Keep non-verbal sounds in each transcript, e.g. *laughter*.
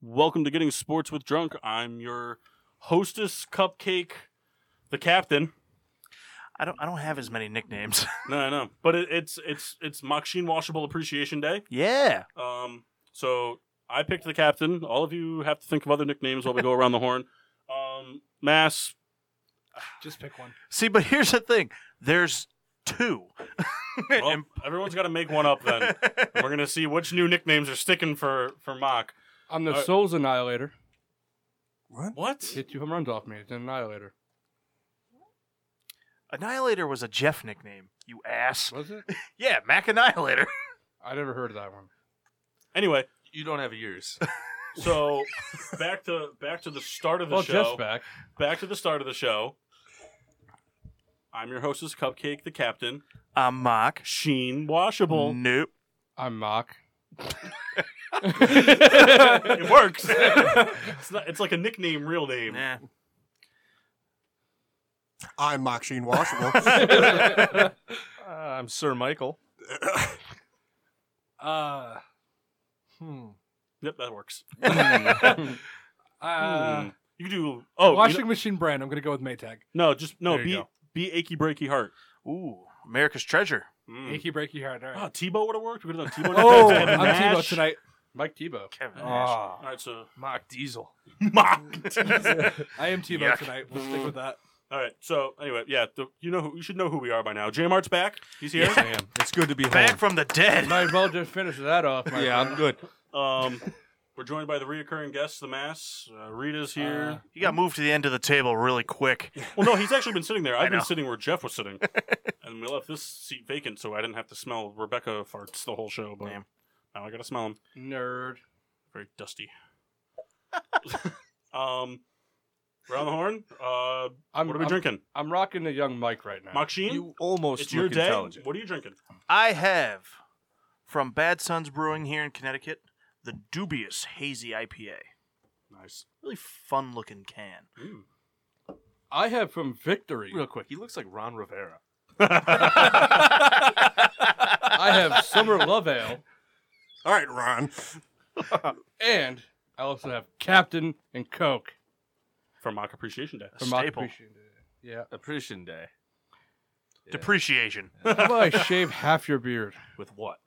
Welcome to Getting Sports with Drunk. I'm your hostess, Cupcake, the captain. I don't I don't have as many nicknames. *laughs* No, I know, but it, it's it's it's Machine Washable Appreciation Day. yeah. Um, so I picked the captain. All of you have to think of other nicknames while we go around the horn. Um, Mass. Just pick one. See, but here's the thing. There's two. Well, everyone's got to make one up then. And We're gonna see which new nicknames are sticking for for Mock. I'm the All right. Souls Annihilator. What? Hit two home runs off me. It's an Annihilator. Annihilator was a Jeff nickname. You ass. Was it? Yeah, Mac Annihilator. I never heard of that one. Anyway, You don't have yours. so back to back to the start of the *laughs* well, show. Jeff's back. back to the start of the show. I'm your hostess, Cupcake, the captain. *laughs* Mm. I'm Mock. Sheen Washable. Nope. I'm Mock. *laughs* It *laughs* works. it's not. It's like a nickname, real name. Nah. I'm Moxine *laughs* Washable. I'm Sir Michael. uh, hmm. Yep, that works. Uh, Hmm. You do. Oh, you washing know- machine brand. I'm gonna go with Maytag. no, just no. There you Be go. be achy breaky heart. Ooh, America's treasure. Mm. Achy breaky heart. All Oh, right. Tebow would have worked. We could have done Tebow. Oh, next. We had I'm Tebow Nash. tonight. Mike Tebow. Kevin. Nash. Ah, All right, so Mock Diesel. mock. *laughs* I am Tebow Yuck. tonight. We'll stick with that. All right, so anyway, yeah, the, you know who you should know who we are by now. Jamart's back. He's here. Damn. it's good to be Back home. from the dead. Might as well just finish that off. my Yeah, I'm friend. good. Um, we're joined by the reoccurring guests, the Mass. Uh, Rita's here. Uh, You got moved to the end of the table really quick. Well, no, he's actually been sitting there. I've been know. sitting where Jeff was sitting, and we left this seat vacant, so I didn't have to smell Rebecca farts the whole show. But Damn. now I gotta smell them. Nerd. Very dusty. *laughs* um, round the horn. Uh, I'm, what are we I'm, drinking? I'm rocking the young Mike right now. Machine. You almost it's your look day. intelligent. What are you drinking? I have from Bad Sons Brewing here in Connecticut the dubious hazy IPA. Nice. Really fun looking can. Mm. I have from Victory. Real quick, he looks like *laughs* Ron Rivera. I have Summer Love Ale, All right, Ron. and I also have Captain and Coke For Mock Appreciation Day. from Mock Staple. Appreciation Day. Yeah. Appreciation Day. Yeah. Depreciation. How about I shave half your beard? With what?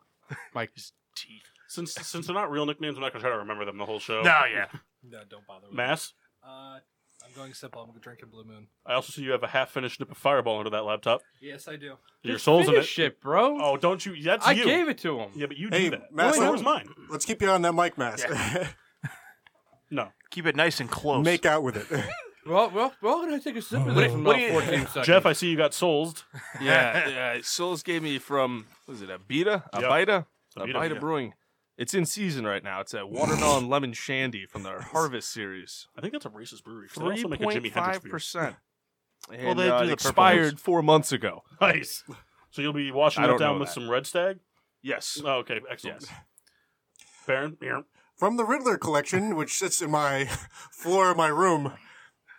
Mike, Teeth. Since since they're not real nicknames, I'm not gonna try to remember them the whole show. No, yeah. no, don't bother. Mass. Uh, I'm going simple. I'm drinking Blue Moon. I also see you have a half-finished nip of Fireball under that laptop. Yes, I do. Your soul's in it. shit, bro. Oh, don't you? That's I you. gave it to him. Yeah, but you Hey, do that. Mass, so let- was mine. Let's keep you on that mic mask. *laughs* No. Keep it nice and close. Make out with it. *laughs* Well, well, we're all gonna take a sip of What- this in what about do you- 14 seconds. Jeff, I see you got *laughs* soulsed. *laughs* Yeah, yeah. Souls gave me from was it Abita? Abita? Abita, Abita yeah. Brewing. It's in season right now. It's a watermelon lemon shandy from their Harvest series. I think that's a racist brewery. 'cause They Three also make a point Jimi Hendrix five beer. percent. Well, And they uh, do it the purple expired four months ago. Nice. So you'll be washing I it don't down know with that. some Red Stag. Yes. Oh, okay, excellent. Yes. Baron, here. From the Riddler collection, which sits in my *laughs* floor of my room.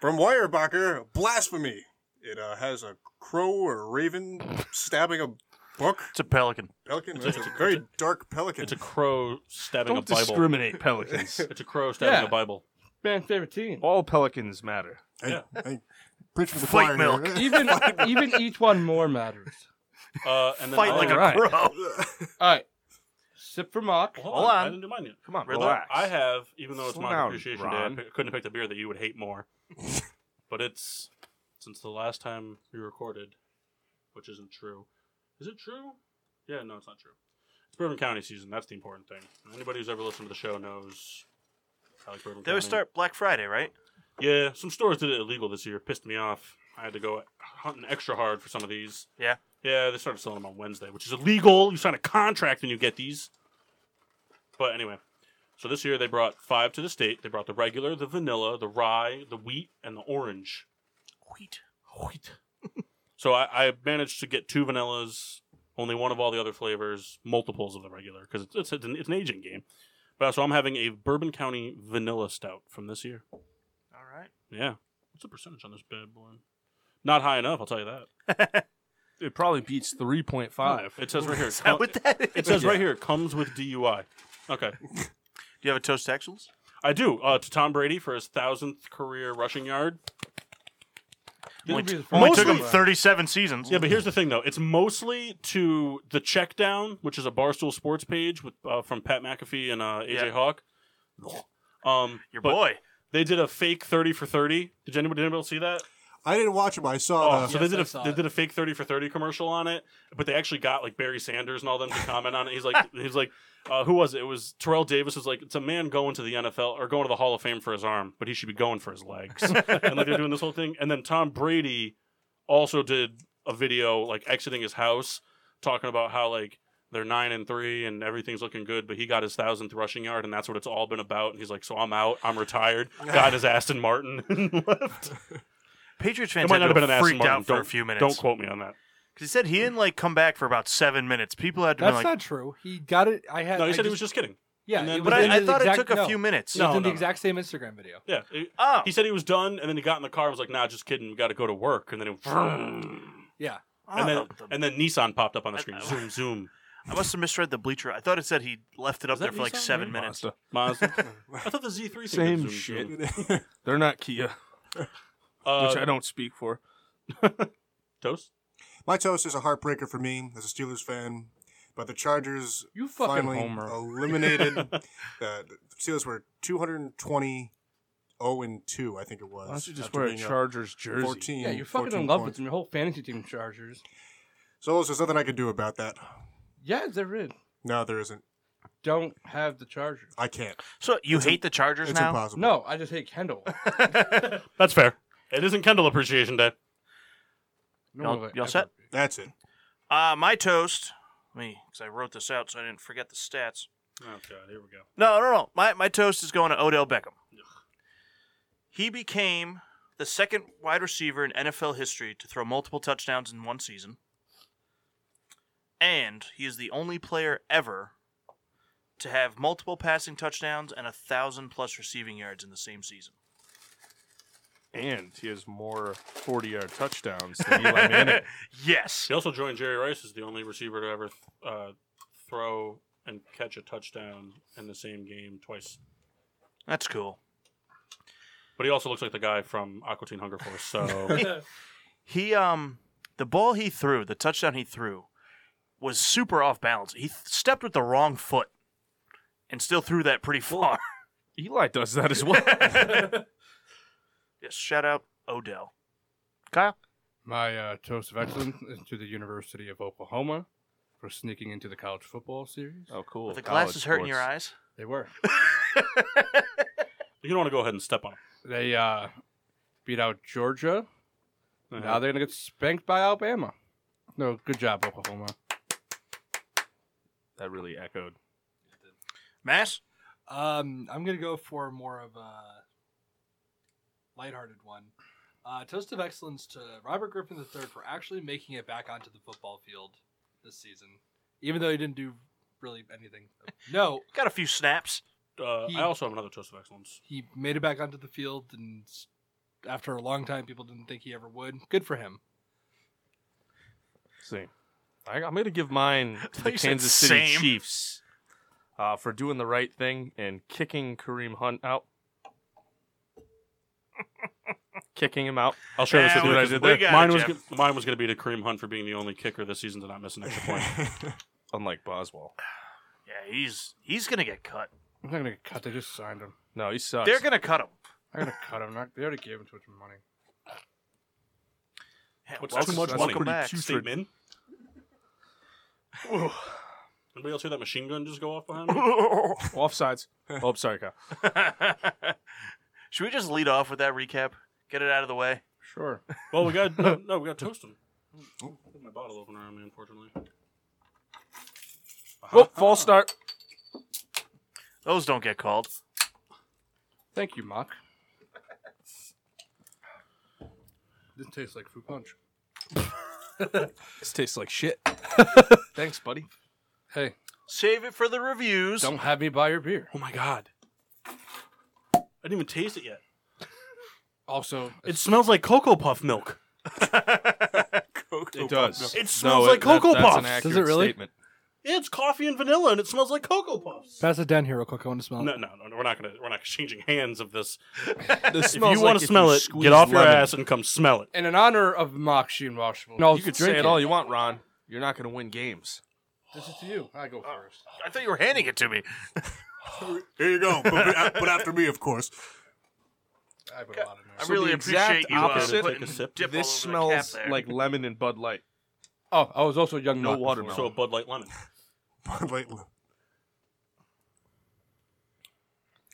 From Weyerbacher, Blasphemy. It uh, has a crow or a raven stabbing a book. It's a pelican. Pelican. It's, a very dark pelican. it's a crow stabbing Don't a Bible. *laughs* discriminate, pelicans. It's a crow stabbing Yeah. a Bible. man, favorite team. All pelicans matter. I, I preach for the Fight choir milk. here. *laughs* Even, even each one more matters. Uh, and then Fight like Alright. a crow. All right, sip for mock. Hold, Hold on. on. I didn't do mine yet. Come on, Really? relax. I have, even though it's Slow my down, appreciation Ron. day, I pick- couldn't pick the beer that you would hate *laughs* more. but it's since the last time we recorded, which isn't true. Is it true? Yeah, no, it's not true. It's Bourbon County season. That's the important thing. Anybody who's ever listened to the show knows. I like Bourbon They always County. start Black Friday, *laughs* right? Yeah, some stores did it illegal this year. Pissed me off. I had to go hunting extra hard for some of these. Yeah. Yeah, they started selling them on Wednesday, which is illegal. You sign a contract when you get these. But anyway, So this year they brought five to the state. They brought the regular, the vanilla, the rye, the wheat, and the orange. Wheat. Wheat. *laughs* so I, I managed to get two vanillas, only one of all the other flavors, multiples of the regular because it's it's, it's, an, it's an aging game. But so I'm having a Bourbon County vanilla stout from this year. All right. Yeah. What's the percentage on this bad boy? Not high enough, I'll tell you that. It probably beats 3.5. It says right here. Oh. *laughs* Is that what that is? it says right here, comes with DUI. Okay. Do you have a toast to excellence? I do. Uh, to Tom Brady for his thousandth career rushing yard. Only, be the first Only one. took him 37 seasons. Yeah, but here's the thing though. It's mostly to the check down, which is a Barstool Sports page with uh, from Pat McAfee and uh, AJ Yeah. Hawk. Um, Your but boy. They did a fake thirty for thirty. Did anybody, did anybody see that? I didn't watch him. I Oh, saw. the, so Yes, they I did saw a they it. did a fake thirty for thirty commercial on it, but they actually got like Barry Sanders and all them to comment on it. *laughs* He's like he's like uh, who was it? It was Terrell Davis was like it's a man going to the NFL or going to the Hall of Fame for his arm, but he should be going for his *laughs* legs. and like they're doing this whole thing, and then Tom Brady also did a video like exiting his house, talking about how like. They're nine and three, and everything's looking good. But he got his thousandth rushing yard, and that's what it's all been about. And he's like, "So I'm out. I'm retired. Got his Aston Martin *laughs* and left. Patriots It fans might not have had to been an have Aston freaked Martin. out for a Don't- few minutes. Don't quote me on that. Because he said he didn't like come back for about seven minutes. People had to That's be like, not true. He got it. I had. No, he I said he was just- just kidding. Yeah, and then- it but was in I, I the thought it exact- took a no, few minutes. It No, was in the no, no. exact same Instagram video. Yeah. It- Oh, He said he was done, and then he got in the car and was like, nah, just kidding. We got to go to work. And then it Yeah, oh, and then, the- and then Nissan popped up on the I- screen. I- Zoom, zoom. I must have misread the bleacher. I thought it said he left it up Is that there for like Nissan? seven minutes. Mazda. Mazda. I thought the Z3 thing Same did zoom, shit. zoom. *laughs* They're not Kia, Uh, which I don't speak for. Toast? *laughs* my toast is a heartbreaker for me as a Steelers fan, but the Chargers you fucking finally homer. *laughs* eliminated. the, the Steelers were 220 0 oh, and 2, I think it was. Why don't you just after wear a being up Chargers jersey? 14, Yeah, you're fucking 14 in love with points. them. Your whole fantasy team Chargers. So there's nothing I can do about that. Yeah, there is. No, there isn't. Don't have the Chargers. I can't. So you hate the Chargers It's now? impossible. No, I just hate Kendall. That's fair. It isn't Kendall Appreciation Day. No Y'all- one y'all ever set? be. That's it. Uh, my toast. Let me, because I wrote this out so I didn't forget the stats. Oh, God. Here we go. No, no, no. My my toast is going to Odell Beckham. He became the second wide receiver in NFL history to throw multiple touchdowns in one season. And he is the only player ever to have multiple passing touchdowns and a thousand plus receiving yards in the same season. And he has more 40 yard touchdowns *laughs* than Eli Manning. Yes. He also joined Jerry Rice as the only receiver to ever uh, throw and catch a touchdown in the same game twice. That's cool. But he also looks like the guy from Aqua Teen Hunger Force. *laughs* So He um the ball he threw, the touchdown he threw was super off balance. He th- stepped with the wrong foot and still threw that pretty far. Eli does that as well. Yes, shout out Odell. Kyle? My uh, toast of excellence is to the University of Oklahoma for sneaking into the college football series. Oh, cool. With the glasses hurting your eyes? They were. you don't want to go ahead and step on him. *laughs* They uh, beat out Georgia. Now they're gonna get spanked by Alabama. No, good job, Oklahoma. That really echoed. Mass? Um, I'm gonna go for more of a lighthearted one. Uh, toast of excellence to Robert Griffin III for actually making it back onto the football field this season, even though he didn't do really anything. *laughs* No, Got a few snaps. Uh, He- I also have another toast of excellence. he made it back onto the field, and s- after a long time, people didn't think he ever would. Good for him. See, I, I'm going to give mine to the you said Kansas City same. Chiefs uh, for doing the right thing and kicking Kareem Hunt out. kicking him out. I'll share this Yeah, with you. we- guys. we got it, mine was Jeff. go- mine was going to be to Kareem Hunt for being the only kicker this season to not miss an extra point. *laughs* Unlike Boswell. Yeah, he's he's gonna get cut. I'm not gonna get cut. They just signed him. No, he sucks. They're gonna cut him. I'm gonna cut him. Not, they already gave him too much money. Yeah, What's welcome- too much money? welcome back. Statement. Anybody else hear that machine gun just go off behind me? Offsides. Oh, I'm sorry, Kyle. *laughs* Should we just lead off with that recap? Get it out of the way. Sure. well, we got no, no, we got toast him. Oh. My bottle opener on me, unfortunately. Oh, false start. Those don't get called. Thank you, Mock. *laughs* This tastes like fruit punch. *laughs* This tastes like shit. Thanks, buddy. Hey, Save it for the reviews. don't have me buy your beer. Oh my god. I didn't even taste it yet. Also, It smells like Cocoa Puff *laughs* milk. Cocoa It does. It smells like Cocoa that's an Puffs. accurate Does it really? Statement. It's coffee and vanilla, and it smells like Cocoa Puffs. Pass it down here real quick. I want to smell. No, no, no, we're not gonna. We're not exchanging hands of this. This If you want to smell it, get off your ass and come smell it. and in honor of Mock Sheen Washable, no, You could say it all you want, Ron. You're not going to win games. This is to you. I go Oh, first. I thought you were handing it to me. Here you go. But, but, but after me, of course. I put a lot in there. I really the exact appreciate you uh, opposite- putting Take a sip. dip this all over the cap smells there. like lemon and Bud Light. Oh, I was also a young No Mock watermelon. So a Bud Light lemon. Bud Light Lemon.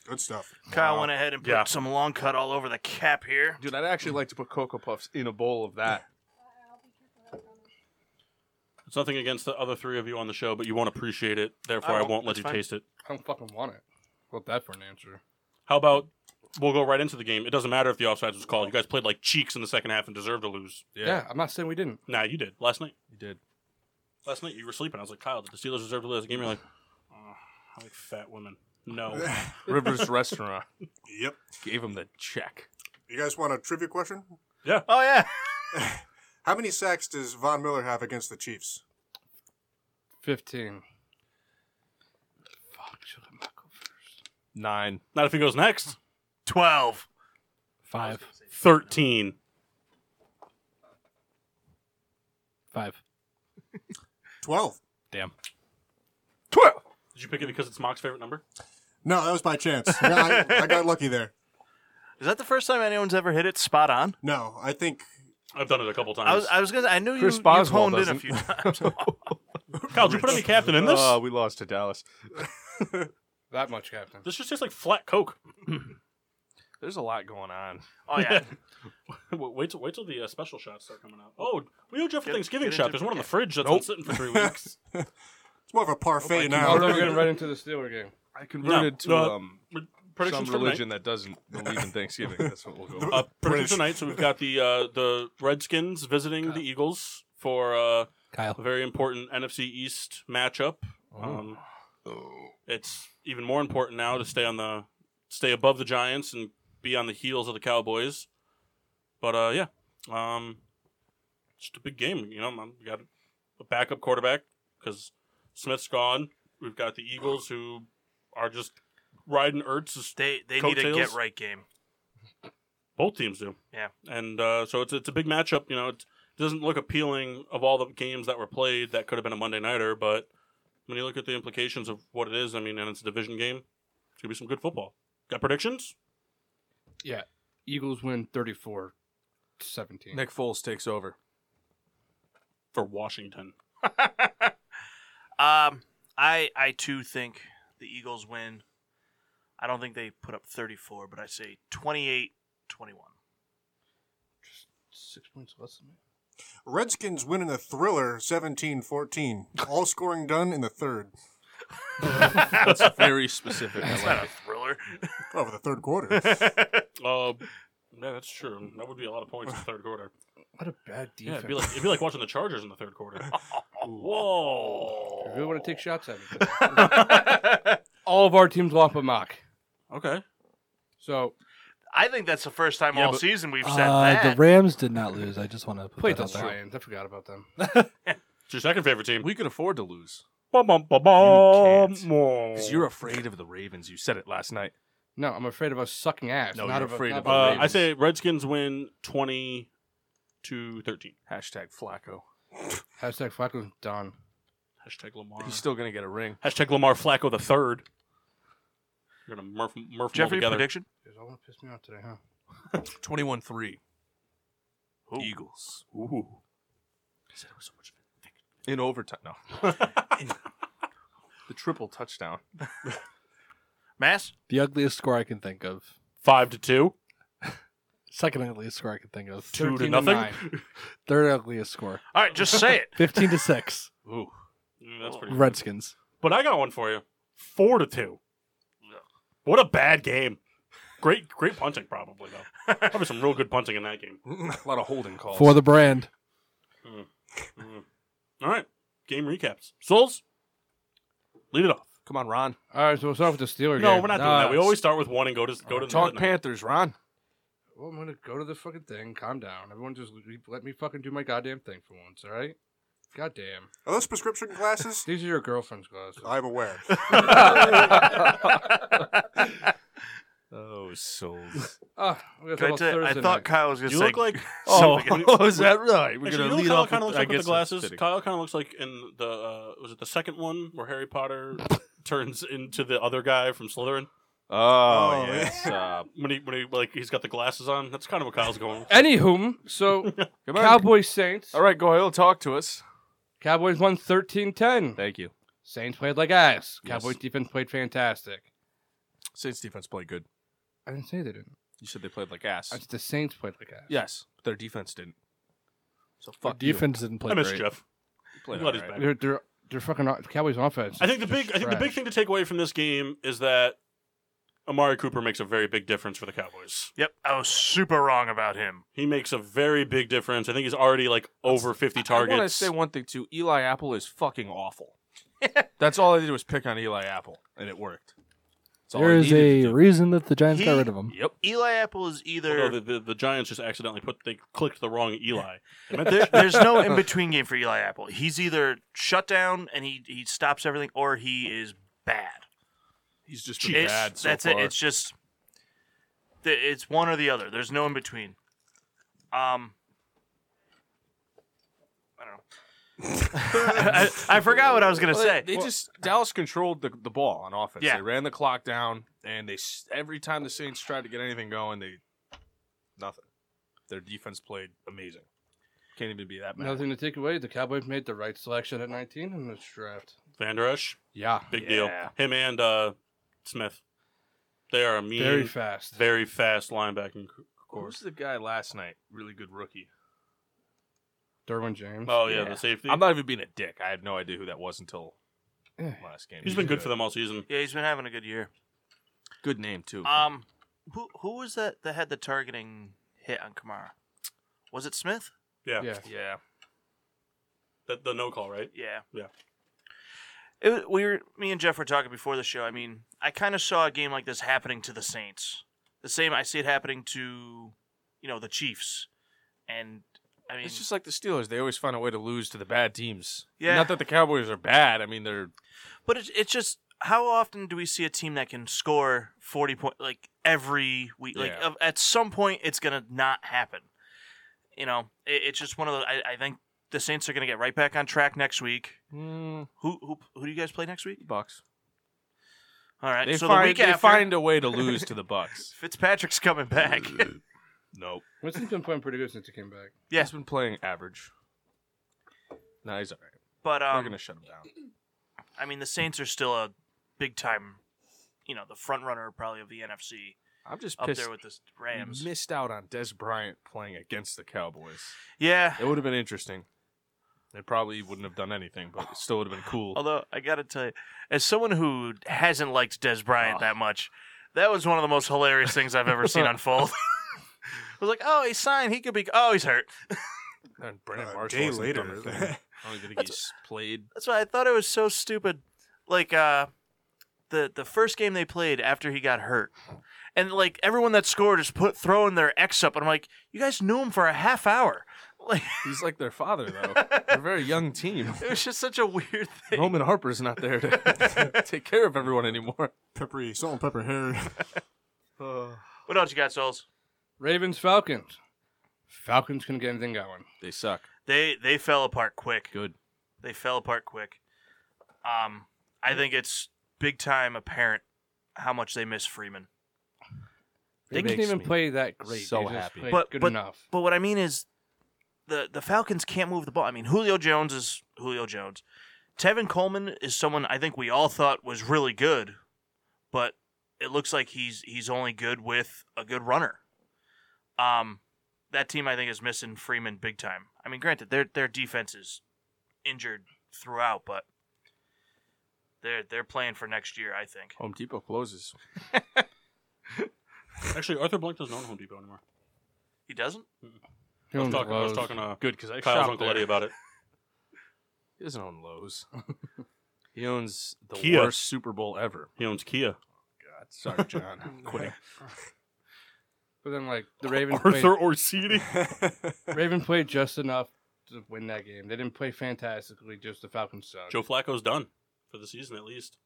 Good stuff. Kyle went ahead and put Yeah. some long cut all over the cap here. Dude, I'd actually like to put Cocoa Puffs in a bowl of that. It's nothing against the other three of you on the show, but you won't appreciate it. Therefore, I I won't. won't, let you That's fine. taste it. *laughs* I don't fucking want it. What that for an answer? How about we'll go right into the game? It doesn't matter if the offsides was called. You guys played like cheeks in the second half and deserved to lose. Yeah. I'm not saying we didn't. *laughs* Nah, you did last night. You did. Last night you were sleeping. I was like, Kyle, did the Steelers deserve to lose the game? You're like, oh, I like fat women. *laughs* No. Rivers Restaurant yep. gave him the check. You guys want a trivia question? Oh yeah. *laughs* *laughs* How many sacks does Von Miller have against the Chiefs? Fifteen. Fuck. Should I not go first? Nine. Not if he goes next. Twelve. Five. Thirteen. Five. Twelve. Damn. Twelve. Did you pick it because it's Mock's favorite number? No, that was by chance. No, I, I got lucky there. Is that the first time anyone's ever hit it spot on? No, I think I've done it a couple times. I was, I was gonna. I knew you, Chris you Boswell honed in a doesn't. few times. Kyle, did you put any captain in this? Oh, we lost to Dallas. That much, *laughs* Captain. this just tastes like flat Coke. *laughs* There's a lot going on. Oh yeah. wait till wait till the uh, special shots start coming out. Oh, we owe Jeff a Get- Thanksgiving get shot. into- There's one in the yeah. fridge that's been Nope. sitting for three weeks. it's more of a parfait Oh, now. no, we're getting right into the Steeler game. I converted to no. um, some Predictions for tonight. religion that doesn't believe in Thanksgiving. That's what we'll go. *laughs* with. Uh, predictions British. tonight. So we've got the uh, the Redskins visiting the Eagles for uh, Kyle. a very important NFC East matchup. Um, It's even more important now to stay on the stay above the Giants and be on the heels of the Cowboys. But uh, yeah, um, just a big game. You know, man. we got a backup quarterback because Smith's gone. We've got the Eagles who are just riding Ertz. *laughs* They they need a Coattails? get right game. Both teams do. Yeah. and uh, so it's it's a big matchup. You know, it doesn't look appealing of all the games that were played. That could have been a Monday nighter, but when you look at the implications of what it is, I mean, and it's a division game, it's gonna be some good football. Got predictions? Eagles win 34 17. *laughs* Nick Foles takes *laughs* over. for Washington. Um, I I too think the Eagles win. I don't think they put up 34, but I say 28-21. 6 points less than me. Redskins winning the thriller 17-14. All scoring done in the third. That's very specific. I It's like not a thriller. Over the *laughs* third quarter. *laughs* Uh, yeah, that's true. That would be a lot of points in the third *laughs* quarter. What a bad Yeah, defense. it'd be like it'd be like watching the Chargers in the third quarter. *laughs* I Whoa. *laughs* really want to take shots at me. All of our teams lost but Mock. Okay. So, I think that's the first time Yeah, all but- season we've said Uh, the that. Rams did not lose. I just want to put played that the out there. Lions. I forgot about them. It's your second favorite team. We can afford to lose Bum, bum, bum, You can't. bum. because you're afraid of the Ravens. You said it last night. No, I'm afraid of us sucking ass. No, not you're afraid not of Uh, the Ravens. I say Redskins win 20 to 13. Hashtag Flacco. Hashtag Flacco's done. Hashtag Lamar. He's still gonna get a ring. Hashtag Lamar Flacco the third. You're gonna murph, murph 'em all Jeffrey together. prediction. Dude, all gonna piss me off today, huh? Twenty-one-three. Ooh. Eagles. Ooh. In overtime. *laughs* No. the triple touchdown. Mass. The ugliest score I can think of. Five to two. *laughs* Second ugliest score I can think of. Two to 13 nothing. nine. Third ugliest score. All right, just say *laughs* it. Fifteen to six. Ooh. Mm, That's *laughs* pretty. Redskins. But I got one for you. Four to two. What a bad game. Great, great punting probably *laughs* though. Probably some real good punting in that game. a lot of holding calls. for the brand. Mm. All right, game recaps. Souls, lead it off. Come on, Ron. All right, so we'll start with the Steeler No, game. we're not doing Nah, that. We always start with one and go to go to the Talk other. Panthers, Ron. Well, I'm gonna go to the fucking thing. Calm down. Everyone, just le- let me fucking do my goddamn thing for once. All right? Goddamn. Are those prescription glasses? These are your girlfriend's glasses. I'm aware. Oh, souls. Ah, we're gonna talk Can I, about tell you, I Thursday thought night. Kyle was going to You say. look like *laughs* oh, *laughs* Something. is that right? We're actually, going you to know, lead Kyle off. kind of looks I like with the guess that's glasses. fitting. Kyle kind of looks like in the uh, was it the second one where Harry Potter turns into the other guy from Slytherin Oh, Oh, yes. Uh, when he when he like he's got the glasses on. That's kind of what Kyle's going. Anywhom, so *laughs* come on. Cowboy Saints. *laughs* All right, Goyle, talk to us. Cowboys won 13-10. Thank you. Saints played like ass. Yes. Cowboys defense played fantastic. Saints defense played good. I didn't say they didn't. You said they played like ass. I said the Saints played like ass. yes, but their defense didn't. So The fuck you. defense didn't play I miss great. Jeff. You played Glad all he's right. back. They're, they're, they're fucking the Cowboys offense. I think the is big I think the big trash. thing to take away from this game is that Amari Cooper makes a very big difference for the Cowboys. Yep, I was super wrong about him. He makes a very big difference. I think he's already like over fifty I want targets. to say one thing too. Eli Apple is fucking *laughs* awful. That's all I did was pick on Eli Apple, and it worked. That's all There I is needed a to do. reason that the Giants got He- rid of him. Yep. Eli Apple is Although either the, the, the Giants just accidentally put they clicked the wrong Eli. They meant there, there's *laughs* no in between game for Eli Apple. He's either shut down and he, he stops everything, or he is bad. He's just been It's- bad so that's far. it. It's just th- it's one or the other. There's no in between. Um, I don't *laughs* know. *laughs* I, I forgot what I was gonna Well, say. They just Dallas controlled the, the ball on offense. Yeah. They ran the clock down, and they s- every time the Saints tried to get anything going, they nothing. Their defense played amazing. Can't even be that bad. Nothing to take away. The Cowboys made the right selection at 19 in this draft. Van Der Esch, Yeah. big deal. Yeah. Him and uh, Smith, they are a mean, Very very, fast. fast linebacking c- Who's course. the guy last night? Really good rookie. Derwin James. Oh yeah, Yeah. the safety. I'm not even being a dick. I had no idea who that was until Yeah. last game. he's been good for them all season. yeah, he's been having a good year. Good name too. Um, who who was that that had the targeting hit on Kamara? Was it Smith? Yeah, Yeah. yeah. The, the no call, *laughs* right? Yeah. Yeah. It, wa- we were me and Jeff were talking before the show. I mean, I kind of saw a game like this happening to the Saints. The same I see it happening to, you know, the Chiefs, and I mean, It's just like the Steelers. They always find a way to lose to the bad teams. Yeah. Not that the Cowboys are bad. I mean, they're but it's it's just how often do we see a team that can score forty point like every week? Like Yeah. of- at some point, it's gonna not happen. You know, it, it's just one of those. I, I think the Saints are gonna get right back on track next week. Mm. Who who who do you guys play next week? Bucks. All right, They so find the week they after, find a way to lose to the *laughs* Bucks. Fitzpatrick's coming back. nope. Winston's been playing pretty good since he came back. Yeah. He's been playing average. No, he's all right. *laughs* but um, We're gonna shut him down. I mean, the Saints are still a big time, you know, the front runner probably of the NFC I'm just up pissed. there with the we Rams. missed out on Des Bryant playing against the Cowboys. yeah. It would have been interesting. They probably wouldn't have done anything, but it still would have been cool. Although I gotta tell you, as someone who hasn't liked Des Bryant that much, that was one of the most hilarious things I've ever *laughs* seen unfold. *laughs* I was like, oh, he's signed. He could be. Oh, he's hurt. And Brandon A Marshall day hasn't done Uh, later. a thing. I don't even think he's played. That's why I thought it was so stupid. Like uh, the the first game they played after he got hurt, and like everyone that scored is put throwing their X up, and I'm like, you guys knew him for a half hour. *laughs* Like He's like their father, *laughs* though. They're a very young team. *laughs* it was just such a weird thing. Roman Harper's not there *laughs* to take care of everyone anymore. Peppery, salt and pepper hair. *laughs* What else you got, Souls? Ravens, Falcons. Falcons couldn't get anything going. They suck. They they fell apart quick. Good. They fell apart quick. Um, I think it's big time apparent how much they miss Freeman. They That didn't makes even me play that great. so They just happy. played But- good but- enough. But what I mean is, the the Falcons can't move the ball. I mean, Julio Jones is Julio Jones. Tevin Coleman is someone I think we all thought was really good, but it looks like he's he's only good with a good runner. Um, that team I think is missing Freeman big time. I mean, granted, their their defense is injured throughout, but They're they're playing for next year, I think. Home Depot closes. Actually, Arthur Blank doesn't own Home Depot anymore. He doesn't. I He was owns talking, I was Lowe's. talking to Good, because I Kyle's shop Uncle there. Eddie about it. He doesn't own Lowe's. he owns the Kia. worst Super Bowl ever. He owns Kia. God, sorry, John. *laughs* I'm quitting. But then like *laughs* the Ravens played, Arthur *laughs* Orsini. Raven played just enough to win that game. They didn't play fantastically, just the Falcons sucked. Joe Flacco's done for the season at least.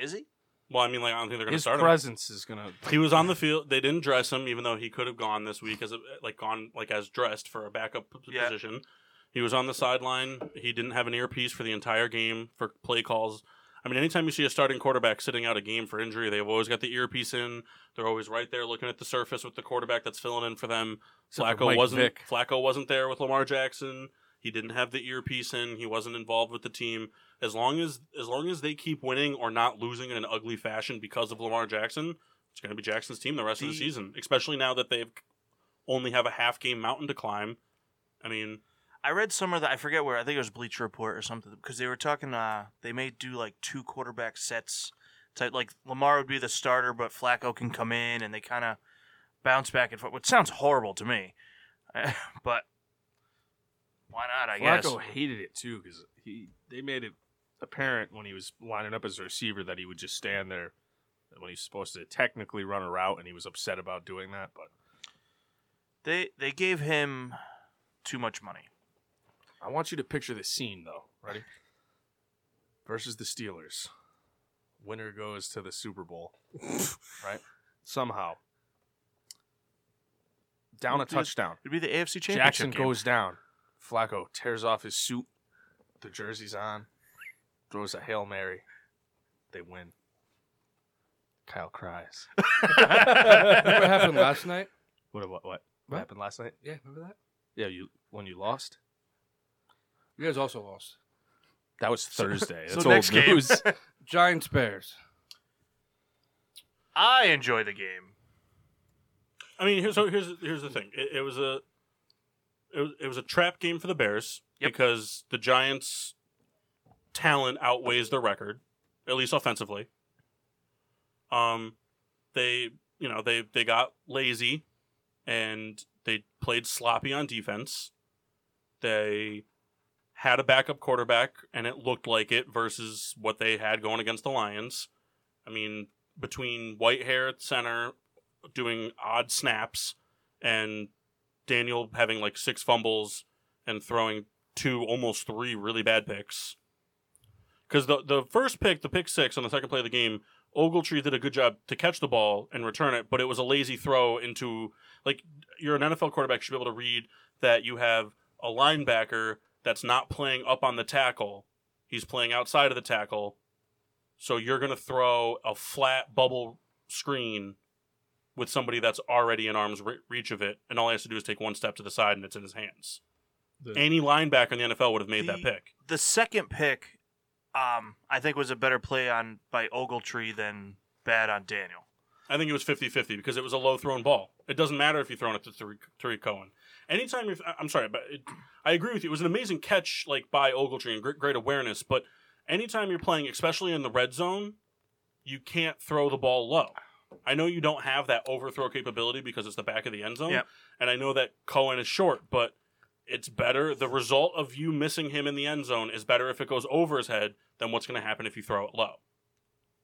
Is he? Well, I mean, like I don't think they're going to His start him. presence is gonna. He was on the field. They didn't dress him, even though he could have gone this week as a, like gone like as dressed for a backup p- Yeah. position. He was on the sideline. He didn't have an earpiece for the entire game for play calls. I mean, anytime you see a starting quarterback sitting out a game for injury, they've always got the earpiece in. They're always right there looking at the surface with the quarterback that's filling in for them. Except for Flacco Mike wasn't Vick. Flacco wasn't there with Lamar Jackson. He didn't have the earpiece in. He wasn't involved with the team. As long as as long as they keep winning or not losing in an ugly fashion because of Lamar Jackson, it's going to be Jackson's team the rest of the The- season, especially now that they've only have a half game mountain to climb. I mean, I read somewhere that I forget where. I think it was Bleacher Report or something because they were talking. Uh, they may do like two quarterback sets. Type like Lamar would be the starter, but Flacco can come in and they kind of bounce back and forth. Which sounds horrible to me, *laughs* but why not? I guess. Flacco hated it too because he they made it apparent when he was lining up as a receiver that he would just stand there when he's supposed to technically run a route, and he was upset about doing that. But They they gave him too much money. I want you to picture this scene though. Ready? Versus the Steelers. Winner goes to the *laughs* Super Bowl. right? Somehow. Down a Who'd be the- touchdown. It'd be the AFC Championship Jackson game. goes down. Flacco tears off his suit. The jersey's on. Throws a Hail Mary. They win. Kyle cries. Remember what happened last night? What what what, What? what happened last night? Yeah, remember that? Yeah, you when you lost? You guys also lost. That was Thursday. *laughs* so That's next old game. news. Giants Bears. *laughs* I enjoy the game. I mean, here's so here's here's the thing. It, it was a it was, it was a trap game for the Bears Yep. because the Giants' talent outweighs their record, at least offensively. Um, they you know they they got lazy, and they played sloppy on defense. They had a backup quarterback, and it looked like it versus what they had going against the Lions. I mean, between Whitehair at center, doing odd snaps and Daniel having like six fumbles and throwing two almost three really bad picks. Cuz the the first pick, the pick 6 on the second play of the game, Ogletree did a good job to catch the ball and return it, but it was a lazy throw into like you're an NFL quarterback you should be able to read that you have a linebacker that's not playing up on the tackle. He's playing outside of the tackle. So you're going to throw a flat bubble screen with somebody that's already in arm's re- reach of it, and all he has to do is take one step to the side, and it's in his hands. Any linebacker in the NFL would have made that The- pick. The second pick, um, I think was a better play on by Ogletree than bad on Daniel. I think it was 50-50 because it was a low thrown ball. It doesn't matter if you throw it to Tariq, Tariq Cohen. Anytime you're, I'm sorry, but it, I agree with you. It was an amazing catch, like by Ogletree, and great, great awareness. But anytime you're playing, especially in the red zone, you can't throw the ball low. I know you don't have that overthrow capability because it's the back of the end zone, Yep. and I know that Cohen is short, but it's better. The result of you missing him in the end zone is better if it goes over his head than what's going to happen if you throw it low.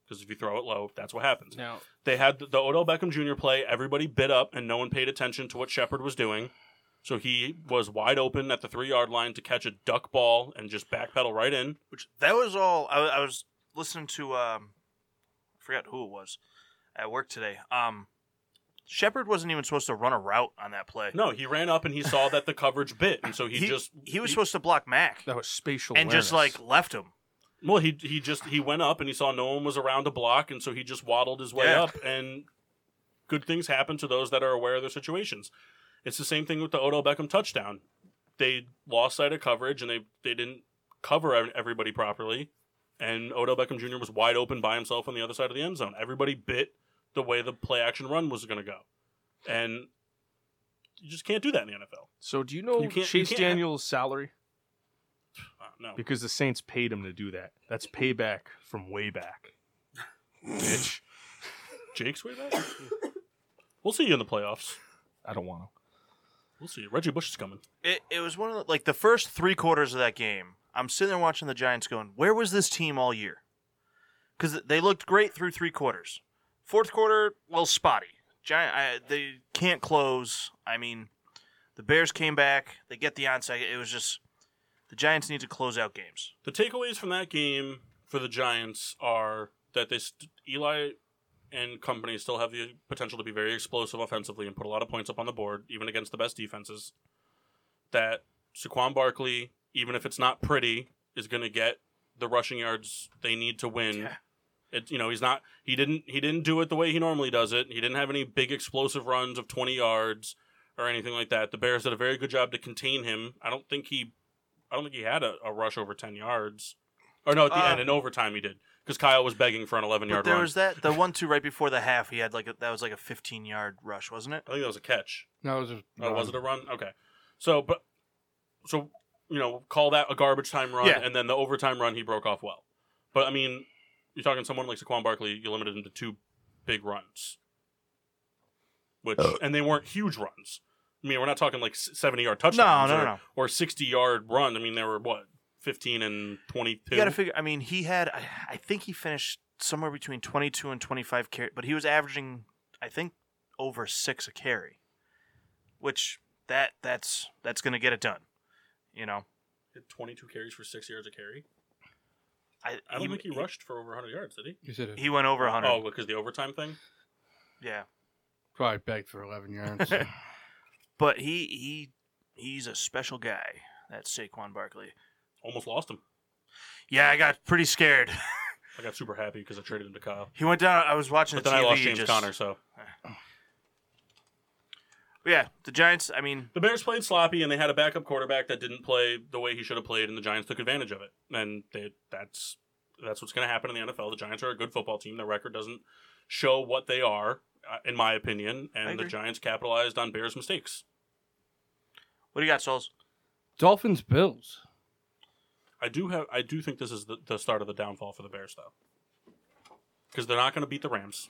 Because if you throw it low, that's what happens. Now They had the Odell Beckham Jr. play. Everybody bit up, and no one paid attention to what Shepard was doing. So he was wide open at the three yard line to catch a duck ball and just backpedal right in. Which that was all. I, I was listening to, um, I forgot who it was at work today. Um, Shepard wasn't even supposed to run a route on that play. No, he ran up and he saw that the coverage bit, and so he, he just he was supposed to block Mac That was spatial and just awareness. like left him. well he he just he went up and he saw no one was around to block, and so he just waddled his way Yeah. up, and good things happen to those that are aware of their situations. It's the same thing with the Odell Beckham touchdown. They lost sight of coverage and they they didn't cover ev- everybody properly. And Odell Beckham Jr. was wide open by himself on the other side of the end zone. Everybody bit the way the play action run was going to go, and you just can't do that in the NFL. So do you know You can't- you Chase can't- Daniels' salary? Uh, no. because the Saints paid him to do that. That's payback from way back. Bitch, Jake's way back? *coughs* we'll see you in the playoffs. I don't want to. We'll see you. Reggie Bush is coming. It, it was one of the, like the first three quarters of that game. I'm sitting there watching the Giants, going, "Where was this team all year?" Because they looked great through three quarters. Fourth quarter, well, spotty. Giant, I, they can't close. I mean, the Bears came back. They get the onside. It was just the Giants need to close out games. The takeaways from that game for the Giants are that they st- Eli and company still have the potential to be very explosive offensively and put a lot of points up on the board, even against the best defenses. That Saquon Barkley, even if it's not pretty, is going to get the rushing yards they need to win. Yeah. It, you know he's not he didn't he didn't do it the way he normally does it. He didn't have any big explosive runs of 20 yards or anything like that. The Bears did a very good job to contain him. I don't think he I don't think he had a, a rush over 10 yards. Or no, at the Uh, end in overtime he did because Kyle was begging for an 11 But yard there run. was that the one two right before the half. He had like a, that was like a 15 yard rush, wasn't it? I think that was a catch. No, it was just Oh, was it a run? Okay. So, but so you know, call that a garbage time run, Yeah. and then the overtime run he broke off well. But I mean, you're talking someone like Saquon Barkley, you limited him to two big runs, which Oh. and they weren't huge runs. I mean, we're not talking like 70 yard No, touchdowns no, or, no. or 60 yard run. I mean, they were what 15 and 22. You got to figure. I mean, he had. I, I think he finished somewhere between twenty-two and twenty-five carry, but he was averaging, I think, over six a carry, which that that's that's going to get it done. You know, Hit 22 carries for six yards a carry. I, I don't think he rushed for over 100 yards, did he? You said it. He went over hundred. Oh, because the overtime thing. Yeah, probably begged for 11 yards. but he he he's a special guy. That Saquon Barkley. Almost lost him. Yeah, I got pretty scared. *laughs* I got super happy because I traded him to Kyle. He went down. I was watching But the then I TV. lost James just- Conner, so Yeah, the Giants. I mean, the Bears played sloppy, and they had a backup quarterback that didn't play the way he should have played, and the Giants took advantage of it. And they, that's that's what's going to happen in the NFL. The Giants are a good football team. Their record doesn't show what they are, uh, in my opinion. I And the agree. Giants capitalized on Bears' mistakes. what do you got, Souls? *laughs* Dolphins Bills. I do have I do think this is the, the start of the downfall for the Bears, though, because they're not going to beat the Rams.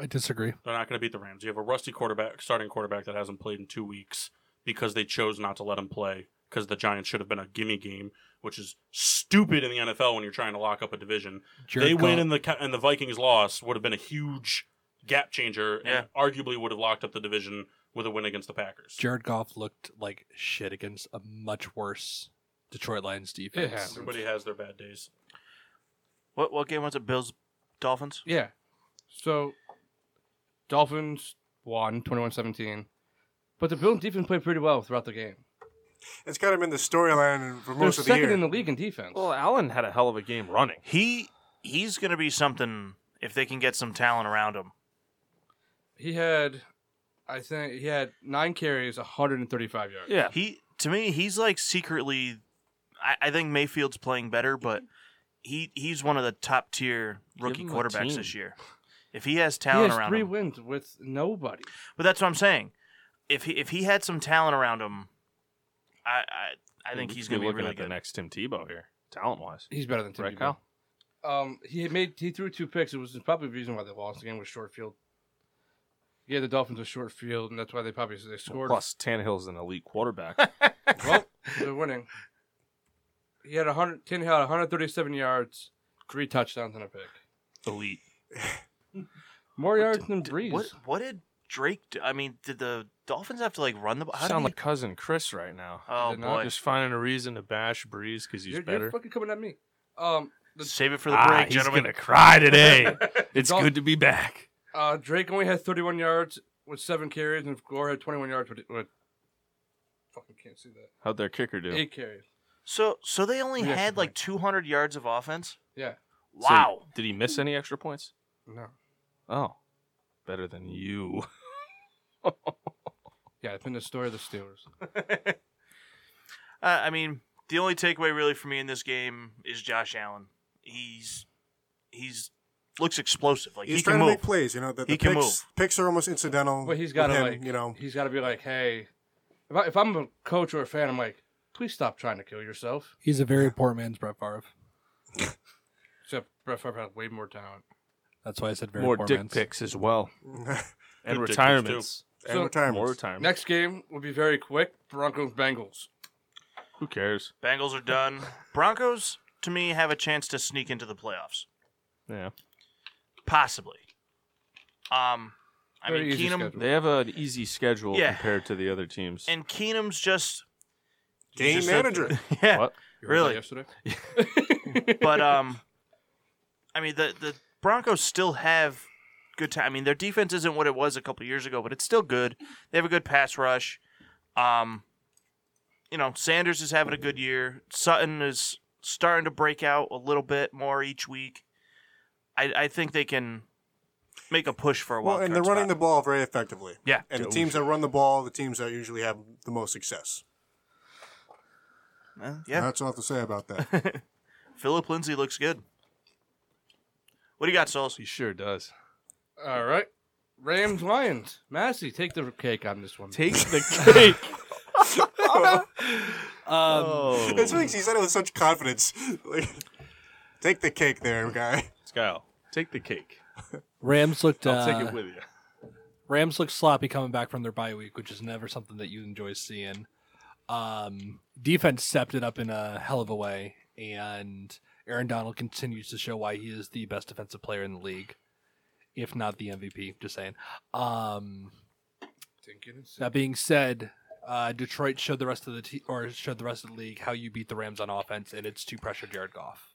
I disagree. They're not going to beat the Rams. You have a rusty quarterback, starting quarterback that hasn't played in two weeks because they chose not to let him play because the Giants should have been a gimme game, which is stupid in the NFL when you're trying to lock up a division. Jared they win Goff. and the Ca- and the Vikings loss would have been a huge gap changer Yeah. and arguably would have locked up the division with a win against the Packers. Jared Goff looked like shit against a much worse Detroit Lions defense. It happened. Everybody has their bad days. What what game was it? Bills, Dolphins. Yeah. So, Dolphins won 21 17. But the Bills defense played pretty well throughout the game. It's kind of been the storyline for They're most of the second year. in the league in defense. Well, Allen had a hell of a game running. He he's gonna be something if they can get some talent around him. he had, I think, he had nine carries, 135 yards. Yeah, He to me he's like secretly. I, I think Mayfield's playing better, but he he's one of the top tier rookie him a quarterbacks team. this year. If he has he talent has around three him, wins with nobody. but that's what I'm saying. If he if he had some talent around him, I I, I think he's gonna be looking really at the good. next Tim Tebow here, talent wise. He's better than Tim Right, Tebow. Kyle? Um, he had made he threw two picks. It was probably the reason why they lost the game with short field. Yeah, the Dolphins were short field, and that's why they probably they scored. Plus, Tannehill's an elite *laughs* quarterback. *laughs* well, they're winning. He had 100. Tin had 137 yards, three touchdowns, and a pick. elite. More yards than Did- Breeze. What what did Drake? do? I mean, did the Dolphins have to like run the ball? How did Sound he- like cousin Chris right now. oh Did not boy, Just finding a reason to bash Breeze because he's you're, better. you're fucking coming at me. Um, the *laughs* save it for the ah, break, he's gentlemen. gonna *laughs* cry today. it's Dol- good to be back. Uh, Drake only had 31 yards with seven carries, and Gore had 21 yards with. with fucking can't see that. How'd their kicker do? Eight carries. So so they only You got had some like 200 yards of offense. Yeah. So, Wow. did he miss any extra points? No. Oh, better than you. Yeah, it's been the story of the Steelers. Uh, I mean, the only takeaway really for me in this game is Josh Allen. He's he's looks explosive. Like He's he trying can to move. make plays. You know, the, the He picks, can picks are almost incidental. But he's got *laughs* got to like, you know. he's got to be like, hey, if, I, if I'm a coach or a fan, I'm like, Please stop trying to kill yourself. He's a very poor man's Brett Favre. Except Brett Favre had way more talent. That's why I said very More poor dick man's. pics as well, and Good dick pics, retirements. and retirement. More Um, retirement. Next game will be very quick. Broncos Bengals. Who cares? Bengals are done. Broncos, to me, have a chance to sneak into the playoffs, Yeah, possibly. Um, I Very mean easy Keenum schedule. they have an easy schedule Yeah. compared to the other teams. and Keenum's just Game Just said- manager. *laughs* yeah, What? You heard really. that Yesterday. *laughs* but um, I mean the the Broncos still have good time. I mean their defense isn't what it was a couple years ago, but it's still good. They have a good pass rush. Um, you know Sanders is having a good year. Sutton is starting to break out a little bit more each week. I I think they can make a push for a while. Well, and they're running the ball very effectively. Yeah. And the teams that run the ball, the teams that usually have the most success. the yeah. That's all I have to say about that. *laughs* Philip Lindsay looks good. What do you got, Souls? He sure does. *laughs* All right. Rams Lions. Massey, take the cake on this one. Take the cake. Um, oh, That's because he said it with such confidence. *laughs* Like, take the cake there, guy. Kyle, take the cake. Rams looked. I'll Uh, take it with you. Rams looked sloppy coming back from their bye week, which is never something that you enjoy seeing. Um, defense stepped it up in a hell of a way, and Aaron Donald continues to show why he is the best defensive player in the league, if not the MVP. Just saying. Um, Thinking it's- that being said, uh, Detroit showed the rest of the te- or showed the rest of the league how you beat the Rams on offense, and it's to pressure Jared Goff.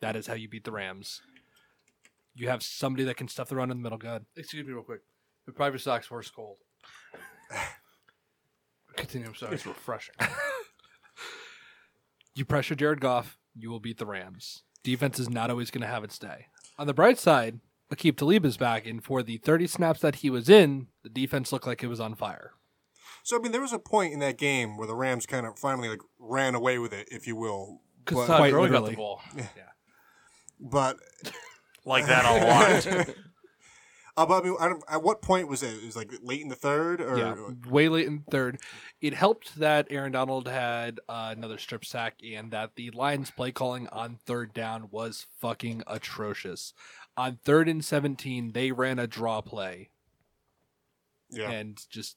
That is how you beat the Rams. You have somebody that can stuff the run in the middle. Good. Excuse me, real quick. The private socks horse cold. Continue. I'm sorry. It's refreshing. *laughs* you pressure Jared Goff, you will beat the Rams. Defense is not always going to have its day. On the bright side, Akib Talib is back, and for the 30 snaps that he was in, the defense looked like it was on fire. So I mean, there was a point in that game where the Rams kind of finally like ran away with it, if you will. Because But, Todd quite Gurley got the literally. ball. *laughs* but Like that a lot. *laughs* Uh, but I mean, I don't, at what point was it? It was like late in the third, or yeah, way late in third. It helped that Aaron Donald had uh, another strip sack and that the Lions' play calling on third down was fucking atrocious. On third and 17, they ran a draw play yeah. and just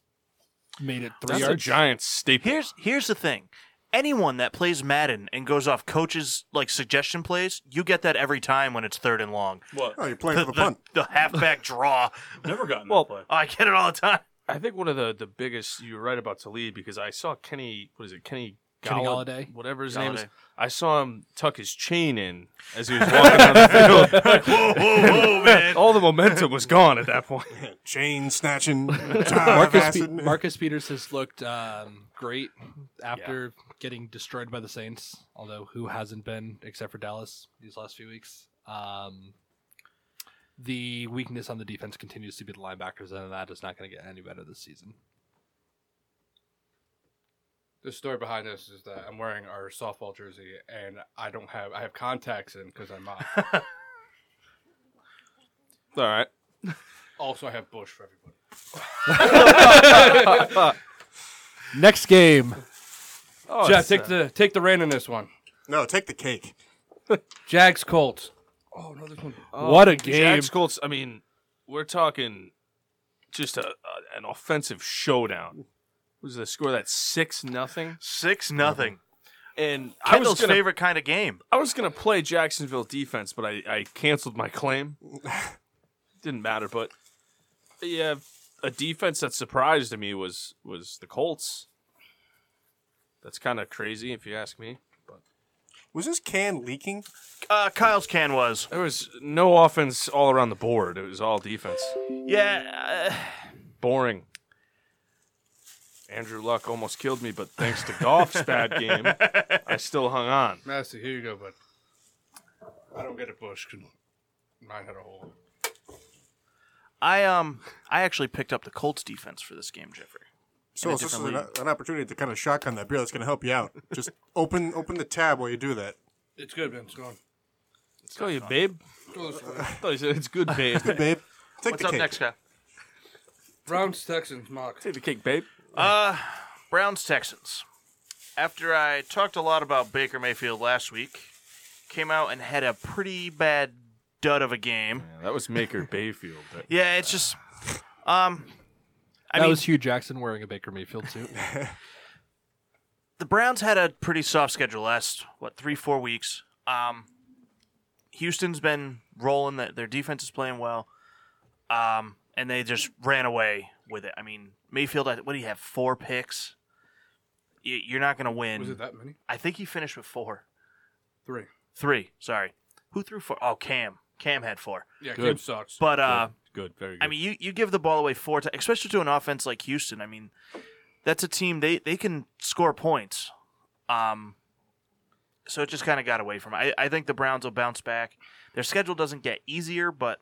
made it three *laughs* That's a yards. giant staple. Here's here's the thing. Anyone that plays Madden and goes off coaches like suggestion plays, you get that every time when it's third and long. What? Oh, you're The, playing for the punt. the- the *laughs* halfback draw. Never gotten Well, that play. I get it all the time. I think one of the the biggest you were right about Talib because I saw Kenny what is it Kenny Kenny Galla- Galladay? whatever his name is Galladay. I saw him tuck his chain in as he was walking down the field Like, Whoa, whoa, whoa, *laughs* man! all the momentum was gone at that point *laughs* chain snatching, *laughs* Marcus, Marcus, Pe- acid. Marcus Peters has looked um, great after getting destroyed by the Saints, although who hasn't been except for Dallas these last few weeks. Um, the weakness on the defense continues to be the linebackers, and that is not going to get any better this season. the story behind this is that I'm wearing our softball jersey and I don't have I have contacts in because I'm out. *laughs* all right also, I have Bush for everybody. Next game, oh, Jeff, it's, take uh, the take the reign in this one. No, take the cake. Jags Colts. Oh no, this one. oh, what a the game! Jags Colts I mean we're talking just a, a an offensive showdown what was the score that six nothing Six nothing. and I was Kendall's gonna favorite kind of game. I was gonna play Jacksonville defense, but I, I canceled my *laughs* claim. Didn't matter, but yeah, a defense that surprised me was was the Colts. That's kind of crazy, if you ask me. Was this can leaking? Uh, Kyle's can was. There was no offense all around the board. It was all defense. Yeah, uh, Boring. Andrew Luck almost killed me, but thanks to Goff's bad game, I still hung on. Massey, here you go, bud. I don't get a Bush 'cause mine had a hole. I um, I actually picked up the Colts defense for this game, Jeffrey. So a this is different an, an opportunity to kind of shotgun that beer. That's going to help you out. Just *laughs* open open the tab while you do that. It's good, man. It's gone. Let's go, you babe. I thought you said it's good, *laughs* babe. Babe, take What's the up cake. next, Kyle? Browns Texans mock. Take the cake, babe. Uh, Browns Texans. after I talked a lot about Baker Mayfield last week, came out and had a pretty bad dud of a game. Yeah, that was Maker Bayfield. *laughs* That- Yeah, it's just, um, I that mean, was Hugh Jackson wearing a Baker Mayfield *laughs* suit. the Browns had a pretty soft schedule last what three four weeks. Um, Houston's been rolling; that their defense is playing well, um, and they just ran away with it. I mean, Mayfield, I- what do you have? Four picks. You- You're not going to win. Was it that many? I think he finished with four, Three. three. Sorry, who threw four? Oh, Cam. Cam had four. Yeah, Cam Good. sucks. But uh, good, very good. I mean, you, you give the ball away four times, especially to an offense like Houston. I mean, that's a team they, they can score points. Um, so it just kind of got away from. it. I I think the Browns will bounce back. Their schedule doesn't get easier, but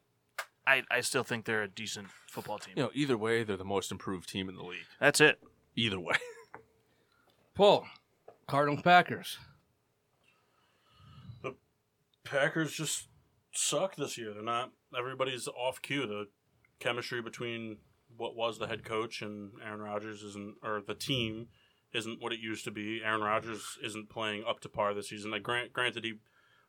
I I still think they're a decent football team. you know, either way, they're the most improved team in the league. That's it. Either *laughs* way, Paul, Cardinal Packers. Packers just suck this year. They're not. Everybody's off cue. The chemistry between what was the head coach and Aaron Rodgers isn't, or the team isn't what it used to be. Aaron Rodgers isn't playing up to par this season. Like grant, granted, he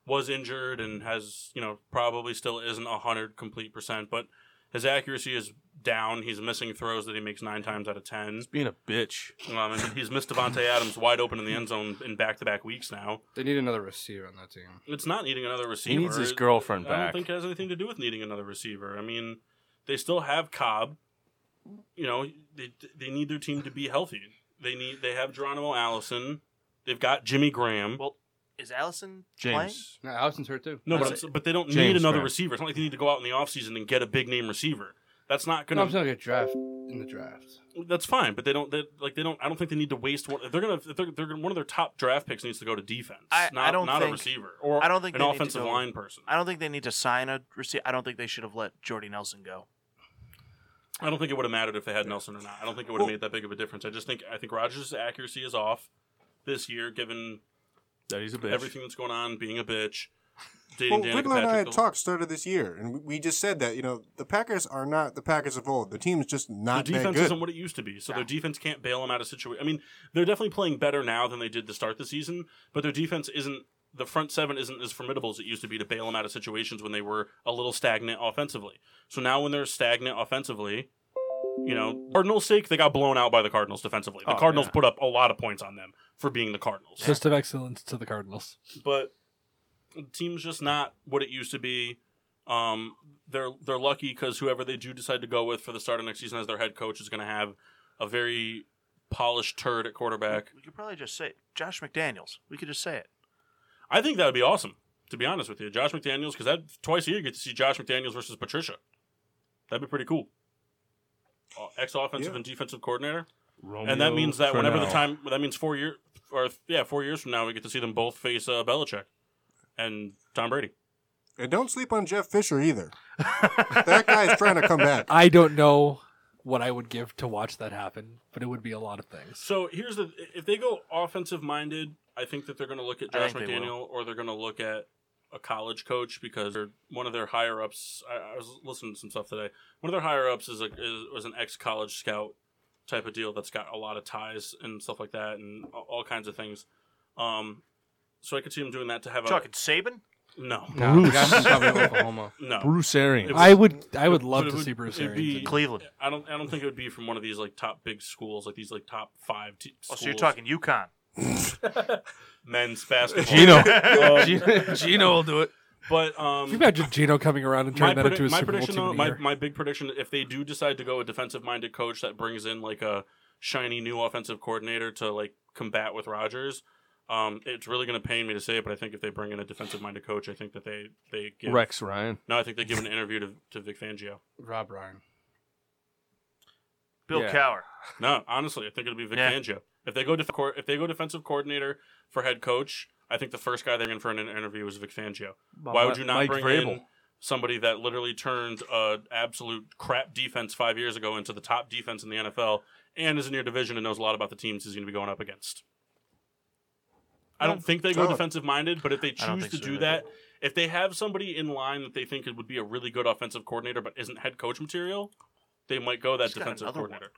was injured and has you know probably still isn't hundred complete percent, but his accuracy is down. He's missing throws that he makes nine times out of ten. being a bitch. Um, and he's missed Devontae Adams wide open in the end zone in back to back weeks now. They need another receiver on that team. It's not needing another receiver. He needs his It- girlfriend I don't back. think it has anything to do with needing another receiver. I mean, they still have Cobb. You know, they they need their team to be healthy. They need they have Geronimo Allison. They've got Jimmy Graham. Well, is Allison playing? James. No, Allison's hurt too. no, but, that's I'm s- but they don't need James another Graham. receiver. It's not like they need to go out in the offseason and get a big name receiver. That's not No, gonna. I'm still gonna get drafted in the draft. that's fine, but they don't. They, like they don't. I don't think they need to waste one. They're gonna. They're, they're gonna. One of their top draft picks needs to go to defense. I- I not, don't not think- a receiver or I don't think an they need to offensive go- line person. I don't think they need to sign a receiver. I don't think they should have let Jordy Nelson go. I don't think it would have mattered if they had Nelson or not. I don't think it would have made that big of a difference. I just think I think Rogers' accuracy is off this year, given That he's a bitch. everything that's going on, being a bitch, Well, dating Danica Riddler and I Patrick. had the- talked start of this year, and we- we just said that you know the Packers are not the Packers of old. The team's just their not that defense good. isn't what it used to be, so their defense can't bail them out of situation. I mean, they're definitely playing better now than they did to start the season, but their defense isn't. The front seven isn't as formidable as it used to be to bail them out of situations when they were a little stagnant offensively. So now, when they're stagnant offensively, you know, Cardinals' sake, they got blown out by the Cardinals defensively. The Oh, Cardinals yeah. put up a lot of points on them for being the Cardinals. Fist of excellence to the Cardinals. but the team's just not what it used to be. Um, they're they're lucky because whoever they do decide to go with for the start of next season as their head coach is going to have a very polished turd at quarterback. We could probably just say Josh McDaniels. We could just say it. I think that would be awesome. To be honest with you, Josh McDaniels, because that twice a year you get to see Josh McDaniels versus Patricia. That'd be pretty cool. Ex offensive Yeah. and defensive coordinator, Romeo and that means that whenever the Crennel. time that means four year or yeah four years from now we get to see them both face uh, Belichick and Tom Brady. And don't sleep on Jeff Fisher either. that guy's trying to *laughs* come back. I don't know what I would give to watch that happen, but it would be a lot of things. So here's the if they go offensive minded, I think that they're going to look at I Josh think they McDaniel or they're going to look at a college coach because they're, one of their higher ups. I, I was listening to some stuff today. One of their higher ups is a is, was an ex college scout type of deal that's got a lot of ties and stuff like that and all, all kinds of things. Um, so I could see them doing that to have Talking Saban. a no, No, the guy from probably Oklahoma. no. Bruce Arians. It I would, I would But- love but it to would- see Bruce it'd Arians. be- in- Cleveland. I don't. I don't think it would be from one of these like top big schools, like these like top five. T- Oh, schools. so you're talking UConn. *laughs* men's basketball. *laughs* Gino. *laughs* Um, Gino. Gino will do it. but um, Can you imagine Gino coming around and my, turning that predi- into a my Super Bowl prediction, team? though, in a my, year? my big prediction, if they do decide to go a defensive-minded coach that brings in like a shiny new offensive coordinator to like combat with Rodgers, um, it's really going to pain me to say it, but I think if they bring in a defensive-minded coach, I think that they they give Rex Ryan. No, I think they give an interview to, to Vic Fangio. Rob Ryan. Bill Yeah. *laughs* Cowher. No, honestly, I think it'll be Vic Yeah. Fangio. If they go def- cor- if they go defensive coordinator for head coach, I think the first guy they're in for an interview is Vic Fangio. Why would you not Mike bring Vrabel. in somebody that literally turned an absolute crap defense five years ago into the top defense in the NFL and is in your division and knows a lot about the teams he's going to be going up against? I don't think they go solid. defensive minded, but if they I don't choose think to so do either. that, if they have somebody in line that they think it would be a really good offensive coordinator but isn't head coach material, they might go that He's got defensive another one. coordinator.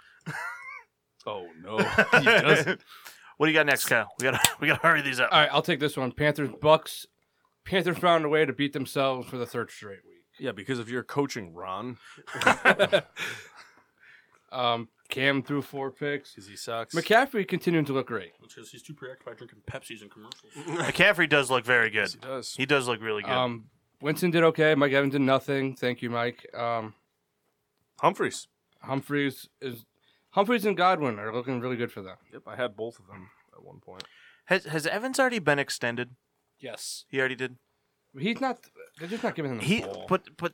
Oh no, he doesn't. *laughs* What do you got next, Kyle? We gotta *laughs* we gotta hurry these up. *laughs* All right, I'll take this one. Panthers Bucks. Panthers found a way to beat themselves for the third straight week. Yeah, because of your coaching, Ron, Um, Cam threw four picks. because he sucks. McCaffrey continuing to look great. because he's too preoccupied drinking Pepsis and commercials. *laughs* McCaffrey does look very good. Yes, he does. He does look really good. Um, Winston did okay. Mike Evans did nothing. Thank you, Mike. Um, Humphreys. Humphreys is Humphreys and Godwin are looking really good for them. Yep, I had both of them at one point. has has Evans already been extended? Yes. He already did. He's not. They're just not giving him the He ball. but but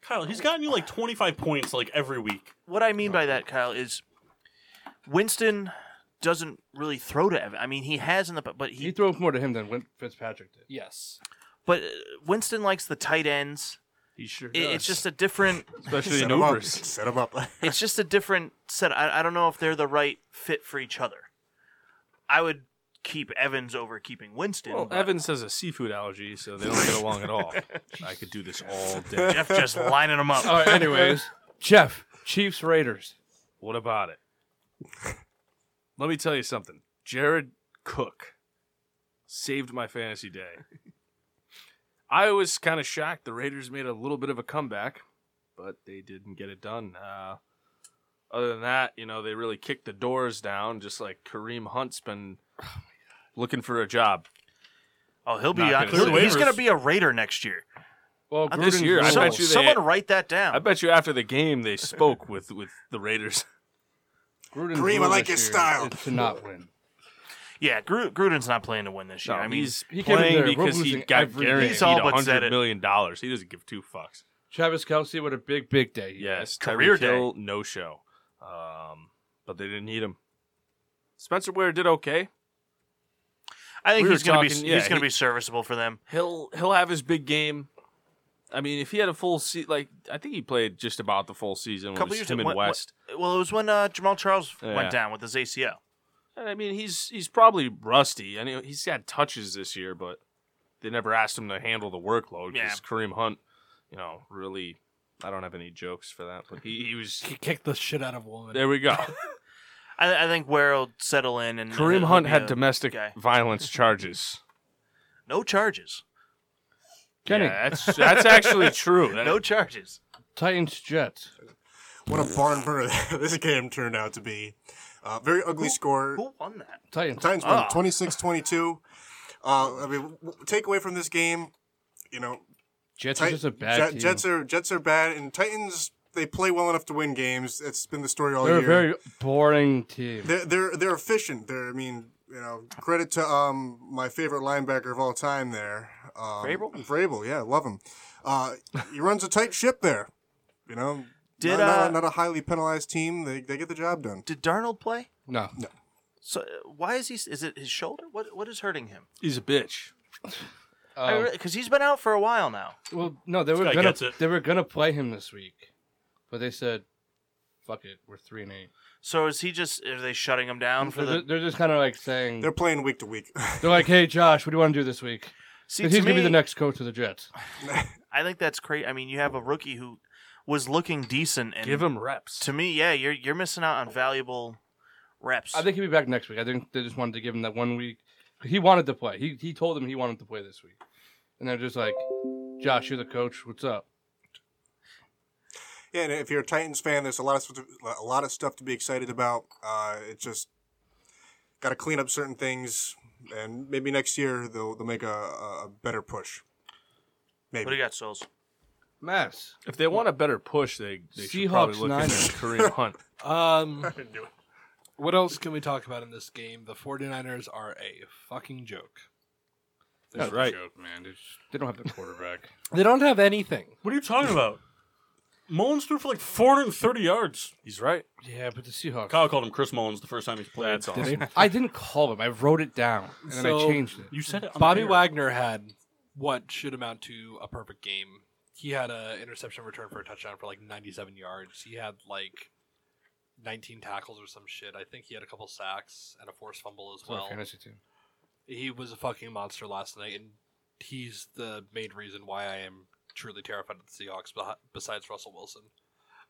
Kyle, he's gotten you like 25 points like every week. what I mean by that, Kyle, is Winston doesn't really throw to Evans. I mean, he has in the but he, he throws more to him than Win- Fitzpatrick did. Yes. but uh, Winston likes the tight ends. He sure It, it's just a different. especially Set in him up. overs. Set him up. it's just a different set. I, I don't know if they're the right fit for each other. I would keep Evans over keeping Winston. Well, but Evans has a seafood allergy, so they don't get along *laughs* at all. I could do this all day. Jeff *laughs* just lining them up. All right. Anyways, *laughs* Jeff, Chiefs Raiders. What about it? Let me tell you something. Jared Cook saved my fantasy day. I was kind of shocked. The Raiders made a little bit of a comeback, but they didn't get it done. Uh, other than that, you know, they really kicked the doors down, just like Kareem Hunt's been looking for a job. Oh, he'll be. Not on- gonna he'll- say. he's Waivers. going to be a Raider next year. Well, Uh, this Gruden's year, I rules. Some- bet you they- someone write that down. I bet you after the game they spoke with, with the Raiders. Gruden's Kareem, I rule like this your year style. is To not win. yeah, Gru- Gruden's not playing to win this year. I mean, he's he came in playing there, we're because he losing got every game. guaranteed He's all but said hundred it. million dollars. He doesn't give two fucks. Travis Kelsey with a big, big day. Yes, Career career Hill, no show. Um, but they didn't need him. Spencer Ware did okay. I think we were he's going to be talking- yeah, he's going to he- be serviceable for them. He'll he'll have his big game. I mean, if he had a full seat, like I think he played just about the full season. when Couple it was years him ago, and what- what- West. Well, it was when uh, Jamal Charles Yeah. went down with his ACL. And I mean, he's he's probably rusty. I mean, he's had touches this year, but they never asked him to handle the workload Yeah. because Kareem Hunt, you know, really. I don't have any jokes for that, but he, he was. He kicked the shit out of a woman. There we *laughs* go. I, I think Ware will settle in and he'll Kareem be Hunt had a- domestic guy. violence charges. no charges, Kenny, Yeah, that's *laughs* that's actually true. That- no charges. Titans Jets. What a barn burner *laughs* this game turned out to be. Uh, very ugly score. Who won that? Titans. Titans won Ah. 26 22. Uh, I mean, w- take away from this game, you know, Jets Tit- are just a bad Jet- team. Jets are Jets are bad, and Titans they play well enough to win games. That's been the story all They're a year. very boring team. they're they're they're efficient. They're I mean you know credit to um my favorite linebacker of all time there. Um, Vrabel? Vrabel, yeah, love him. Uh, he runs a tight ship there. You know, Did, not, not- uh, not a highly penalized team. They they get the job done. Did Darnold play? No. Um, So uh, why is he? Is it his shoulder? What what is hurting him? He's a bitch. Um, Because he's been out for a while now. Well, no, they were guy gonna gets it. they were gonna play him this week, but they said, "Fuck it, we're three and eight. So is he just? Are they shutting him down for They're, the? ju- they're just kind of like saying They're they're, playing week to week. *laughs* like, "Hey, Josh, what do you want to do this week? See, 'Cause to he's gonna be me, the next coach of the Jets." I think that's crazy. I mean, you have a rookie who was looking decent, and Give him reps. to me, yeah, you're you're missing out on valuable reps. I think he'll be back next week. I think they just wanted to give him that one week. He wanted to play. He he told them he wanted to play this week, and they're just like, "Josh, you're the coach. What's up?" yeah, and if you're a Titans fan, there's a lot of stuff to- a lot of stuff to be excited about. Uh, it's just got to clean up certain things, and maybe next year they'll they'll make a, a a better push. What do Maybe. you got, Souls? Mass. if they want a better push, they, they Seahawks should probably look at Niners. Kareem Hunt. Um, what else can we talk about in this game? The 49ers are a fucking joke. That's right. Joke, man. They, just, they don't have the quarterback. They don't have anything. What are you talking about? Mullins threw for like 430 yards. He's right. yeah, but the Seahawks. Kyle called him Chris Mullins the first time he's played. That's awesome. *laughs* I didn't call him. I wrote it down and then I So- changed it. You said it. On Bobby the air. Wagner had what should amount to a perfect game. He had a interception return for a touchdown for like 97 yards. He had like 19 tackles or some shit. I think he had a couple sacks and a forced fumble as It's our well. fantasy team. He was a fucking monster last night, and he's the main reason why I am truly terrified of the Seahawks. beh- Besides Russell Wilson,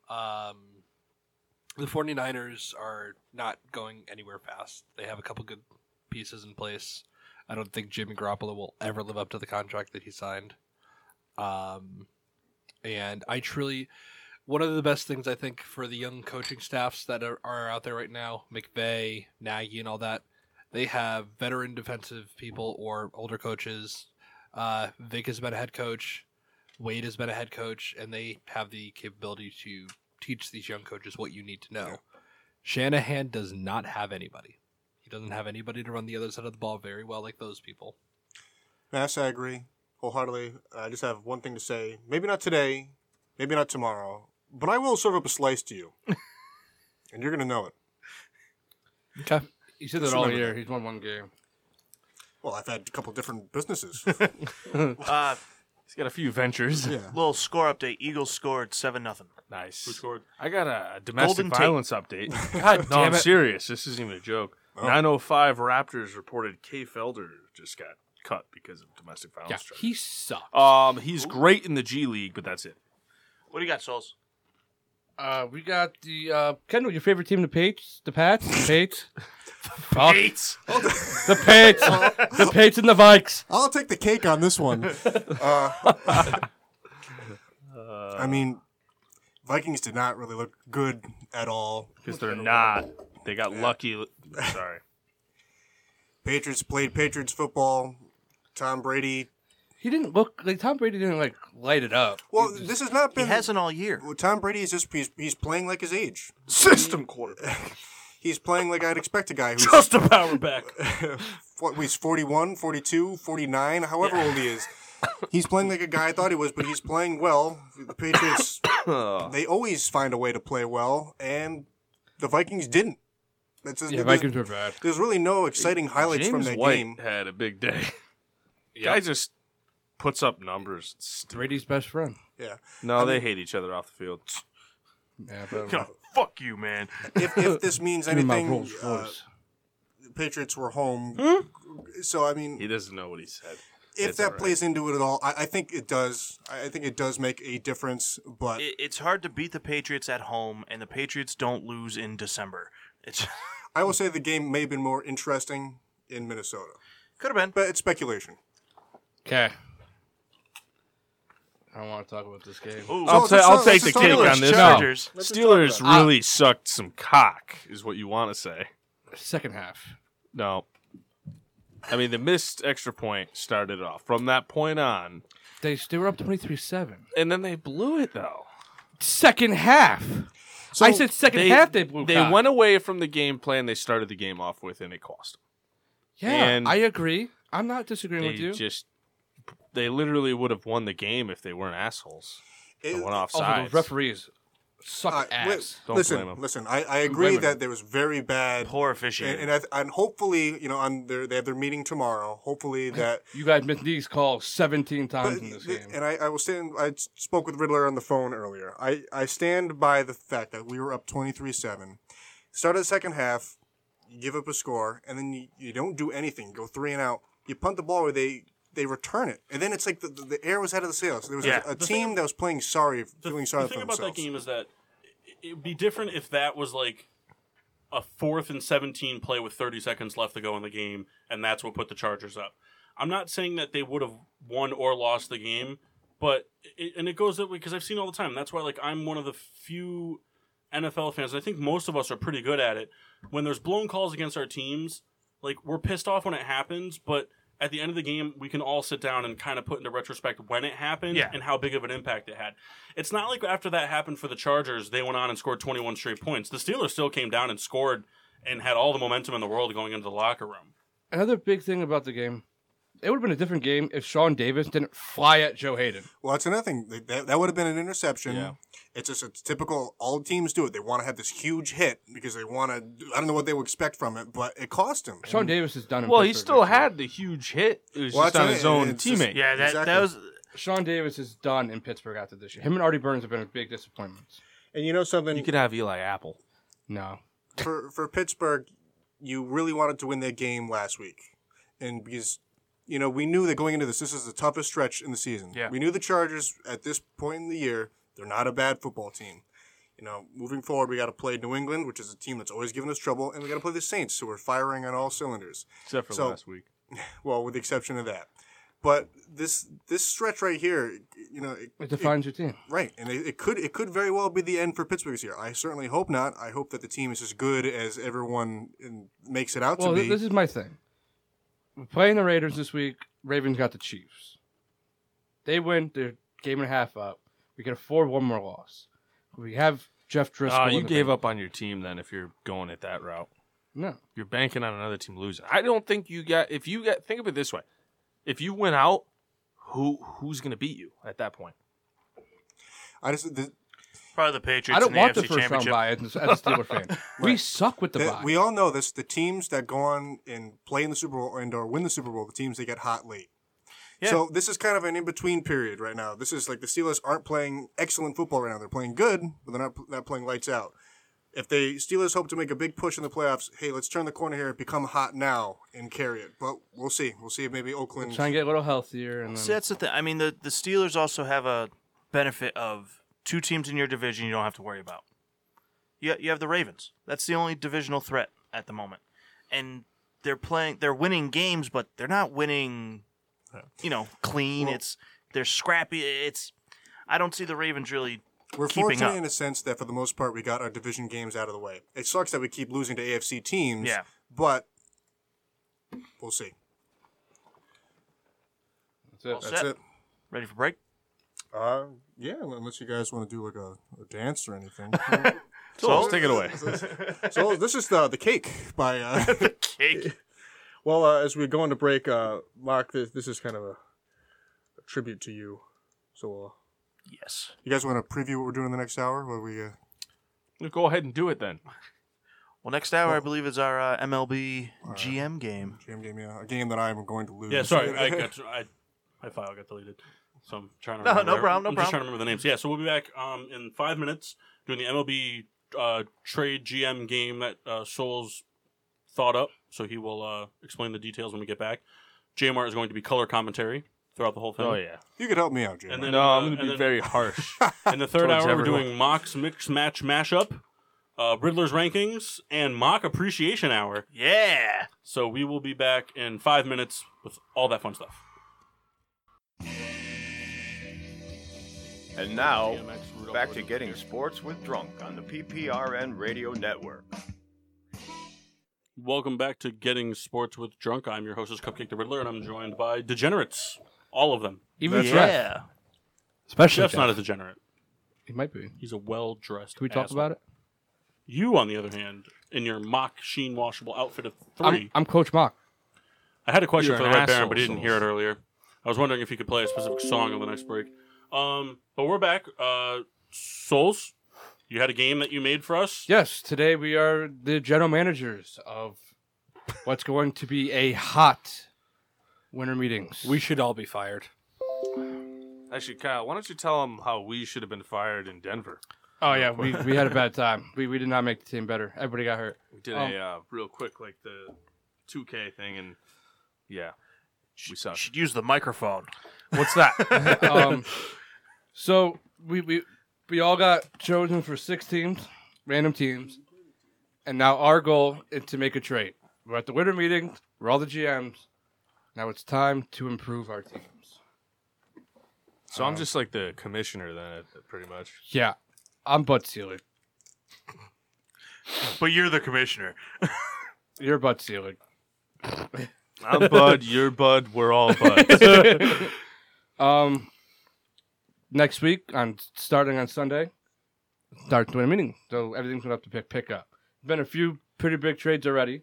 um, the 49ers are not going anywhere fast. They have a couple good pieces in place. I don't think Jimmy Garoppolo will ever live up to the contract that he signed. Um, and I truly, one of the best things I think for the young coaching staffs that are, are out there right now, McVay, Nagy, and all that, they have veteran defensive people or older coaches. Uh, Vic has been a head coach, Wade has been a head coach, and they have the capability to teach these young coaches what you need to know. Shanahan does not have anybody. He doesn't have anybody to run the other side of the ball very well like those people. Mass, I agree wholeheartedly. I just have one thing to say. Maybe not today, maybe not tomorrow, but I will serve up a slice *laughs* to you. and you're going to know it. He said that Just all remember year. He's won one game. Well, I've had a couple different businesses. Uh, He's got a few ventures. yeah. little score update. Eagles scored seven nothing. Who *laughs* Nice. scored? I got a domestic Golden Tate. violence *laughs* update. God, no, I'm it. serious. This isn't even a joke. Oh. 905 Raptors reported K. Felder just got cut because of domestic Yeah, violence. charges. he sucked. um, he's great in the G League, but that's it. What do you got, Souls? Uh, we got the uh, Kendall, your favorite team, the Pates, the Pats, the *laughs* Pates, Fuck. the Pates, the Pates and the Vikes. I'll take the cake on *laughs* this one. uh, I mean, Vikings did not really look good at all. Because they're not. They got lucky. *laughs* Sorry. Patriots played Patriots football. Tom Brady. He didn't look like Tom Brady didn't like light it up. Well, this has not He been. hasn't all *laughs* year. Well, Tom Brady is just he's, he's playing like his age. System quarterback. *laughs* He's playing like I'd expect a guy who's Just a power *laughs* back. what, he's 41, 42, 49, however old he is. He's playing like a guy I thought he was, but he's playing well. *coughs* The Patriots, they always find a way to play well, and the Vikings didn't. That's just, Yeah, there's, Vikings were bad. there's really no exciting highlights James from that White game. had a big day. *laughs* Guy just puts up numbers. Brady's best friend. Yeah. No, they hate each other off the field. Yeah, but God, Oh, fuck you, man. If, if this means Give me my anything, Rolls uh, Royce. the Patriots were home. So, I mean, He doesn't know what he said. if It's that Hmm? alright. plays into it at all, I, I think it does. I, I think it does make a difference, but It, it's hard to beat the Patriots at home, and the Patriots don't lose in December. It's *laughs* I will say the game may have been more interesting in Minnesota. could have been. But it's speculation. Okay. I don't want to talk about this game. Ooh. So I'll, let's- ta- I'll let's take the just cake talk on Steelers, this. Chargers. No. Steelers really sucked some cock, is what you want to say. Second half. No. I mean, the missed extra point started it off. From that point on, They, they were up 23 7. and then they blew it, though. Second half. I said second half they blew They cock. went away from the game plan they started the game off with, and it cost Yeah, and- I agree. I'm not disagreeing them. with They you. just, they literally would have won the game if they weren't assholes. They It- went Also, offsides. those referees suck uh, ass. wait, Don't listen, blame 'em. listen. I, I blame agree 'em. that there was very bad, Poor officiating. and and, I, th- and hopefully, you know, on their they have their meeting tomorrow. Hopefully that. You guys missed these calls 17 times but- in this game. and I, I will stand. I spoke with Riddler on the phone earlier. I, I stand by the fact that we were up twenty three seven. Start of the second half, you give up a score, and then you, you don't do anything. You go three and out. You punt the ball, or they they return it, and then it's like the, the, the air was out of the sails. There was a- Yeah. a, The team thing- that was playing sorry, The, feeling the sorry thing for about themselves. that game is that it- it'd be different if that was like a fourth and 17 play with 30 seconds left to go in the game, and that's what put the Chargers up. I'm not saying that they would have won or lost the game, but it, and it goes that way because I've seen all the time. That's why like I'm one of the few NFL fans. and I think most of us are pretty good at it. When there's blown calls against our teams, like we're pissed off when it happens, but at the end of the game, we can all sit down and kind of put into retrospect when it happened Yeah. and how big of an impact it had. It's not like after that happened for the Chargers, they went on and scored 21 straight points. The Steelers still came down and scored and had all the momentum in the world going into the locker room. Another big thing about the game, it would have been a different game if Sean Davis didn't fly at Joe Hayden. Well, that's another thing. Like, That, that would have been an interception. Yeah. It's just it's typical. All teams do it. They want to have this huge hit because they want to. I don't know what they would expect from it, but it cost him. Sean Davis is done. in Mm. Well, he Pittsburgh, still basically. had the huge hit. It was Well, just that's on it. his own It's just- teammate. yeah, that Exactly. that was Sean Davis is done in Pittsburgh after this year. Him and Artie Burns have been a big disappointment. And you know something? You could have Eli Apple. No, for for Pittsburgh, you really wanted to win that game last week, and because you know we knew that going into this, this is the toughest stretch in the season. Yeah. We knew the Chargers at this point in the year, they're not a bad football team. You know, moving forward, we got to play New England, which is a team that's always given us trouble, and we got to play the Saints, who are firing on all cylinders. Except for So- last week. Well, with the exception of that. But this this stretch right here, you know, it, It defines your team. Right, and it, it could it could very well be the end for Pittsburgh this year. I certainly hope not. I hope that the team is as good as everyone in, makes it out Well, to th- be. this is my thing. We're playing the Raiders this week. Ravens got the Chiefs. They win. They're game and a half up. We can afford one more loss. We have Jeff Driscoll. Ah, in you the gave bank. up on your team then if you're going at that route. No. You're banking on another team losing. I don't think you got if you got think of it this way. If you win out, who who's gonna beat you at that point? I just the, Probably the Patriots. I don't in the want the AFC first round championship. bye as, as a Steeler fan. We suck with the the- bye. we all know this. The teams that go on and play in the Super Bowl and or win the Super Bowl, the teams that get hot late. Yeah. So this is kind of an in between period right now. This is like the Steelers aren't playing excellent football right now. They're playing good, but they're not not playing lights out. If they Steelers hope to make a big push in the playoffs, hey, let's turn the corner here, become hot now, and carry it. But we'll see. We'll see if maybe Oakland. Trying to get a little healthier and See, then, that's the thing. I mean, the, the Steelers also have a benefit of two teams in your division you don't have to worry about. You, you have the Ravens. That's the only divisional threat at the moment. And they're playing, they're winning games, but they're not winning, you know, clean. it's, they're scrappy. It's, I don't see the Ravens really. We're keeping fortunate up. in a sense that for the most part we got our division games out of the way. It sucks that we keep losing to AFC teams. Yeah. But we'll see. that's it. All That's set. it. Ready for break? Uh, yeah, unless you guys want to do like a, a dance *laughs* or anything. So take it away. so this is the the cake by uh, *laughs* Cake. Well, uh, as we're going to break, uh, Mark, this, this is kind of a, a tribute to you. So, uh, *laughs* Yes. you guys want to preview what we're doing in the next hour? What we? Uh... Go ahead and do it then. Well, next hour, I believe, is our uh, MLB GM game. Jam game, yeah, a game that I am going to lose. Yeah, *laughs* sorry, *laughs* I got I, my file got deleted, so I'm trying to. No, no remember- problem, no I'm just trying problem. to remember the names. Yeah, so we'll be back um in five minutes doing the MLB uh, trade GM game that uh, Souls thought up. So he will uh, explain the details when we get back. JMR is going to be color commentary throughout the whole thing. Oh yeah. you could help me out, Jim. And then, no, uh, I'm and gonna be then- very harsh. In the third Towards hour, we're everyone. doing Mock's Mix Match Mashup, uh, Riddler's Rankings, and Mock Appreciation Hour. Yeah. So we will be back in five minutes with all that fun stuff. And now, DMX Rudolph back to Williams. getting sports with Drunk on the PPRN Radio Network. Welcome back to Getting Sports with Drunk. I'm your hostess, Cupcake the Riddler, and I'm joined by degenerates. All of them. Even yeah. Jeff, especially Jeff's Jeff. not a degenerate. he might be. Can He's a well dressed. we talk about it? You, on the other hand, in your mock sheen washable outfit of 3 I'm, I'm Coach Mock. I had a question You're for the an Red Baron, asshole, but he didn't hear it Souls. earlier. I was wondering if you could play a specific song on the next break. Um, but we're back. Uh, Souls, you had a game that you made for us. Yes, today we are the general managers of what's going to be a hot winter meetings. We should all be fired. Actually, Kyle, why don't you tell them how we should have been fired in Denver? oh yeah, we, we had a bad time. We, we did not make the team better. Everybody got hurt. We did a uh, real quick like the 2K thing, and yeah, we You suck. should use the microphone. What's that? um, so we, we we all got chosen for six teams, random teams, and now our goal is to make a trade. We're at the winter meeting. We're all the GMs. Now it's time to improve our teams. so I'm just like the commissioner then, uh, pretty much. Yeah, I'm butt sealer. But you're the commissioner. You're butt sealer. I'm Bud. You're Bud. We're all Bud. *laughs* um, next week on starting on Sunday, start doing a meeting. So everything's gonna have to pick pick up. Been a few pretty big trades already.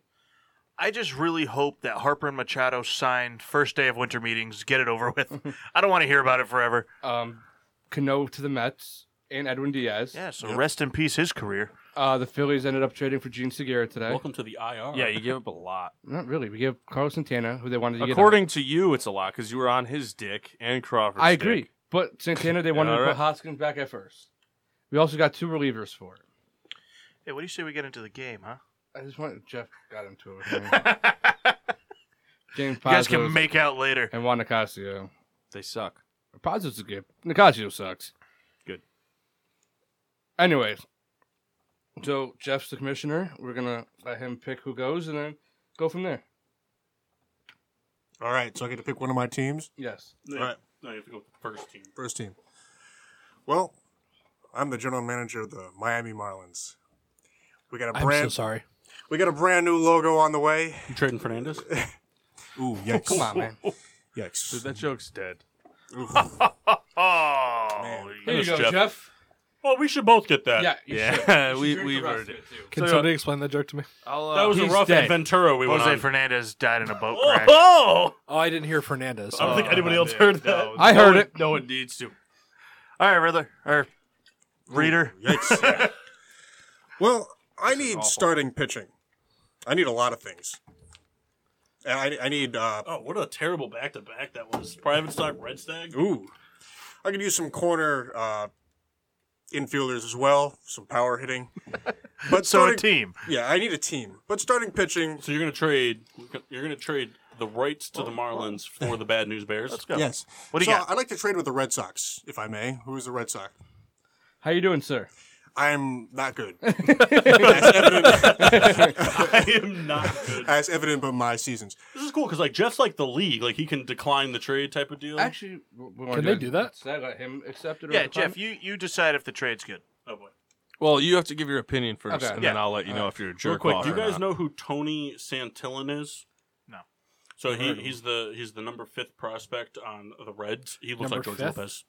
I just really hope that Harper and Machado sign first day of winter meetings, get it over with. I don't want to hear about it forever. Um, Cano to the Mets and Edwin Diaz. Yeah, so rest in peace his career. Uh, the Phillies ended up trading for Gene Segura today. Welcome to the IR. yeah, you give up a lot. Not really. We give Carlos Santana, who they wanted to get. According to you, it's a lot because you were on his dick and Crawford's. I dick. agree, but Santana they wanted all to right. put Hoskins back at first. We also got two relievers for it. Hey, what do you say we get into the game, *laughs* huh? I just want Jeff got into it. With *laughs* me. James You guys Pazos can make out later. and Juan Nicasio. They suck. Pazos is good. Nicasio sucks. Good. Anyways, So Jeff's the commissioner. We're gonna let him pick who goes, and then go from there. All right, so I get to pick one of my teams. Yes. Yeah. Right. No, you have to go with the first team. First team. Well, I'm the general manager of the Miami Marlins. We got a I'm so brand. sorry. we got a brand new logo on the way. You trading Fernandez? *laughs* Ooh, yikes! Come on, man. Yikes! that joke's dead. *laughs* Oh, Here you Yes, go, Jeff. Jeff. well, we should both get that. yeah. You should. Yeah, You *laughs* we should we drink the heard rest of it. too. Can So, somebody explain that joke to me? I'll, uh, That was a he's rough dead. Ventura we Jose Um, went on. Fernandez died in a *laughs* boat Oh, crash. oh! Oh, I didn't hear Fernandez. I don't think Oh, anybody else man, heard that. no, *laughs* I no heard one- it. No one needs to. All right, Riddler. Or reader. Yikes! *laughs* well, I need awful. starting pitching. I need a lot of things. And I, I need. Uh, *laughs* Oh, what a terrible back to back that was. Private stock, red stag. ooh, I could use some corner uh, infielders as well. Some power *laughs* hitting. But So a starting- team. Yeah, I need a team. But starting pitching. So you're gonna trade. You're gonna trade the rights to the Marlins for the Bad News Bears. Let's go. Yes. What do so you got? I'd like to trade with the Red Sox, if I may. Who's the Red Sox? How you doing, sir? I'm not good. as, evident, I am not good. as evident by my seasons. *laughs* This is cool because like Jeff's like the league, like he can decline the trade type of deal. Actually, we- we wanna Can they do that? So I got him accepted. or Yeah, declined? Jeff, you, you decide if the trade's good. oh boy. Well, you have to give your opinion first, Okay. and Yeah. then I'll let you know if you're a jerk Real quick, off do you or guys not. know who Tony Santillan is? No. So he, he's the he's the number fifth prospect on the Reds. He looks Number like George fifth? Lopez.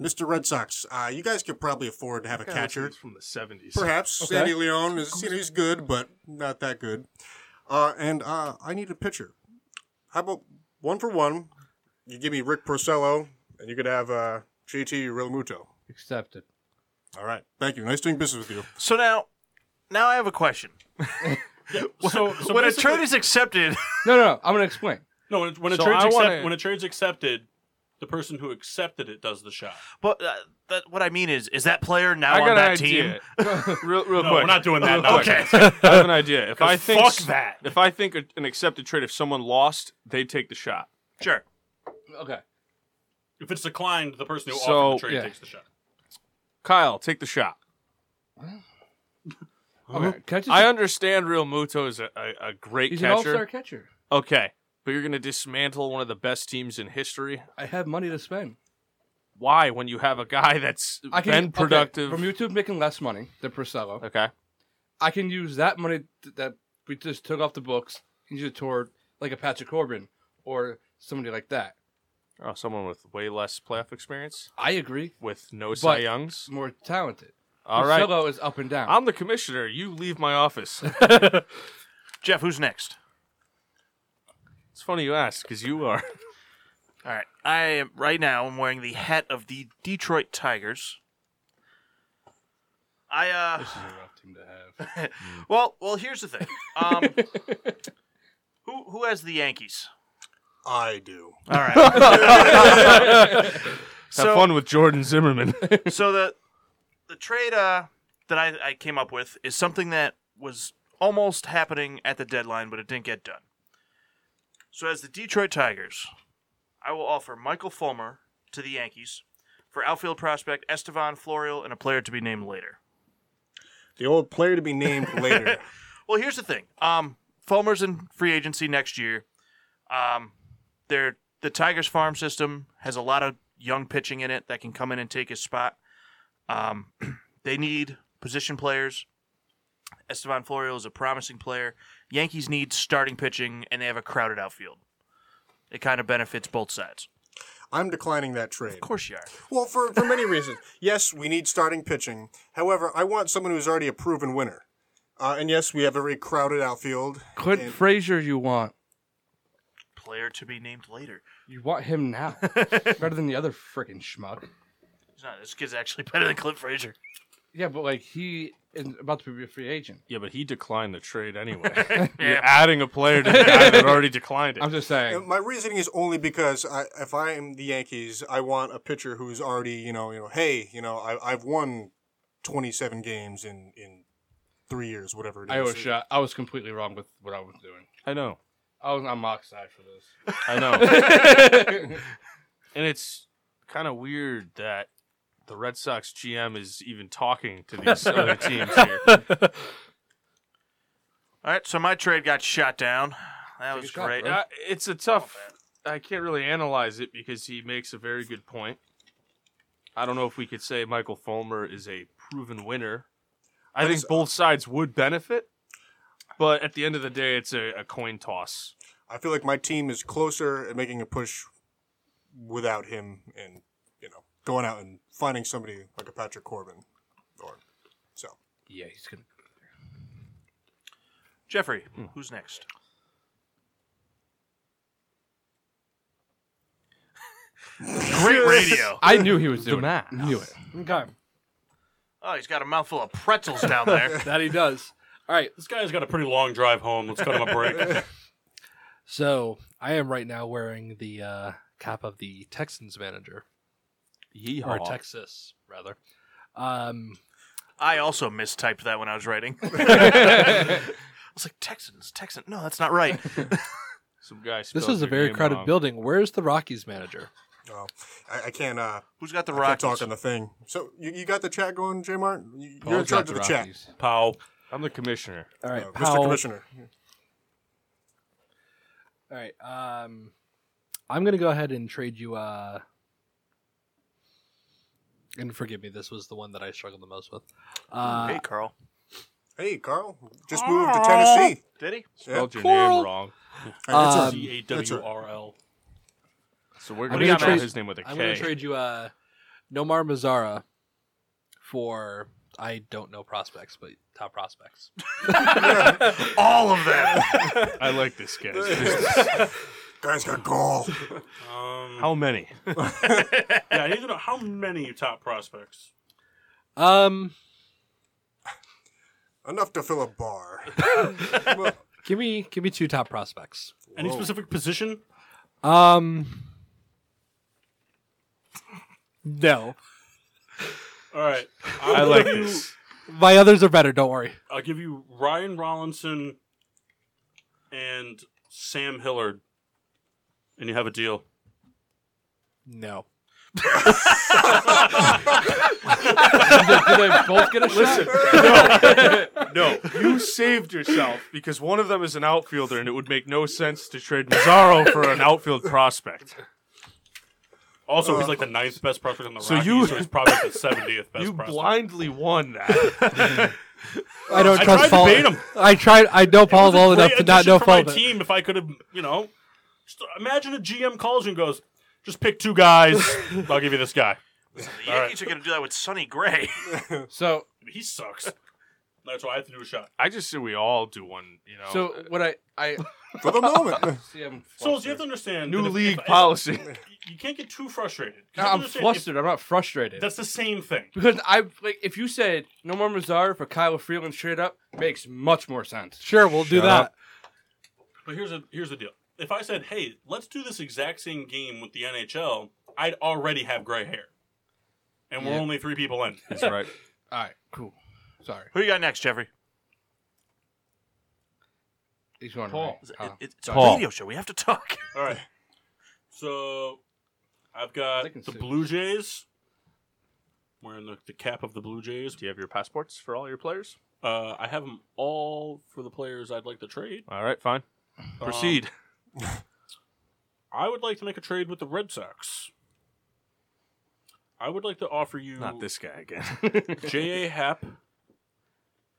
Mr. Red Sox, uh, you guys could probably afford to have a Yeah, catcher. he's from the seventies? Perhaps Okay. Sandy Leon is you know, he's good, but not that good. Uh, and uh, I need a pitcher. How about one for one? You give me Rick Porcello, and you could have uh, JT Realmuto. accepted. All right. Thank you. Nice doing business with you. So now, now I have a question. So, so *laughs* when a basically- trade is accepted, No, no, no, I'm gonna explain. no, when, when a So trade's I accept, wanna- when a trade's accepted, the person who accepted it does the shot. but uh, that, what I mean is, is that player now I on got an that idea. team? *laughs* *laughs* real, real No, quick. we're not doing *laughs* that. no. *laughs* Okay. I have an *laughs* idea. If I think fuck that. if I think an accepted trade, if someone lost, they take the shot. Sure. Okay. If it's declined, the person who So, offered the trade yeah. takes the shot. Kyle, take the shot. Okay. Can I just- I understand Real Muto is a, a, a great He's an all-star catcher. catcher. Okay, but you're going to dismantle one of the best teams in history. I have money to spend. Why, when you have a guy that's I can been productive? Okay, from YouTube making less money than Priscilla. okay, I can use that money th- that we just took off the books and use it toward like a Patrick Corbin or somebody like that. oh, someone with way less playoff experience, I agree. with no Cy Youngs. More talented. All right, Priscilla is up and down. I'm the commissioner. You leave *laughs* my office. Jeff, who's next? it's funny you ask because *laughs* you are. All right. I am right now. I'm wearing the hat of the Detroit Tigers. I *laughs* uh. This is a rough team to have. Well, well. Here's the thing. Um, *laughs* who who has the Yankees? I do. All *laughs* right. Have fun with *laughs* Jordan Zimmerman. so the the trade uh, that I, I came up with is something that was almost happening at the deadline, but it didn't get done. So as the Detroit Tigers, I will offer Michael Fulmer to the Yankees for outfield prospect Estevan Florial and a player to be named later. The old player to be named later. Well, here's the thing. Um, Fulmer's in free agency next year. Um, they're, the Tigers farm system has a lot of young pitching in it that can come in and take his spot. Um, *clears throat* they need position players. Estevan Florio is a promising player. Yankees need starting pitching, and they have a crowded outfield. It kind of benefits both sides. I'm declining that trade. Of course you are. Well, for, for many *laughs* reasons. Yes, we need starting pitching. However, I want someone who's already a proven winner. Uh, and yes, we have a very crowded outfield. Clint And- Frazier, you want. Player to be named later. You want him now. Better than the other freaking schmuck. He's not, this kid's actually *laughs* better than Clint Frazier. Yeah, but like he is about to be a free agent. yeah, but he declined the *laughs* trade anyway. *laughs* You're adding a player to the guy that already declined it. I'm just Uh, saying. My reasoning is only because I, if I am the Yankees, I want a pitcher who's already, you know, you know, hey, you know, I, I've won 27 games in, in three years, whatever it is. I was uh, I was completely wrong with what I was doing. I know. I was on Mock's side for *laughs* this. *laughs* I know. and it's kind of weird that the Red Sox GM is even talking *laughs* to these other teams here. All right, so my trade got shot down. That Take was a shot, great. bro. Uh, it's a oh, tough. I can't really analyze it because he makes a very good point. I don't know if we could say Michael Fulmer is a proven winner. I think both sides would benefit, but at the end of the day, it's a, a coin toss. I feel like my team is closer at making a push without him and, you know, going out and finding somebody like a Patrick Corbin or so. Yeah, he's gonna. Jeffrey, who's next? great radio. I knew he was doing that. Knew it. *laughs* Okay, *laughs* Oh, he's got a mouthful of pretzels down there. that he does. All right, This guy's got a pretty long drive home. Let's cut him a *laughs* break. so I am right now wearing the uh, cap of the Texans manager Yeehaw! or Texas rather. *laughs* Um, I also mistyped that when I was writing. *laughs* I *laughs* was like Texans, Texan. No, that's not right. Some guy. this spelled is a your very name crowded wrong. building. Where's the Rockies manager? Oh, I, I can't uh Who's got the I can't Rockies? talk on the thing. So you, you got the chat going, J Mart? You- You're in charge of the chat. Pow. I'm the commissioner. All right, Uh, Mr. Powell. Commissioner. All right, um, I'm gonna go ahead and trade you. Uh, and forgive me, this was the one that I struggled the most with. Uh, Hey, *laughs* Carl. Hey Carl. Just moved to Tennessee. Did he? Spelled your Coral. name wrong. Uh, Um, D A W R L. So we're I'm gonna gonna spell trade- his name with a K. I'm going to trade you uh, Nomar Mazzara for I don't know prospects, but top prospects. All of them. I like this guy. Guys got goal. Um, How many? *laughs* yeah, I need to know how many top prospects. Um, Enough to fill *laughs* a bar. give me give me two top prospects. Any Whoa. specific position? Um, no, All right. I I'll like give you- this. my others are better. Don't worry. I'll give you Ryan Rollinson and Sam Hillard, and you have a deal. No, Did they both get a *laughs* shot? *laughs* No, you saved yourself because one of them is an outfielder, and it would make no sense to trade Mazzaro for an outfield *laughs* prospect. Also, he's like the ninth best prospect on the So Rockies, you- so he's probably like the seventieth *laughs* best. you prospect. blindly won that. *laughs* I don't I trust tried Paul. to bait him. I tried. I know Paul well Great enough to not addition know for my Paul. but- team. If I could have, you know, just imagine a GM calls you and goes, "Just pick two guys. I'll give you this guy. The Yankees are going to do that with Sonny Gray. So He sucks." That's why I have to do a shot. I just say we all do one. You know, So what I *laughs* I For the moment. see I'm So you have to understand, new that if- league if- if- policy. *laughs* you can't get too frustrated. 'Cause you have to I'm understand, flustered. I'm not if- frustrated That's the same thing. because I like if you said no more Mazzara for Kyle Freeland straight up makes much more sense. Sure, we'll do that. But here's a here's the deal. If I said, "Hey, let's do this exact same game with the NHL," I'd already have gray hair, and we're Yeah. only three people *laughs* in. That's right. All right, cool. Sorry, *laughs* Who you got next, Jeffrey? he's going Paul. right. It, Huh. it's Paul. a radio show. We have to talk. All right. So I've They got can the sue. Blue Jays. Wearing the, the cap of the Blue Jays. Do you have your passports for all your players? Uh, I have them all for the players I'd like to trade. All right, fine. *laughs* Proceed. I would like to make a trade with the Red Sox. I would like to offer you Not this guy again. J.A. Happ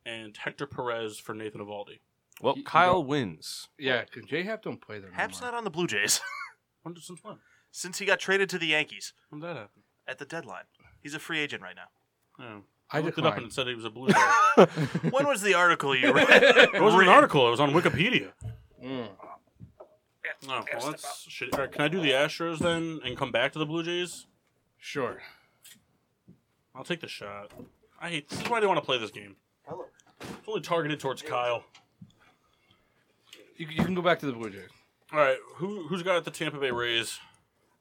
and Hector Perez for Nathan Evaldi. *laughs* well, You- you Kyle don't- wins. Yeah, because J Hap don't play there. Hap's anymore. not on the Blue Jays *laughs* When did, since when? since he got traded to the Yankees When did that happen? at the deadline. He's a free agent right now. No. I I looked it up decline. and it said he was a Blue Jay. *laughs* When was the article you read? it wasn't an article. It was on Wikipedia. Mm. No, Oh, well, that's shit. All right, can I do the Astros then and come back to the Blue Jays? Sure. I'll take the shot. I hate. This is why I don't want to play this game. It's only targeted towards Kyle. You, you can go back to the Blue Jays. All right, who who's got the Tampa Bay Rays?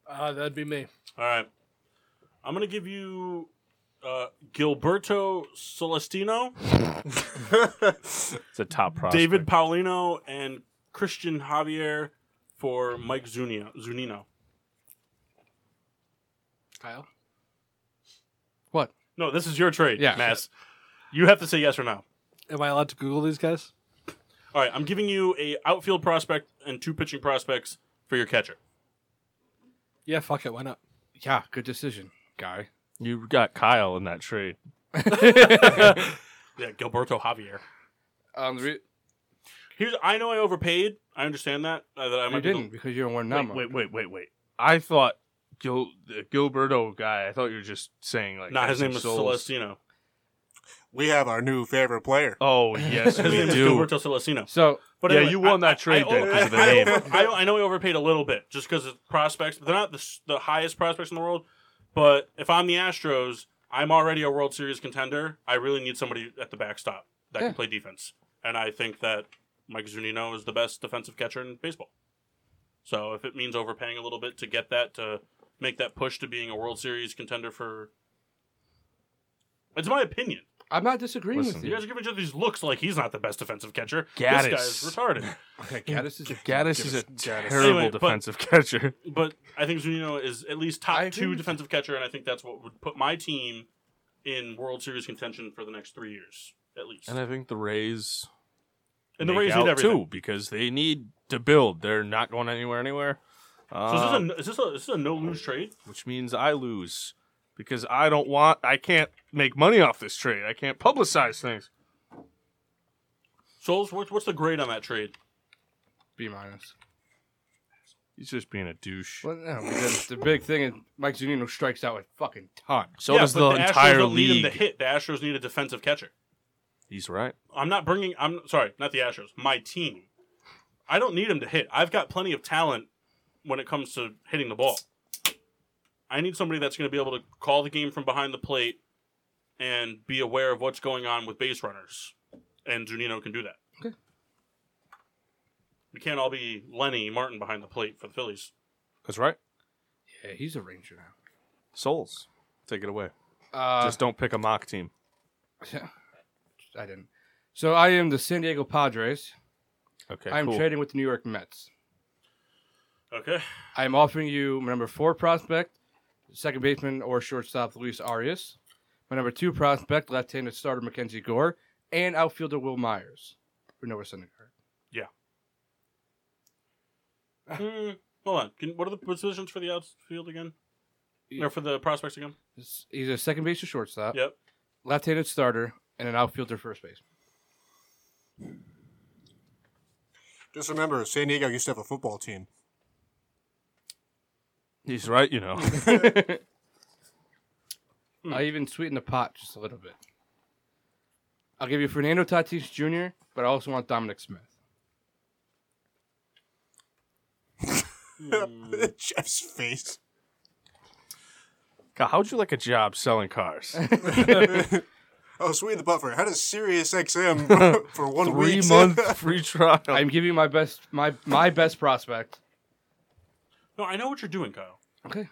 Uh, that'd be me. All right, I'm gonna give you uh, Gilberto Celestino, It's a top prospect. David Paulino, and Christian Javier for Mike Zunino. Zunino. Kyle, No, this is your trade, Yeah. Mass. You have to say yes or no. Am I allowed to Google these guys? All right, I'm giving you a outfield prospect and two pitching prospects for your catcher. Yeah, fuck it. Why not? Yeah, good decision, *laughs* guy. You got Kyle in that trade. Yeah, Gilberto Javier. Um, the re- Here's I know I overpaid. I understand that. Uh, that I you might be the- didn't because you're one Wait, number. wait, wait, wait, wait. I thought Gil the Gilberto guy. I thought you were just saying like. Nah, his name is Souls. Celestino. We have our new favorite player. *laughs* Oh yes, His name we is do. Gilberto Celestino. So But Yeah, anyway, you won I- that trade I, then I, 'cause of *laughs* the I- name. I, I know I overpaid a little bit just because of prospects. They're not the, s- the highest prospects in the world, but if I'm the Astros, I'm already a World Series contender. I really need somebody at the backstop that Yeah. can play defense, and I think that Mike Zunino is the best defensive catcher in baseball. So if it means overpaying a little bit to get that to make that push to being a World Series contender for, it's my opinion. I'm not disagreeing Listen. with You you. guys are giving each other these looks like he's not the best defensive catcher. Gaddis. This guy's retarded. Okay, Gaddis is Gaddis is a Gaddis. terrible Anyway, but- defensive catcher. But I think Zunino is at least top I agree two with defensive catcher, and I think that's what would put my team in World Series contention for the next three years, at least. And I think the Rays And the make Rays out need everything. too because they need to build. They're not going anywhere, anywhere. Uh, So is this a is this a, is this a no lose trade? which means I lose because I don't want. I can't make money off this trade. I can't publicize things. Souls, what, what's the grade on that trade? B minus. He's just being a douche. Well, no, because the big thing is Mike Zunino strikes out a fucking ton. So Yeah, does but the, Astros entire don't need him league. to hit. The Astros need a defensive catcher. He's right. I'm not bringing. I'm sorry, not the Astros. My team. I don't need him to hit. I've got plenty of talent when it comes to hitting the ball. I need somebody that's going to be able to call the game from behind the plate and be aware of what's going on with base runners, and Zunino can do that. Okay. We can't all be Lenny Martin behind the plate for the Phillies. That's right. Yeah, he's a ranger now. Souls, take it away. Uh, just don't pick a mock team. *laughs* I didn't. So I am the San Diego Padres. Okay, I am cool. trading with the New York Mets. Okay. I am offering you my number four prospect, second baseman or shortstop Luis Arias, my number two prospect, left-handed starter Mackenzie Gore, and outfielder Will Myers. We know we're sending her. Hmm, hold on. Can, what are the positions for the outfield again? Or for the prospects again? He's he's a second base or shortstop, Yep. left-handed starter, and an outfielder first base. Just remember, San Diego used to have a football team. He's right. You *laughs* know. Hmm. I even sweetened the pot just a little bit. I'll give you Fernando Tatis Jr., but I also want Dominic Smith. Hmm. *laughs* Jeff's face. God, how'd you like a job selling cars? *laughs* Oh, sweet the buffer. How does *laughs* Sirius XM for one Three week? month free trial. I'm giving you my best my my best prospect. No, I know what you're doing, Kyle. Okay.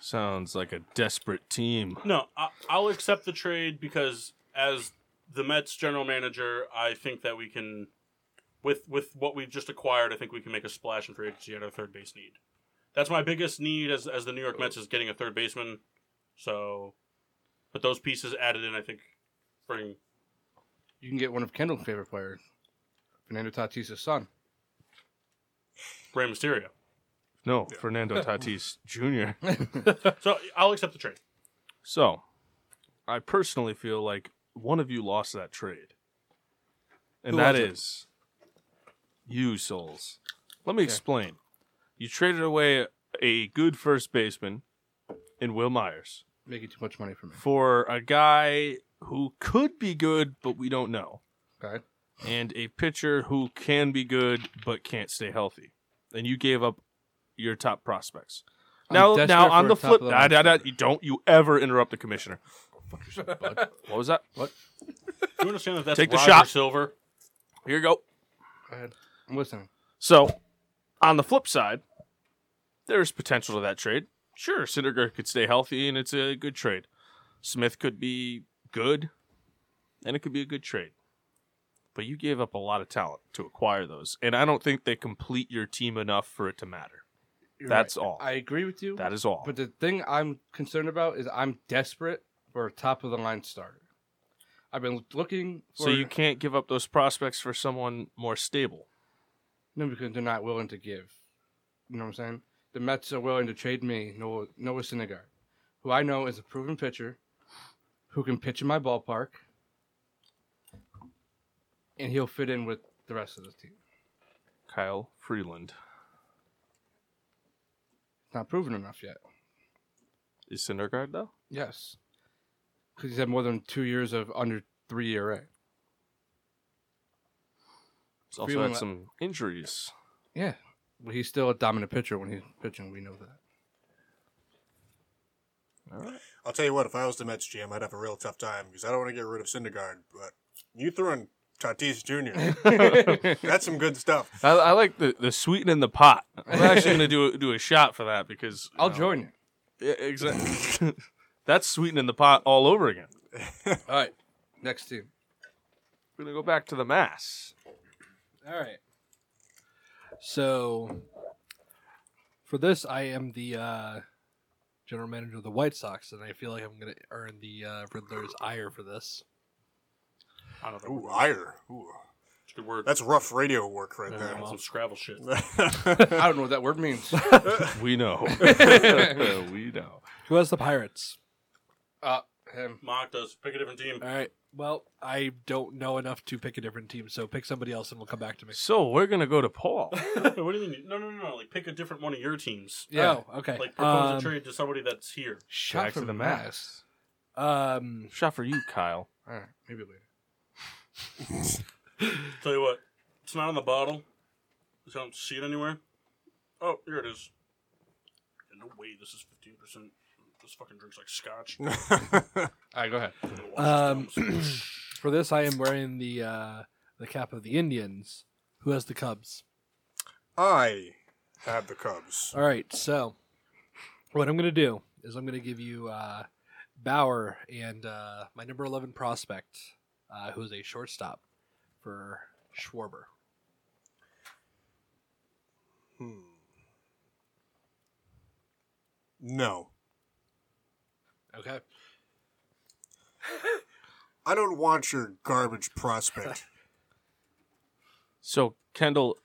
Sounds like a desperate team. No, I, I'll accept the trade because as the Mets general manager, I think that we can, with with what we've just acquired, I think we can make a splash in free agency at our third base need. That's my biggest need as as the New York Mets is getting a third baseman. So, but those pieces added in, I think, bring You can get one of Kendall's favorite players, Fernando Tatis' son. Ray Mysterio. No, Fernando *laughs* Tatis Jr. So I'll accept the trade. So, I personally feel like one of you lost that trade. And Who that was it? is you, Souls. Let me explain. You traded away a good first baseman in Will Myers Making too much money for me. for a guy who could be good, but we don't know, Okay. and a pitcher who can be good, but can't stay healthy. And you gave up your top prospects. I'm Now, desperate now on for the a top flip, of Ah, line da, da, starter. you don't you ever interrupt the commissioner. What was that? You understand that that's Take the Roger shot. Silver. Here you go. Go ahead. I'm listening. So, on the flip side, there's potential to that trade. Sure, Syndergaard could stay healthy, and it's a good trade. Smith could be good, and it could be a good trade. But you gave up a lot of talent to acquire those, and I don't think they complete your team enough for it to matter. you're That's right. all. I agree with you. That is all. But the thing I'm concerned about is I'm desperate for a top of the line starter. I've been looking for so you can't give up those prospects for someone more stable. no because they're not willing to give. You know what I'm saying? The Mets are willing to trade me Noah, Noah Syndergaard, who I know is a proven pitcher, who can pitch in my ballpark, and he'll fit in with the rest of the team. Kyle Freeland It's not proven enough yet. is Syndergaard though. Yes, because he's had more than two years of under three E ERA. He's also Freeland had le- some injuries. Yeah, but he's still a dominant pitcher when he's pitching. We know that. *laughs* I'll tell you what, if I was the Mets GM, I'd have a real tough time because I don't want to get rid of Syndergaard, but you threw in Tatis *laughs* Jr. *laughs* That's some good stuff. I, I like the the sweetening the pot. I'm actually gonna do a, do a shot for that because you I'll know, join you. Yeah, exactly. *laughs* That's sweetening the pot all over again. All right, next team. We're gonna go back to the mass. All right. So for this, I am the uh, general manager of the White Sox, and I feel like I'm going to earn the uh, Riddler's ire for this. I don't know. Ooh, ire. Ooh, It's a good word. that's rough radio work right Uh, some Scrabble shit. there. I don't know what that word *laughs* means. We *laughs* know. we know. Who has the Pirates? Uh, him. Mock does. Pick a different *laughs* team. All right. Well, I don't know enough to pick a different team, so pick somebody else, and we'll come back to me. So we're gonna go to Paul. what do you mean? No, no, no, no. Like pick a different one of your teams. Yeah. Oh, okay. Like propose Um, a trade to somebody that's here. Shot Back to from the Mass. mass. Um, Shot for you, Kyle. All right, maybe later. Tell you what, it's not on the bottle. I don't see it anywhere. Oh, here it is. Yeah, no way. This is fifteen percent. This fucking drink's like scotch. All right, go ahead. um, *clears throat* for this, I am wearing the uh, the cap of the Indians. Who has the Cubs? *laughs* I have the Cubs. All right. So what I'm going to do is I'm going to give you uh, Bauer and uh, my number 11 prospect, uh, who is a shortstop for Schwarber. Hmm. No. Okay. I don't want your garbage prospect. So *laughs* Kendall,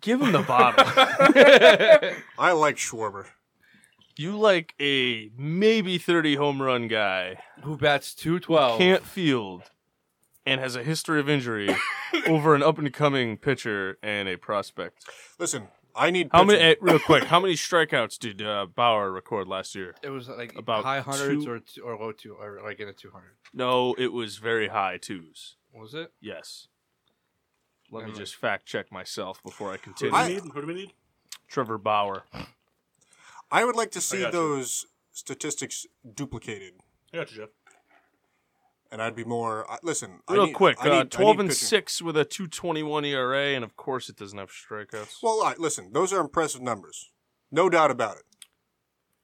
give him the *laughs* bottle. I like Schwarber. you like a maybe thirty home run guy, Who bats two twelve? can't field, and has a history of *laughs* injury over an up and coming pitcher and a prospect. Listen, I need How many? pitching. eh, real quick, how many strikeouts did uh, Bauer record last year? It was like About high hundreds two- or two, or low two or like in a two hundred. No, it was very high twos. Was it? Yes. Let me Never just fact check myself before I Who do continue. we *clears throat* I- need? Who do we need? Trevor Bauer. I would like to see got you. those statistics duplicated, I got you, Jeff. and I'd be more. I, listen, I Real need- quick, I need- I uh, need 12 and pitching. 6 with a 221 ERA, and of course it doesn't have strikeouts. Well, I, listen, those are impressive numbers, no doubt about it.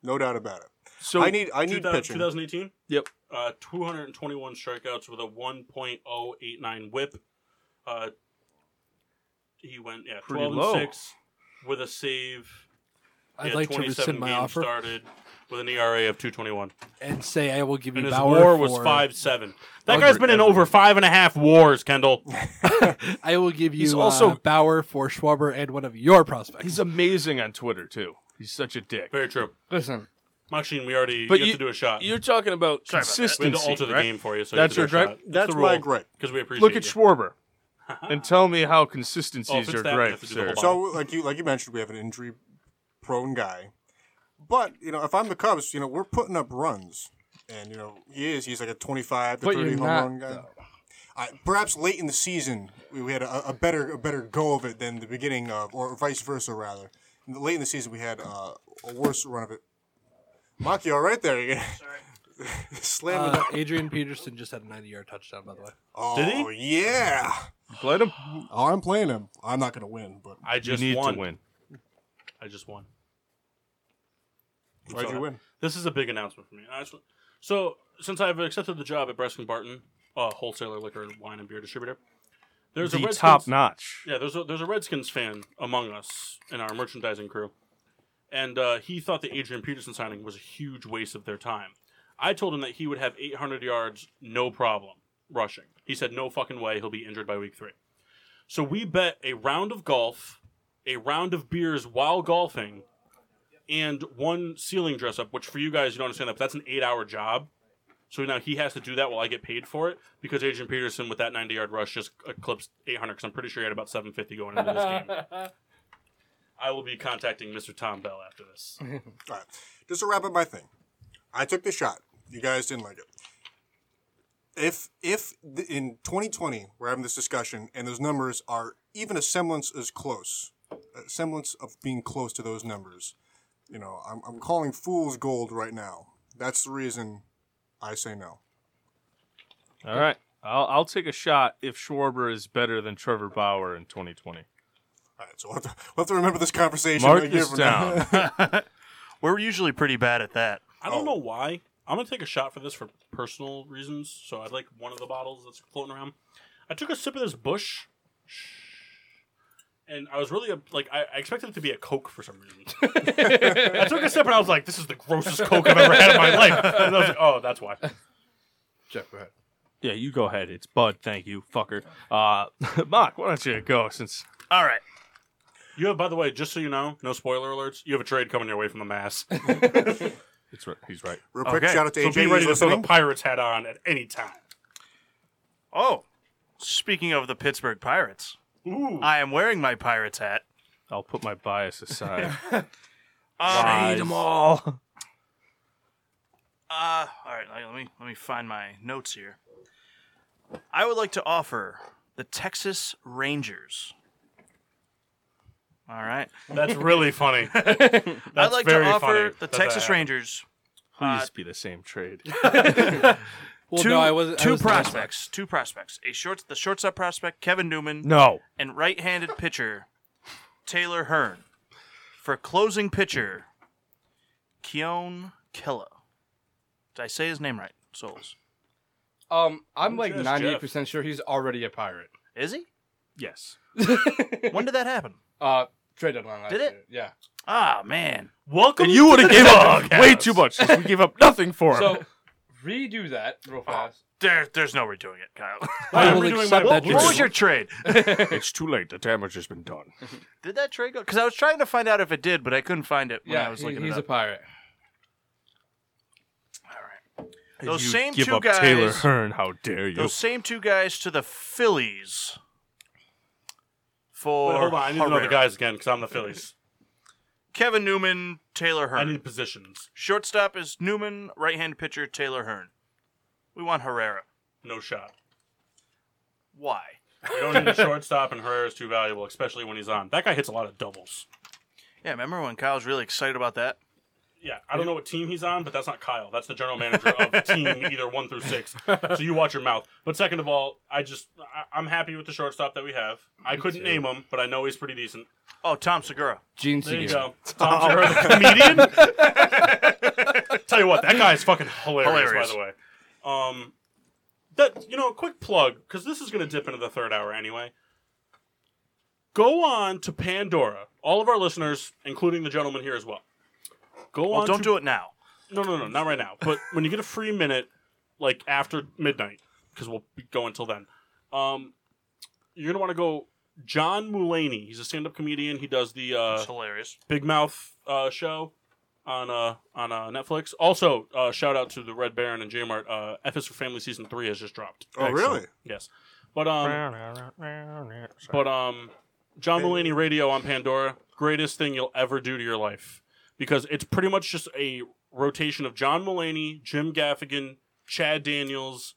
No doubt about it. so I need, I need 2000 pitching. 2018. Yep. Uh, 221 strikeouts with a 1.089 WHIP. Uh, he went yeah Pretty 12 low. and six with a save. He I'd had like to 27 rescind my games offer Started with an ERA of 221. and say I will give you And his Bauer WAR for, was five seven. That Under- guy's been in over five and a half WARs, Kendall. I will give you He's also also- Bauer for Schwarber and one of your prospects. he's amazing on Twitter, too. He's such a dick. Very true. Listen, Maxine, we already But you, you- have to do a shot. You're talking about Sorry about that. We had consistency. to alter the right? game for you. So That's you your have to do a direct. shot. That's the my rule. gripe. Because we appreciate Look at you. *laughs* Schwarber and tell me how consistency Oh, if is it's your that, you gripe, have to do the whole sir. bottle. So, like you, like you mentioned, we have an injury-prone guy, but you know, if I'm the Cubs, you know, we're putting up runs, and you know, he is. He's like a 25 to But 30 you're home not, run guy. I, perhaps late in the season, we, we had a, a better a better go of it than the beginning of, or vice versa, rather. Late in the season, we had uh, a worse run of it. Mock, you all right there? You *laughs* Slam it Uh, up. Adrian Peterson just had a 90-yard touchdown, by the way. Oh, did yeah. You played him? Oh, I'm playing him. I'm not going to win, but I just you need won. to win. I just won. why'd you win? This is a big announcement for me. I just- so, since I've accepted the job at Breskin Barton, uh, wholesaler liquor and wine and beer distributor, There's a the Redskins- top notch. Yeah, there's a, there's a Redskins fan among us in our merchandising crew, and uh, he thought the Adrian Peterson signing was a huge waste of their time. I told him that he would have 800 yards, no problem, rushing. He said, "No fucking way, he'll be injured by week three. So we bet a round of golf, a round of beers while golfing, and one ceiling dress up. Which for you guys, you don't understand that, but that's an eight-hour job. So now he has to do that while I get paid for it because Adrian Peterson with that 90 yard rush just eclipsed 800 because I'm pretty sure he had about 750 going into this game. I will be contacting Mr. Tom Bell after this. All right. Just to wrap up my thing, I took the shot. You guys didn't like it. If if th- in 2020 we're having this discussion and those numbers are even a semblance as close, a semblance of being close to those numbers, you know, I'm, I'm calling fools gold right now. That's the reason I say no. All right. I'll, I'll take a shot if Schwarber is better than Trevor Bauer in 2020. All right, so we'll have to, we'll have to remember this conversation. Mark a year this from now. down. We're usually pretty bad at that. I don't Oh. know why. I'm going to take a shot for this for personal reasons. So I'd like one of the bottles that's floating around. I took a sip of this bush. And I was really uh, like, I I expected it to be a Coke for some reason. I took a sip and I was like, "This is the grossest Coke I've ever had in my life." And I was like, "Oh, that's why." Jeff, go ahead. yeah, you go ahead. It's Bud. Thank you, fucker. Uh, *laughs* Mark, why don't you go since All right. You have, by the way, just so you know, no spoiler alerts. You have a trade coming your way from the mass. So it's right. he's right. *laughs* Real quick, Okay. shout out to AJ. be ready He's to throw the listening. Pirates hat on at any time. Oh, speaking of the Pittsburgh Pirates, I am wearing my Pirates hat. I'll put my bias aside. Um, them all. Uh, all right, let me let me find my notes here. I would like to offer the Texas Rangers. All right, That's really funny. That's I'd like very to offer funny the that Texas that Rangers Please be the same trade. Well, two no, I wasn't- I two wasn't on that. prospects, two prospects, a short the shortstop prospect Kevin Newman No. and right-handed pitcher Taylor Hearn for closing pitcher Keon Kella. Did I say his name right? Souls. Um, I'm like Jeff. 98 percent sure he's already a pirate. Is he? Yes. When did that happen? *laughs* Uh, trade deadline. last Did it? year. Yeah. Ah man. Welcome. And you would have to gave the up podcast. way too much. 'cause We gave up nothing for *laughs* him. So redo that real fast. *laughs* There, there's no redoing it, Kyle. *laughs* I'm I will redoing my- accept What what that trade. was your trade? it's too late. The damage has been done. did that trade go? Because I was trying to find out if it did, but I couldn't find it when *laughs* yeah, I was he- looking he's it a up. pirate. Those you same give two up Taylor guys- Hearn. How dare you? Those same two guys to the Phillies. For Wait, hold on, I need to know the Herrera. guys again because I'm the Phillies. Kevin Newman, Taylor I Hearn. need positions. Shortstop is Newman. Right-hand pitcher Taylor Hearn. We want Herrera. No shot. Why? You don't need a shortstop, and Herrera's too valuable, especially when he's on. That guy hits a lot of doubles. Yeah, remember when Kyle was really excited about that? Yeah, I don't know what team he's on, but that's not Kyle. That's the general manager of team either one through six. So you watch your mouth. But second of all, I just I, I'm happy with the shortstop that we have. I couldn't name him, but I know he's pretty decent. Oh, Tom Segura. *laughs* Gene There you Segura. go. Tom Segura, Oh, the *laughs* comedian. Tell you what, that guy *laughs* is fucking hilarious, Hilarious. By the way, um, that you know, a quick plug because this is going to dip into the third hour anyway. Go on to Pandora, all of our listeners, including the gentleman here as well. Go Well, on. don't to, do it now. No, no, no, not right now. But when you get a free minute, like after midnight, because we'll be going until then. Um, you're gonna want to go. John Mulaney, he's a stand-up comedian. He does the uh, It's hilarious. Big Mouth uh, show on uh, on uh, Netflix. Also, uh, shout out to the Red Baron and Jmart. Uh, F is for Family season three has just dropped. Oh, really? Yes, but um, but um, John Mulaney Radio on Pandora, greatest thing you'll ever do to your life because it's pretty much just a rotation of John Mulaney, Jim Gaffigan, Chad Daniels,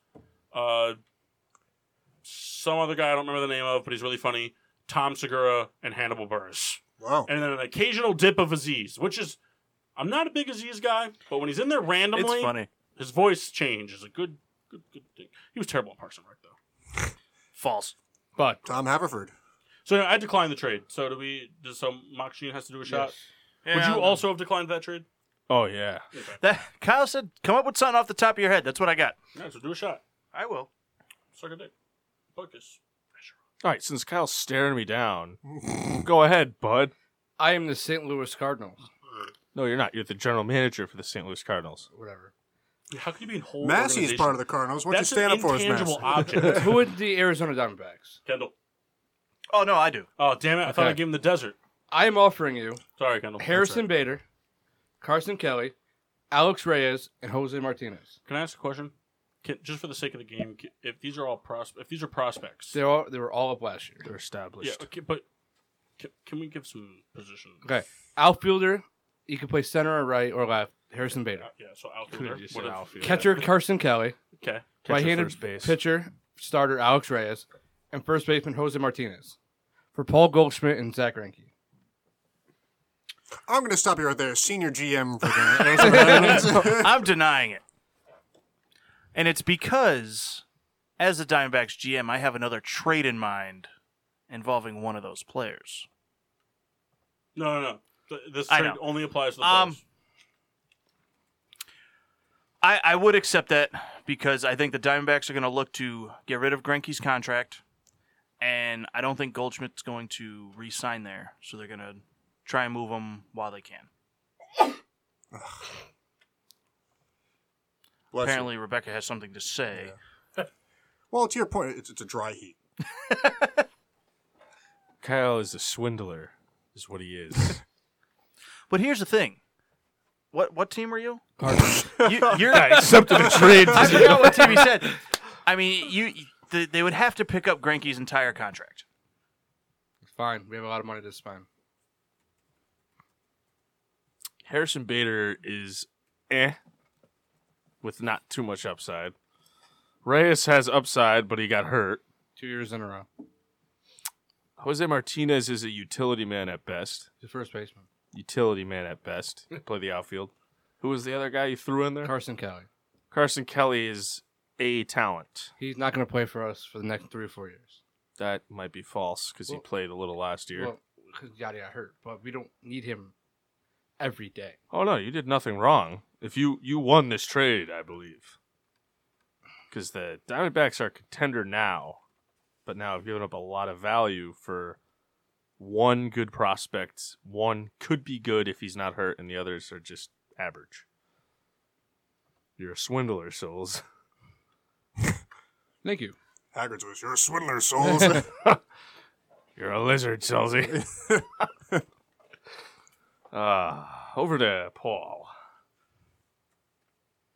uh, some other guy I don't remember the name of, but he's really funny. Tom Segura and Hannibal Burris Wow. and then an occasional dip of Aziz, which is I'm not a big Aziz guy, but when he's in there randomly, It's funny. his voice changes. A good, good, good thing. He was terrible at Parks and Rec though. False. but Tom Haverford. So I declined the trade. So do we? Does some Machine has to do a shot? Would Yeah, you no. also have declined that trade? oh yeah, That Kyle said, "Come up with something off the top of your head." That's what I got. No, so do a shot. I will. Suck a dick. Focus. All right, since Kyle's staring me down, go ahead, bud. I am the St. Louis Cardinals. No, you're not. You're the general manager for the St. Louis Cardinals. *laughs* Whatever. How can you be in whole? Massey is part of the Cardinals. What you That's stand an up for is Massey. intangible object. *laughs* Who would the Arizona Diamondbacks? Kendall. Oh no, I do. Oh damn it! I thought I Okay. gave him the desert. I am offering you Sorry, Kendall. I'm Harrison sorry. Bader, Carson Kelly, Alex Reyes, and Jose Martinez. Can I ask a question? Can, just for the sake of the game, ca- if these are all pros, if these are prospects, They all they were all up last year. They're established. yeah, okay, but can, can we give some position? Okay. Outfielder, you can play center or right or left. Harrison Bader. Uh, yeah, so outfielder. Could've just What said if- outfielder. Catcher Carson Kelly, Okay. Catcher, right-handed first base. pitcher starter Alex Reyes, and first baseman Jose Martinez for Paul Goldschmidt and Zach Greinke. I'm going to stop you right there. Senior GM for the *laughs* Arizona Diamondbacks. *laughs* *laughs* I'm denying it. And it's because, as the Diamondbacks GM, I have another trade in mind involving one of those players. No, no, no. Th- This I trade know. only applies to the Um, players. I, I would accept that because I think the Diamondbacks are going to look to get rid of Greinke's contract, and I don't think Goldschmidt's going to re-sign there, so they're going to try and move him while they can. Bless you. Apparently, Rebecca has something to say. Well, to your point, it's, it's a dry heat. Kyle is a swindler, is what he *laughs* is. But here's the thing: what what team are *laughs* you? *laughs* Cardinals. you you're, Accepted *laughs* a trade. I forgot what team he said. I mean, you th- they would have to pick up Greinke's entire contract. Fine. We have a lot of money this time. Harrison Bader is eh, with not too much upside. Reyes has upside, but he got hurt. Two years in a row. Jose Martinez is a utility man at best. The first baseman. Utility man at best. *laughs* Play the outfield. Who was the other guy you threw in there? Carson Kelly. Carson Kelly is a talent. He's not going to play for us for the next three or four years. That might be false because Well- he played a little last year. Well, because Yadi got hurt, but we don't need him every day. oh no, you did nothing wrong. If you you won this trade, I believe, because the Diamondbacks are a contender now, but now have given up a lot of value for one good prospect. One could be good if he's not hurt, and the others are just average. You're a swindler, souls. *laughs* Thank you. Haggard's was, you're a swindler, souls. You're a lizard, *laughs* Selzy. uh, over to Paul.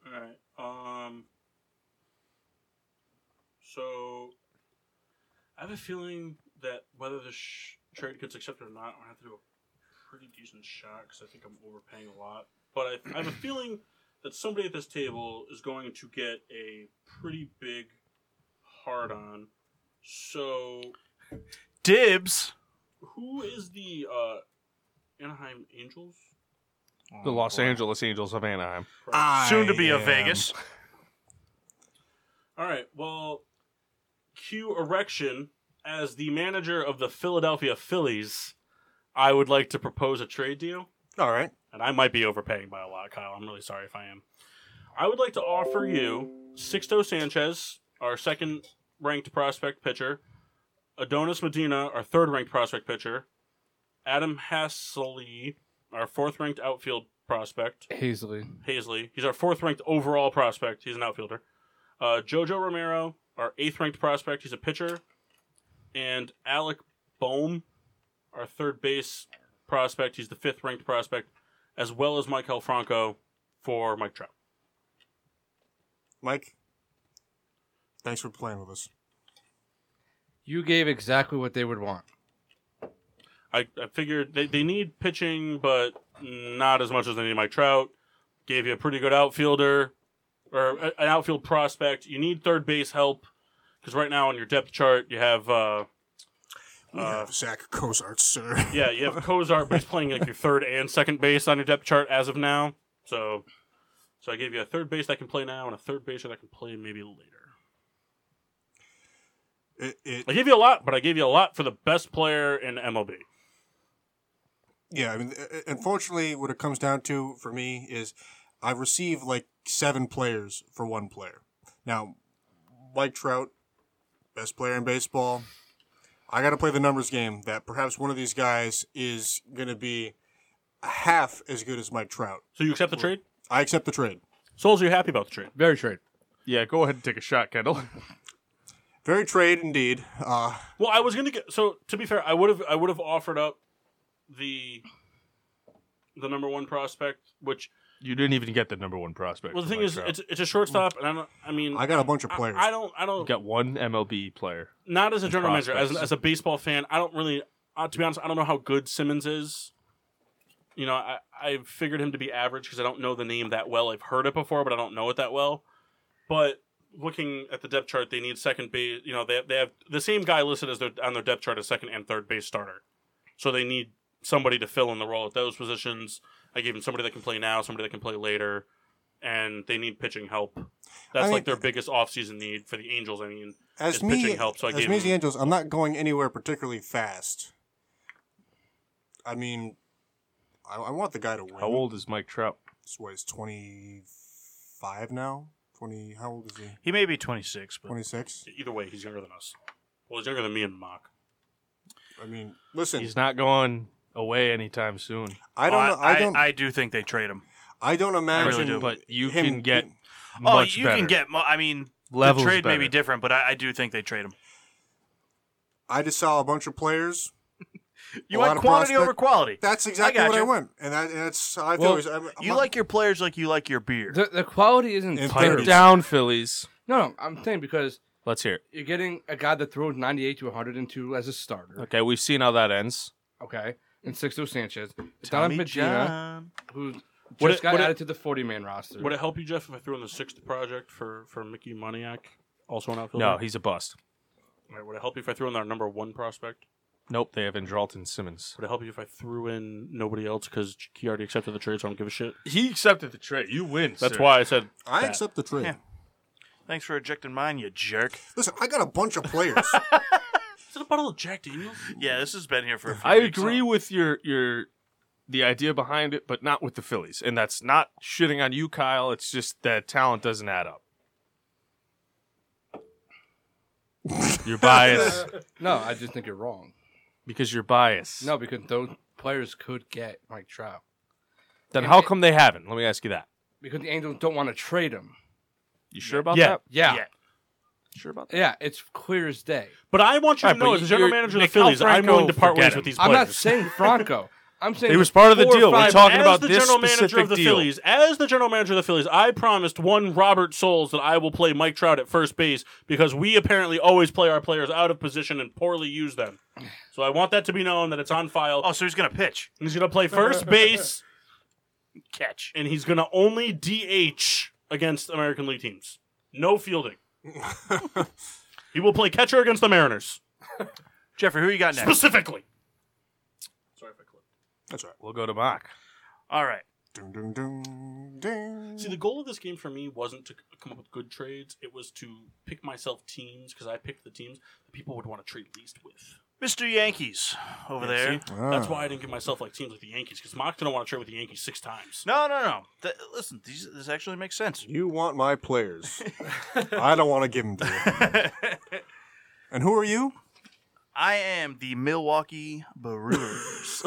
All right. Um. So, I have a feeling that whether this sh- trade gets accepted or not, I'm gonna have to do a pretty decent shot because I think I'm overpaying a lot. But I, I have a feeling that somebody at this table is going to get a pretty big hard on. So, Dibs. who is the uh, Anaheim Angels? The Los Angeles Angels of Anaheim. soon to be I a am- Vegas. All right. Well, cue erection as the manager of the Philadelphia Phillies. I would like to propose a trade deal, All right. and I might be overpaying by a lot, Kyle. I'm really sorry if I am. I would like to offer you Sixto Sanchez, our second ranked prospect pitcher, Adonis Medina, our third ranked prospect pitcher, Adam Hasley, our fourth ranked outfield prospect, Hazley. Hazley. He's our fourth ranked overall prospect. He's an outfielder. Uh, Jojo Romero, our eighth ranked prospect. He's a pitcher. And Alec Bohm, our third base prospect. He's the fifth ranked prospect, as well as Michael Franco for Mike Trout. Mike, thanks for playing with us. You gave exactly what they would want. I, I figured they, they need pitching, but not as much as they need Mike Trout. Gave you a pretty good outfielder or a- an outfield prospect. You need third base help because right now on your depth chart, you have. Uh, We Uh, have Zach Cozart, sir. *laughs* Yeah, you have Kozart, but he's playing like your third and second base on your depth chart as of now. So, so I gave you a third base that can play now and a third base that can play maybe later. It, it, I gave you a lot, but I gave you a lot for the best player in MLB. yeah, I mean, uh, uh, unfortunately, what it comes down to for me is I've received like seven players for one player. Now, Mike Trout, best player in baseball. I got to play the numbers game that perhaps one of these guys is going to be half as good as Mike Trout. So you accept the trade? I accept the trade. Souls, you're happy about the trade. Very trade. Yeah, go ahead and take a shot, *laughs* Kendall. Very trade indeed. Uh, Well, I was gonna get. So to be fair, I would have I would have offered up the the number one prospect, which You didn't even get the number one prospect. well, the for thing Mike is, Trout. it's it's a shortstop, and I don't. I mean, I got a bunch of players. I, I don't. I you don't. got one MLB player. Not as a general manager, as, prospects. as a baseball fan, I don't really. Uh, to be honest, I don't know how good Simmons is. You know, I I figured him to be average because I don't know the name that well. I've heard it before, but I don't know it that well. But looking at the depth chart, they need second base. You know, they they have the same guy listed as their on their depth chart as second and third base starter. So they need somebody to fill in the role at those positions. I gave them somebody that can play now, somebody that can play later, and they need pitching help. That's I- like their biggest offseason need for the Angels. I mean, as his me, pitching helped, so I as gave me him- as the Angels, I'm not going anywhere particularly fast. I mean, I, I want the guy to win. How old is Mike Trout? This what, he's 25 now? 20, how old is he? He may be 26, but 26? Either way, he's younger than us. Well, he's younger than me and Mock. I mean, listen, He's not going away anytime soon. I don't, Oh, know, I, don't, I, I do think they trade him. don't imagine. do. But you him- can get Oh, much you better. can get. Mo- I mean, Levels the trade may better. be different, but I, I do think they trade him. I just saw a bunch of players. You A lot like of quantity prospect- over quality. That's exactly what I gotcha. went, and, that, and that's how I Well, feel. is I'm- I'm You not- like your players like you like your beer. The, the quality isn't In there. Pipe Thirties. down, Phillies. No, no, I'm saying because Let's hear it. you're getting a guy that throws 98 to 102 as a starter. Okay, we've seen how that ends. Okay. And Sixto Sanchez. Tommy Donovan Medina, John. who just Would it- got would it- added to the 40 man roster. Would it help you, Jeff, if I threw in the sixth project for, for Mickey Moniak, also an outfielder? No, he's a bust. All right, would it help you if I threw in our number one prospect? Nope, they have Andrelton Simmons. Would it help you if I threw in nobody else because he already accepted the trade, so I don't give a shit? He accepted the trade. You win. That's why I said I that. accept the trade. Yeah. Thanks for ejecting mine, you jerk. Listen, I got a bunch of players. Is it a bottle of Jack Daniels? Yeah, this has been here for. A few I weeks. agree with your your the idea behind it, but not with the Phillies. And that's not shitting on you, Kyle. It's just that talent doesn't add up. You're biased no, I just think you're wrong. because you're biased. No, because those players could get Mike Trout. Then how come they haven't? Let me ask you that. Because the Angels don't want to trade him. You sure about that? Yeah. Yeah. Yeah. Sure about that? it's clear as day. But I want you All to right, know, but as a general you're- manager of the Nick Phillies, I'm Alfranco, willing to part ways forget with him. these I'm players. not saying Franco. I'm saying It was part of the four or deal. We're five- talking as about the this general manager specific of the deal. Phillies, as the general manager of the Phillies, I promised one Robert Souls that I will play Mike Trout at first base because we apparently always play our players out of position and poorly use them. So I want that to be known that it's on file. Oh, so he's gonna pitch, He's going to play *laughs* first base catch. and he's going to only DH against American League teams. No fielding. he will play catcher against the Mariners Jeffrey, who you got next? specifically. Sorry if I clipped. That's right. We'll go to Mock. All right. Ding, ding, ding, ding. See, the goal of this game for me wasn't to c- come up with good trades. It was to pick myself teams because I picked the teams that people would want to trade least with. Mr. Yankees over there. See? That's Ah. why I didn't give myself like teams like the Yankees because Mock didn't want to trade with the Yankees six times. No, no, no. Th- listen, these, this actually makes sense. You want my players. I don't want to give them to you. And who are you? I am the Milwaukee *laughs* Brewers.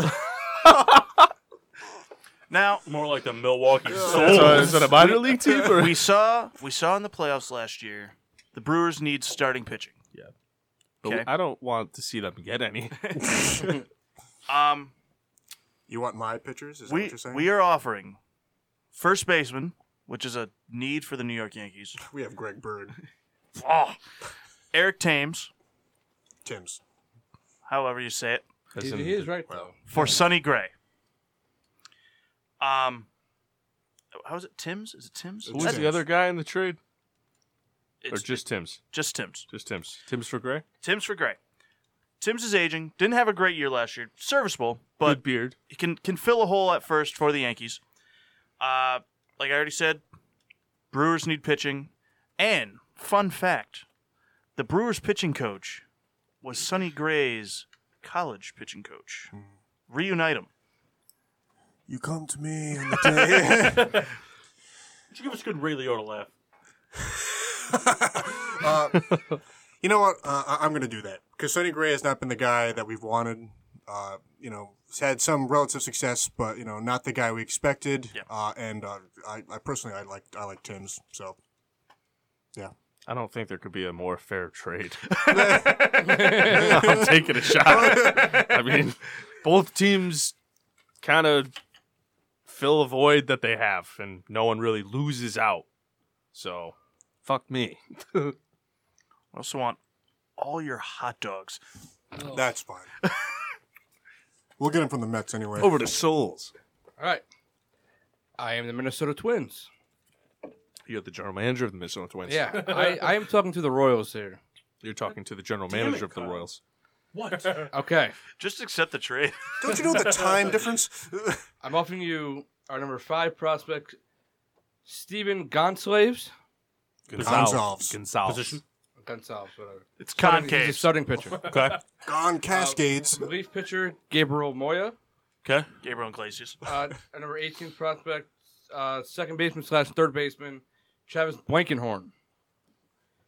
now, More like the Milwaukee That's Soul. a, is that a minor league team? *laughs* Or? we saw we saw in the playoffs last year, the Brewers need starting pitching. okay. I don't want to see them get any. Um, You want my pitchers? Is that what we you're saying? we are offering first baseman, which is a need for the New York Yankees. We have Greg Bird, Oh, Eric Thames, Tim's. however you say it, As He, in- he is right, though. for Sonny Gray. Um, how is it? Tims? Is it Tims? Who was I- the other guy in the trade? Or It's just Tim's? just Tims. Just Tim's. Tim's for Gray? Tim's for Gray. Tim's is aging. Didn't have a great year last year. Serviceable, but Good beard. he can can fill a hole at first for the Yankees. Uh, like I already said, Brewers need pitching. And fun fact, the Brewers pitching coach was Sonny Gray's college pitching coach. Reunite him. You come to *laughs* me in the day. Did you give us a good Ray Liotta laugh? uh, You know what? Uh, I- I'm going to do that because Sonny Gray has not been the guy that we've wanted. Uh, you know, he's had some relative success, but you know, not the guy we expected. Yep. Uh, and uh, I, I personally, I like I like Tim's. So I don't think there could be a more fair *laughs* trade. That's I'm taking a shot. I mean, both teams kind of fill a void that they have, and no one really loses out. So, fuck me. I also want all your hot dogs. that's fine. we'll get him from the Mets anyway. *laughs* Over to Souls. All right. I am the Minnesota Twins. You're the general manager of the Minnesota Twins. Yeah, I, I am talking to the Royals here. You're talking to the general Damn it, manager of the Kyle. Royals. *laughs* What? Okay. Just accept the trade. *laughs* Don't you know the time difference? I'm offering you our number five prospect, Steven Gonslaves. Gonsalves. Gonzalez. Position? Gonsalves, whatever. It's He's a concave. starting pitcher. *laughs* Okay. Gone Cascades. Relief pitcher, Gabriel Moya. Okay. Gabriel Iglesias. Uh, our number 18 prospect, uh, second baseman slash third baseman, Travis Blankenhorn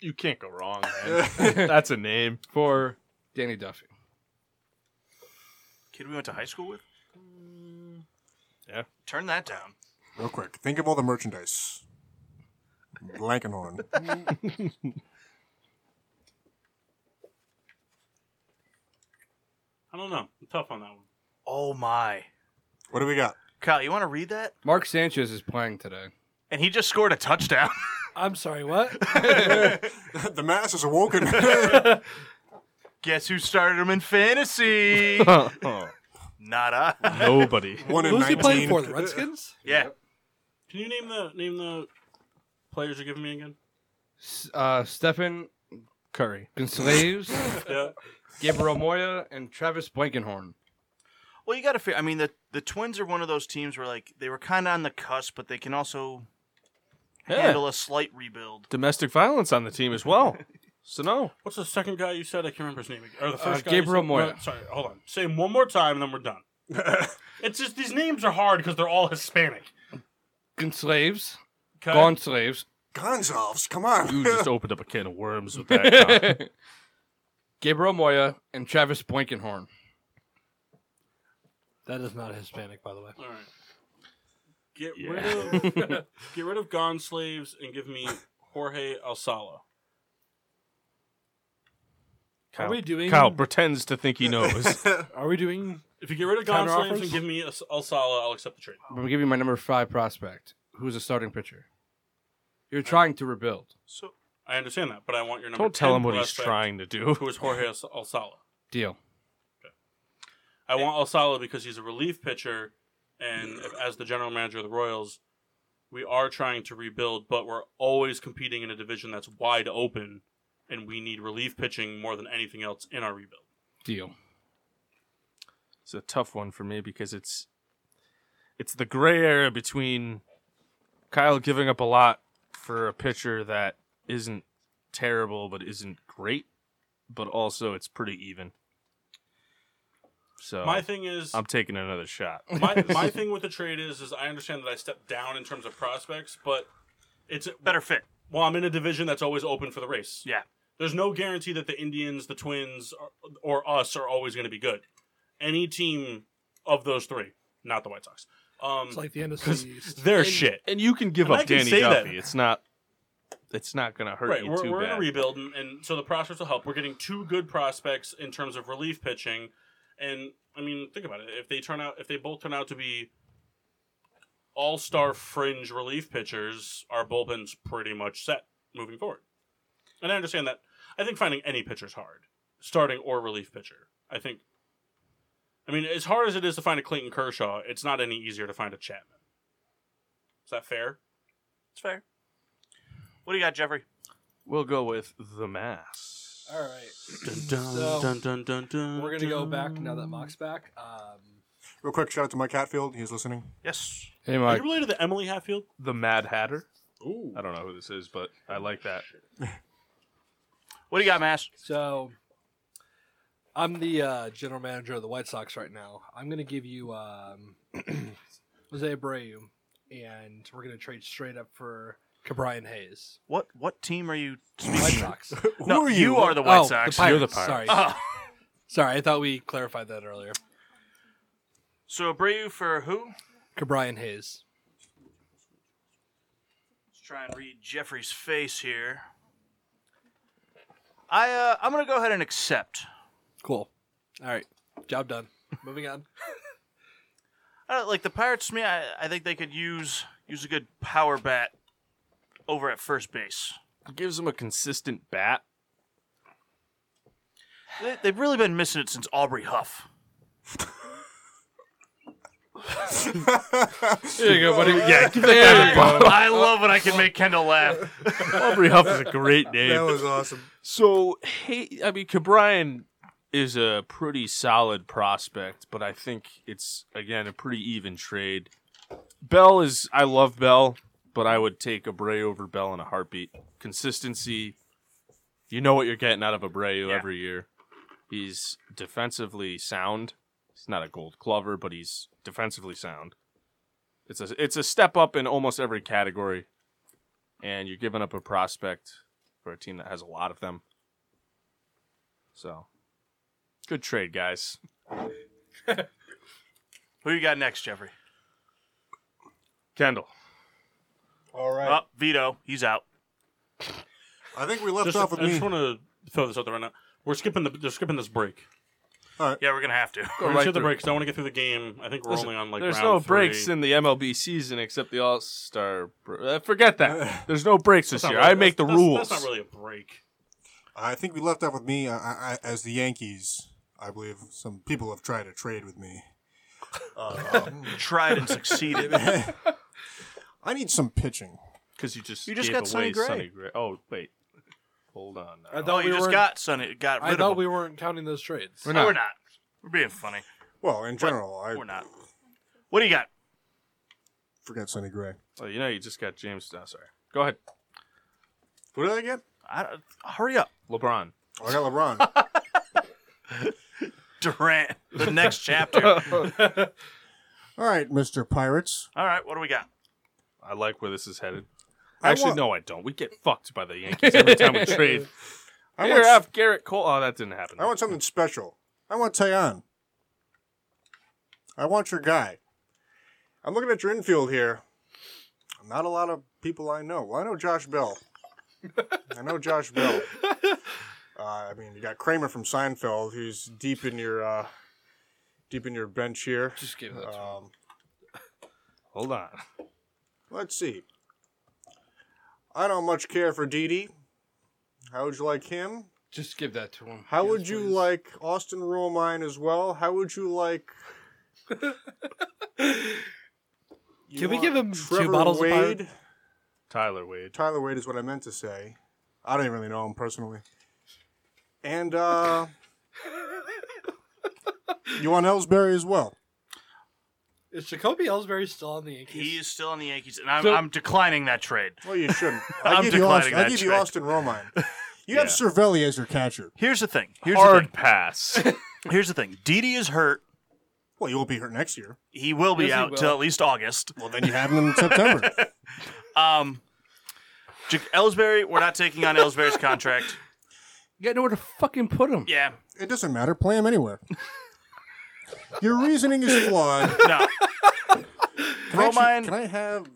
You can't go wrong, man. Um, That's a name. for Danny Duffy. Kid we went to high school with? Yeah. Turn that down. *laughs* Real quick, think of all the merchandise. Blankenhorn. I don't know. I'm tough on that one. Oh my. What do we got? *laughs* Kyle, you want to read that? Mark Sanchez is playing today. And he just scored a touchdown. *laughs* I'm sorry, what? the mass is awoken. Guess who started him in *laughs* fantasy? Not I. Nobody. One in Who's he playing nineteen. for? The Redskins? Yeah. Can you name the name the players you're giving me again? S- Uh, Stefan Curry. Gonsalves, Yeah. Gabriel Moya, and Travis Blankenhorn. Well, you got to figure. I mean, the the Twins are one of those teams where like they were kind of on the cusp, but they can also Yeah. handle a slight rebuild. Domestic violence on the team as well. So no. What's the second guy you said? I can't remember his name. again. Or the Uh, first guy you Gabriel said- Moya. no, sorry, hold on. Say him one more time, and then we're done. it's just these names are hard because they're all Hispanic. Gonslaves, Okay? *laughs* Gonslaves, Gonsalves, come on. You just opened up a can of worms with *laughs* that. Kyle. *laughs* Gabriel Moya, and Travis Blankenhorn. That is not Hispanic, by the way. All right. Get rid of *laughs* get rid of Gone Slaves and give me Jorge Alsala. Kyle, Are we doing? Kyle pretends to *laughs* think he knows. Are we doing? If you get rid of Gone Counter Slaves offers? and give me As- Alsala, I'll accept the trade. I'm gonna give you my number five prospect, who's a starting pitcher. You're trying to rebuild. So I understand that, but I want your number. Don't tell 10 him what he's prospect, trying to do. Who is Jorge Als- Alsala? Deal. I want Alsala because he's a relief pitcher, and if- as the general manager of the Royals, we are trying to rebuild, but we're always competing in a division that's wide open, and we need relief pitching more than anything else in our rebuild. Deal. It's a tough one for me because it's it's the gray area between Kyle giving up a lot for a pitcher that isn't terrible but isn't great, but also it's pretty even. So My thing is, Oh. I'm taking another shot. *laughs* my, *laughs* my thing with the trade is, is I understand that I stepped down in terms of prospects, but it's better fit. well, I'm in a division that's always open for the race. Yeah. There's no guarantee that the Indians, the Twins, or, or us are always going to be good. Any team of those three, not the White Sox. Um, It's like the NFC East. they're shit. And you can give And I up can Danny say that. Duffy. It's not it's not gonna hurt Right, you we're, too we're in bad. a rebuild, and, and so the prospects will help. We're getting two good prospects in terms of relief pitching, and I mean, think about it. If they turn out, if they both turn out to be all-star fringe relief pitchers, our bullpen's pretty much set moving forward. And I understand that. I think finding any pitcher is hard, starting or relief pitcher. I think. I mean, as hard as it is to find a Clayton Kershaw, it's not any easier to find a Chapman. Is that fair? It's fair. What do you got, Jeffrey? we'll go with the mass. All right, So, Dun dun dun dun dun. we're gonna go back now that Mock's back. Um, *laughs* Real quick, shout out to Mike Hatfield. He's listening. Yes. Hey Are Mike. you related to Emily Hatfield? The Mad Hatter. Ooh. I don't know who this is, but I like that. What do you got, Mass? so I'm the uh, general manager of the White Sox right now. I'm gonna give you *clears throat* um, Jose Abreu, and we're gonna trade straight up for Cabrian Hayes. What what team are you White speaking of? Sox. No, Who are you? you? are the White oh, Sox. The Pirates. You're the Pirates. Sorry. *laughs* Sorry, I thought we clarified that earlier. So Abreu for who? Cabrian Hayes. Let's try and read Jeffrey's face here. I uh, I'm gonna go ahead and accept. Cool. All right. Job done. Moving on. I don't- like the Pirates, to me, I, I think they could use use a good power bat over at first base. Gives him a consistent bat. They, they've really been missing it since Aubrey Huff. There you go, buddy. Yeah, I, there you go. I love when I can make Kendall laugh. Aubrey Huff is a great that name. was awesome. So hey, I mean, Cabrian is a pretty solid prospect, but I think it's again a pretty even trade. Bell is I love Bell, but I would take Abreu over Bell in a heartbeat. Consistency, you know what you're getting out of Abreu Yeah. every year. He's defensively sound. He's not a Gold Glover, but he's defensively sound. It's a it's a step up in almost every category, and you're giving up a prospect for a team that has a lot of them. So, good trade, guys. Who you got next, Jeffrey? Kendall. All right. Oh, Vito, he's out. I think we left Just, I off with me. just want to throw this out there right now. We're skipping the. They're skipping this break. Yeah, we're gonna have to. Go We're right gonna skip the through. break 'cause I want to get through the game. I think we're Listen, only on like There's round no three. breaks in the MLB season except the All Star. Br- uh, forget that. There's no breaks this That's not year. really- I make the that's- that's- rules. That's not really a break. *laughs* I think we left off with me uh, I, I, as the Yankees. I believe some people have tried to trade with me. *laughs* Oh. Uh, um, *laughs* Tried and *laughs* succeeded. I need some pitching. because you just You just gave got Sonny away Gray. Oh wait, hold on. now. I oh, thought you we just were. got Sonny, got I rid of thought him. we weren't counting those trades. We're No, not. we're not. We're being funny. Well, in general, I We're not. What do you got? forgot Sonny Gray. oh, you know, you just got James. Oh, sorry. Go ahead, What did I get? I don't, hurry up, LeBron. Oh, I got LeBron. *laughs* Durant. The next *laughs* chapter. All right, Mr. Pirates. All right, what do we got? I like where this is headed. I Actually, want- no, I don't. We get fucked by the Yankees every time *laughs* we trade. I Here, want, have Garrett Cole. Oh, that didn't happen. I want something special. I want Tyon. I want your guy. I'm looking at your infield here. Not a lot of people I know. Well, I know Josh Bell. I know Josh *laughs* Bell. Uh, I mean, you got Kramer from Seinfeld, who's deep in your uh, deep in your bench here. Just give that. Um, Hold on. Let's see. I don't much care for Didi. How would you like him? Just give that to him. How would you like Austin Romine as well? How would you *laughs* like? You Can we want give him two Trevor bottles of Wade? Pirate- Tyler Wade. Tyler Wade is what I meant to say. I don't even really know him personally. *laughs* And uh, you want Ellsbury as well. Is Jacoby Ellsbury still on the Yankees? He is still on the Yankees, and I'm, So- I'm declining that trade. Well, *laughs* you shouldn't. I'm I give you declining Austin, I that give you trade. Austin Romine. You have Cervelli as your catcher. Here's the thing. Here's Hard pass. the thing. Here's the thing. Didi is hurt. Well, you won't be hurt next year. He will be Yes, he out will. till at least August. Well, then you have him in September. Um, J- Ellsbury, we're not taking on Ellsbury's contract. You got nowhere to fucking put him. Yeah, It doesn't matter. Play him anywhere. Your reasoning is flawed. Can no. I actually- Romine- Can I have?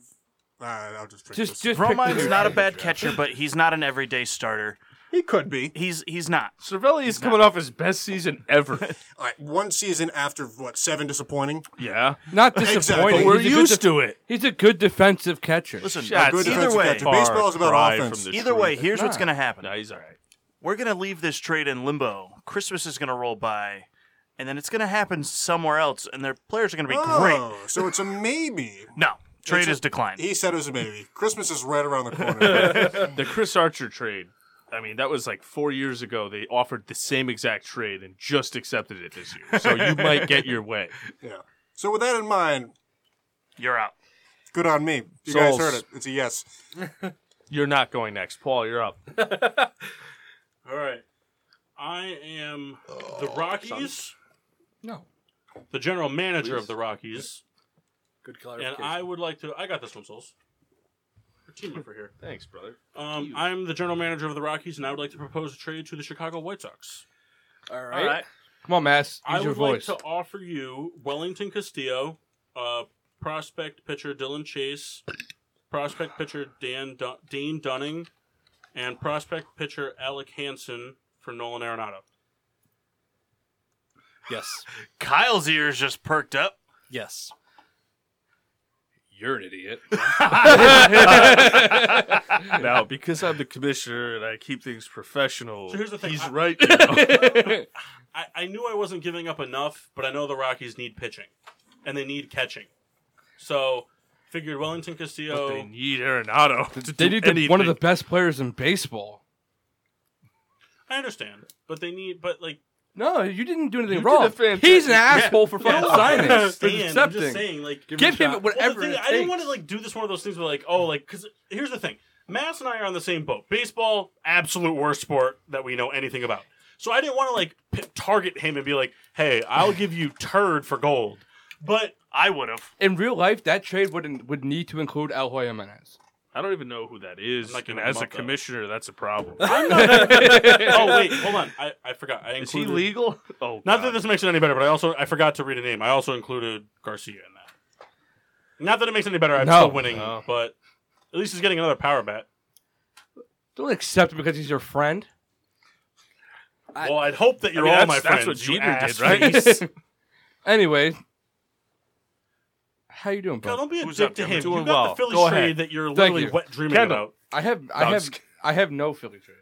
Uh, I'll just drink Just, this. just pick *laughs* the Romine's dude. not a bad catcher, but he's not an everyday starter. He could be. He's he's not. Cervelli is coming off his best season ever. *laughs* All right, one season after what seven disappointing. yeah. Not Exactly. disappointing. We're He's a good used def- to it. He's a good defensive catcher. Listen, Shots good either defensive way, catcher. Baseball is about cry offense. from the either way, truth. here's what's gonna happen. No, he's all right. We're gonna leave this trade in limbo. Christmas is gonna roll by, and then it's gonna happen somewhere else, and their players are gonna be great. Oh, so it's a maybe. No, trade It's a- e- is declined. He said it was a maybe. Christmas is right around the corner. The Chris Archer trade. I mean, that was like four years ago. They offered the same exact trade and just accepted it this year. So you might get your way. yeah. So with that in mind, You're out. good on me. You Souls. guys heard it. It's a yes. You're not going next, Paul. You're up. All right. I am the Oh, Rockies, no. the general manager of the Rockies, Good and clarification. I would like to. I got this one, Souls. team over here. Thanks, brother. Um, I'm the general manager of the Rockies, and I would like to propose a trade to the Chicago White Sox. All right. All right. Come on, Mass. Use I your would like voice. to offer you Wellington Castillo, uh, prospect pitcher Dylan Chase, prospect pitcher Dan Dun- Dean Dunning, and prospect pitcher Alec Hansen for Nolan Arenado. Yes. Kyle's ears just perked up. Yes. You're an idiot. *laughs* Now, because I'm the commissioner and I keep things professional, So here's the thing, he's I- right. *laughs* now. I, I knew I wasn't giving up enough, but I know the Rockies need pitching, and they need catching. So figured Wellington But Castillo. they need Arenado. To they do need the, one of the anything. best players in baseball. I understand, but they need, but like No, you didn't do anything You did wrong. a fantastic- He's an asshole for No, fucking I signing. for understand. I'm just accepting. saying, like, Give him shot. well, the whatever. thing, it I didn't want to takes. like do this one of those things where like, oh, like, because here's the thing: Mass and I are on the same boat. Baseball, absolute worst sport that we know anything about. So I didn't want to like p- target him and be like, hey, I'll give you turd for gold. But I would have. In real life, that trade would would need to include El Hoya Menez. *laughs* I don't even know who that is. I'm not and giving him as a up, though. commissioner, that's a problem. *laughs* oh *laughs* wait, hold on, I, I forgot. I is he included. legal? Oh, Not that God. this makes it any better, but I also I forgot to read a name. I also included Garcia in that. Not that it makes it any better. I'm No. still winning, No. but at least he's getting another power bet. Don't accept him because he's your friend. *laughs* well, I'd hope that you're mean, all my that's- friends. that's what you Jeter did, ass right? face. Anyway, how you doing, God, bro? don't be a Who's dick up to there? him. Doing you got well. the Philly Go trade ahead. that you're literally you. wet dreaming Kendall. about. I have I I'm have just I have no Philly trade.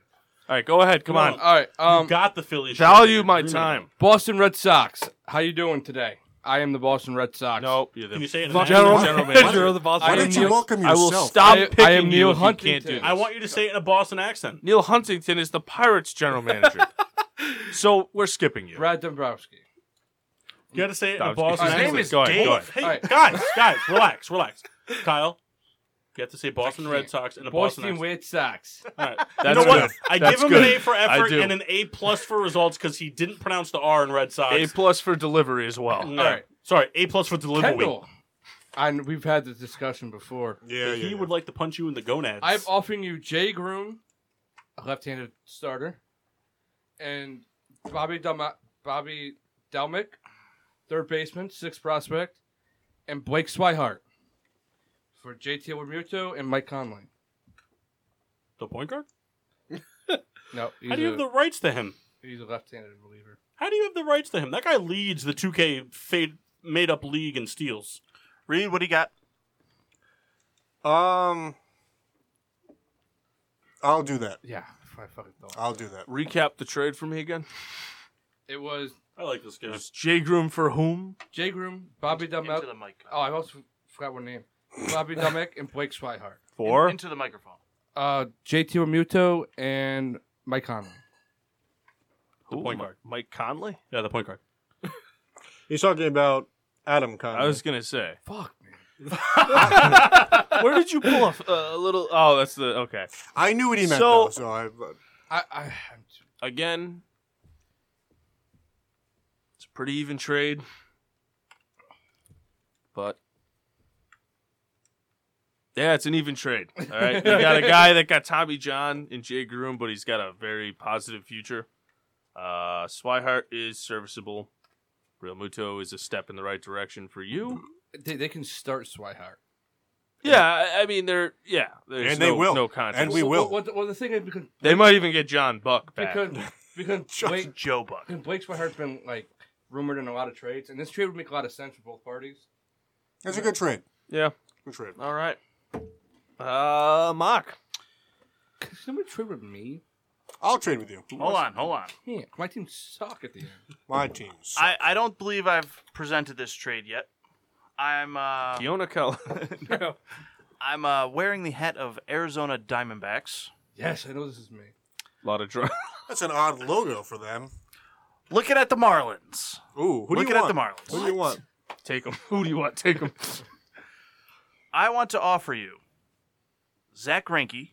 All right, go ahead. Come No. on. All right, um, you got the Philly trade. that Value you're my dreaming time. Boston Red Sox. How you doing today? I am the Boston Red Sox. Nope. You're about. Can you the say it? in Fuck an general accent? manager. the boss. I Why am don't you Neil- welcome I will yourself? stop I- I picking am you Neil if you can't Huntington. do this. I want you to say it in a Boston accent. Neil Huntington is the Pirates general manager. *laughs* so we're skipping you. Brad Dombrowski. You got to say it in No, a I'm just Boston His kidding. name accent. is Go ahead, Dave. go ahead. Hey, All right. guys, guys, relax, relax. Kyle, you have to say Boston Red Sox in a Boston, Boston accent. Red Sox. All *laughs* right. You That's know what? good. I That's give him an good. A for I effort do. and an A plus for results because he didn't pronounce the R in Red Sox. A plus for delivery as well. No. All right. Sorry, A plus for delivery. Kendall. And we've had this discussion before. Yeah, yeah. he yeah. would like to punch you in the gonads. I'm offering you Jay Groom, a left-handed starter, and Bobby Delma- Bobby Delmick, third baseman, sixth prospect, and Blake Swihart for JT Realmuto and Mike Conley. the point guard? No, he's, How do you have a, the rights to him? he's a left-handed reliever. How do you have the rights to him? That guy leads the 2K fade, made up league in steals. Reed, what do you got? Um, I'll do that. Yeah, I fucking thought I'll do that. Recap the trade for me again. it was I like this guy. It's Jay Groom for whom? Jay Groom, Bobby Delmick. Into the mic. Oh, I also forgot one name. *laughs* Bobby Delmick and Blake Swihart. For Into the microphone. Uh, JT Realmuto and Mike Conley. who? point Mi- guard. Mike Conley. Yeah, the point guard. He's talking about Adam Conley. I was gonna say. Fuck man. *laughs* Where did you pull off uh, a little? Oh, that's the okay. I knew what he meant, So- though, so I, uh, I, I I'm t- Again, it's a pretty even trade, but yeah, it's an even trade. All right, you *laughs* got a guy that got Tommy John and Jay Groom, but he's got a very positive future. Uh, Swihart is serviceable. Real Muto is a step in the right direction for you. they, they can start Swihart. Yeah, I- I mean they're yeah, there's And they no- will. no contest. And we well, will. Well, well, the, well, the thing is because They might even get John Buck back. because *laughs* because Just- Blake, Joe Buck. because Blake Swihart's been like rumored in a lot of trades, and this trade would make a lot of sense for both parties. that's a good trade. yeah. Good trade. All right. Uh, Mock. Could somebody trade with me? I'll trade with you. Hold on, hold on. Yeah, my team suck at the end. My teams. I, I don't believe I've presented this trade yet. I'm uh, Fiona *laughs* Col- I'm uh, wearing the hat of Arizona Diamondbacks. Yes, I know this is me. lot of drugs. That's an odd logo for them. Looking at the Marlins. Ooh, who do Looking you at want? the Marlins. Who do you want? *laughs* Take them. Who do you want? Take them. I want to offer you Zach Greinke.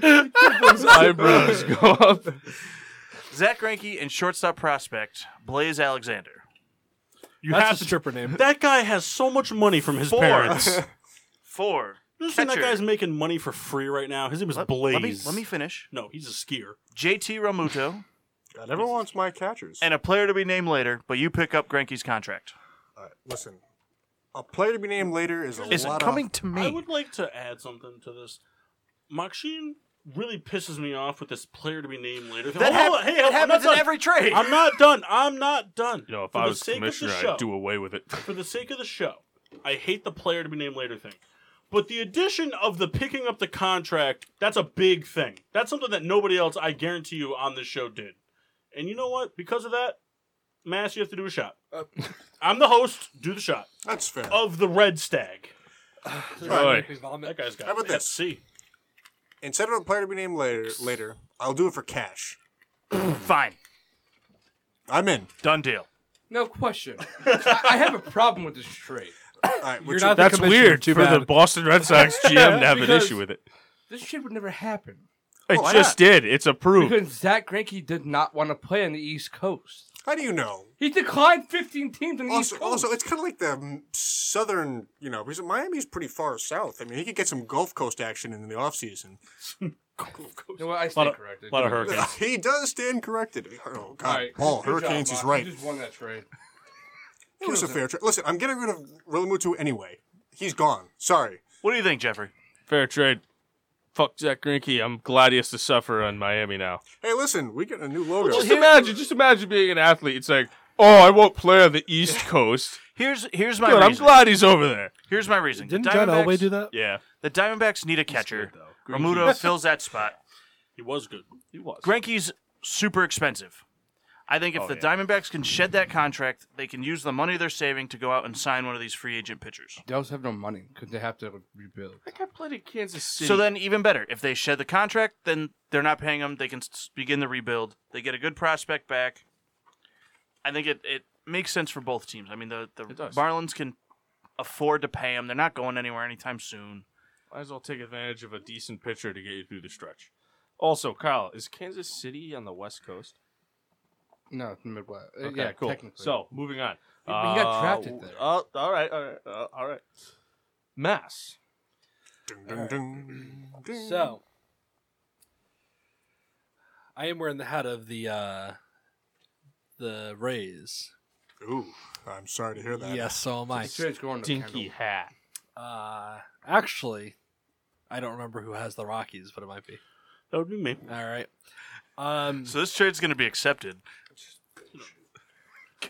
His eyebrows go up. Zach Greinke and shortstop prospect Blaze Alexander. You That's have a to. stripper name. *laughs* that guy has so much money from his Four. *laughs* parents. Four. You understand that Catcher. guy's making money for free right now? His name is Let- Blaze. Let me, let me finish. no, he's a skier. JT Romuto I never wants my catchers. and a player to be named later, but you pick up Granky's contract. All right, listen, a player to be named later is a Is it lot coming of. to I me? would like to add something to this. Maxine really pisses me off with this player to be named later. thing. That Hold on, hap- hey, that hold on, I'm not happens in done. every trade. I'm not done. I'm not done. You know, if For I the was sake of the commissioner, show- I'd do away with it. for the sake of the show, I hate the player to be named later thing. But the addition of the picking up the contract, that's a big thing. That's something that nobody else, I guarantee you, on this show did. And you know what? Because of that, Mass, you have to do a shot. Uh, *laughs* I'm the host. Do the shot That's fair. Oh, of the Red Stag. Right. That guy's got. How about they got this? C. Instead of a player to be named later, later, I'll do it for cash. Fine. I'm in. Done deal. *laughs* No question. I, I have a problem with this trade. All right, You're not what's your- the That's commissioner, weird Too for bad. the Boston Red Sox *laughs* GM to have an Because- issue with it. This shit would never happen. It just did. It's approved. Because Zach Greinke did not want to play on the East Coast. how do you know? He declined 15 teams on the Also, East Coast. also, it's kind of like the mm, southern, you know, because Miami's pretty far south. I mean, he could get some Gulf Coast action in the offseason. you know what? I lot stand of- corrected. lot of hurricanes. *laughs* he does stand corrected. Oh, All God. right. Paul, Good job, Hurricanes, he's Mark. right. You just won that trade. It was a fair trade. Listen, I'm getting rid of Rilamutu anyway. He's gone. Sorry. What do you think, Jeffrey? Fair trade. Fuck Zach Greinke. I'm glad he has to suffer on Miami now. Hey, listen, we get a new logo. Just imagine, just imagine being an athlete. It's like, oh, I won't play on the East *laughs* Coast. Here's here's my Good, I'm reason. glad he's over there. Here's my reason. Didn't the John Diamondbacks, Elway do that? Yeah, The Diamondbacks need a catcher. though. Romuto fills that spot. He was good. he was. Greinke's super expensive. I think if Oh, the yeah. Diamondbacks can shed that contract, they can use the money they're saving to go out and sign one of these free agent pitchers. They also have no money because they have to rebuild. That guy played in Kansas City. So then, even better, if they shed the contract, then they're not paying them. They can s- begin the rebuild. They get a good prospect back. I think it, it makes sense for both teams. I mean, the, the It does. Marlins can afford to pay them. They're not going anywhere anytime soon. might as well take advantage of a decent pitcher to get you through the stretch. Also, Kyle, is Kansas City on the West Coast? No, it's Midwest. Uh, yeah, technically. So moving on. He- he got drafted there. Uh, all right, all right, uh, all right. Mass. Dun, dun, dun, dun. So, I am wearing the hat of the uh, the Rays. Ooh, I'm sorry to hear that. Yes, so am I. This trade's going to Kendall. Dinky hat. Uh, actually, I don't remember who has the Rockies, but it might be. That would be me. All right. Um, So this trade's going to be accepted.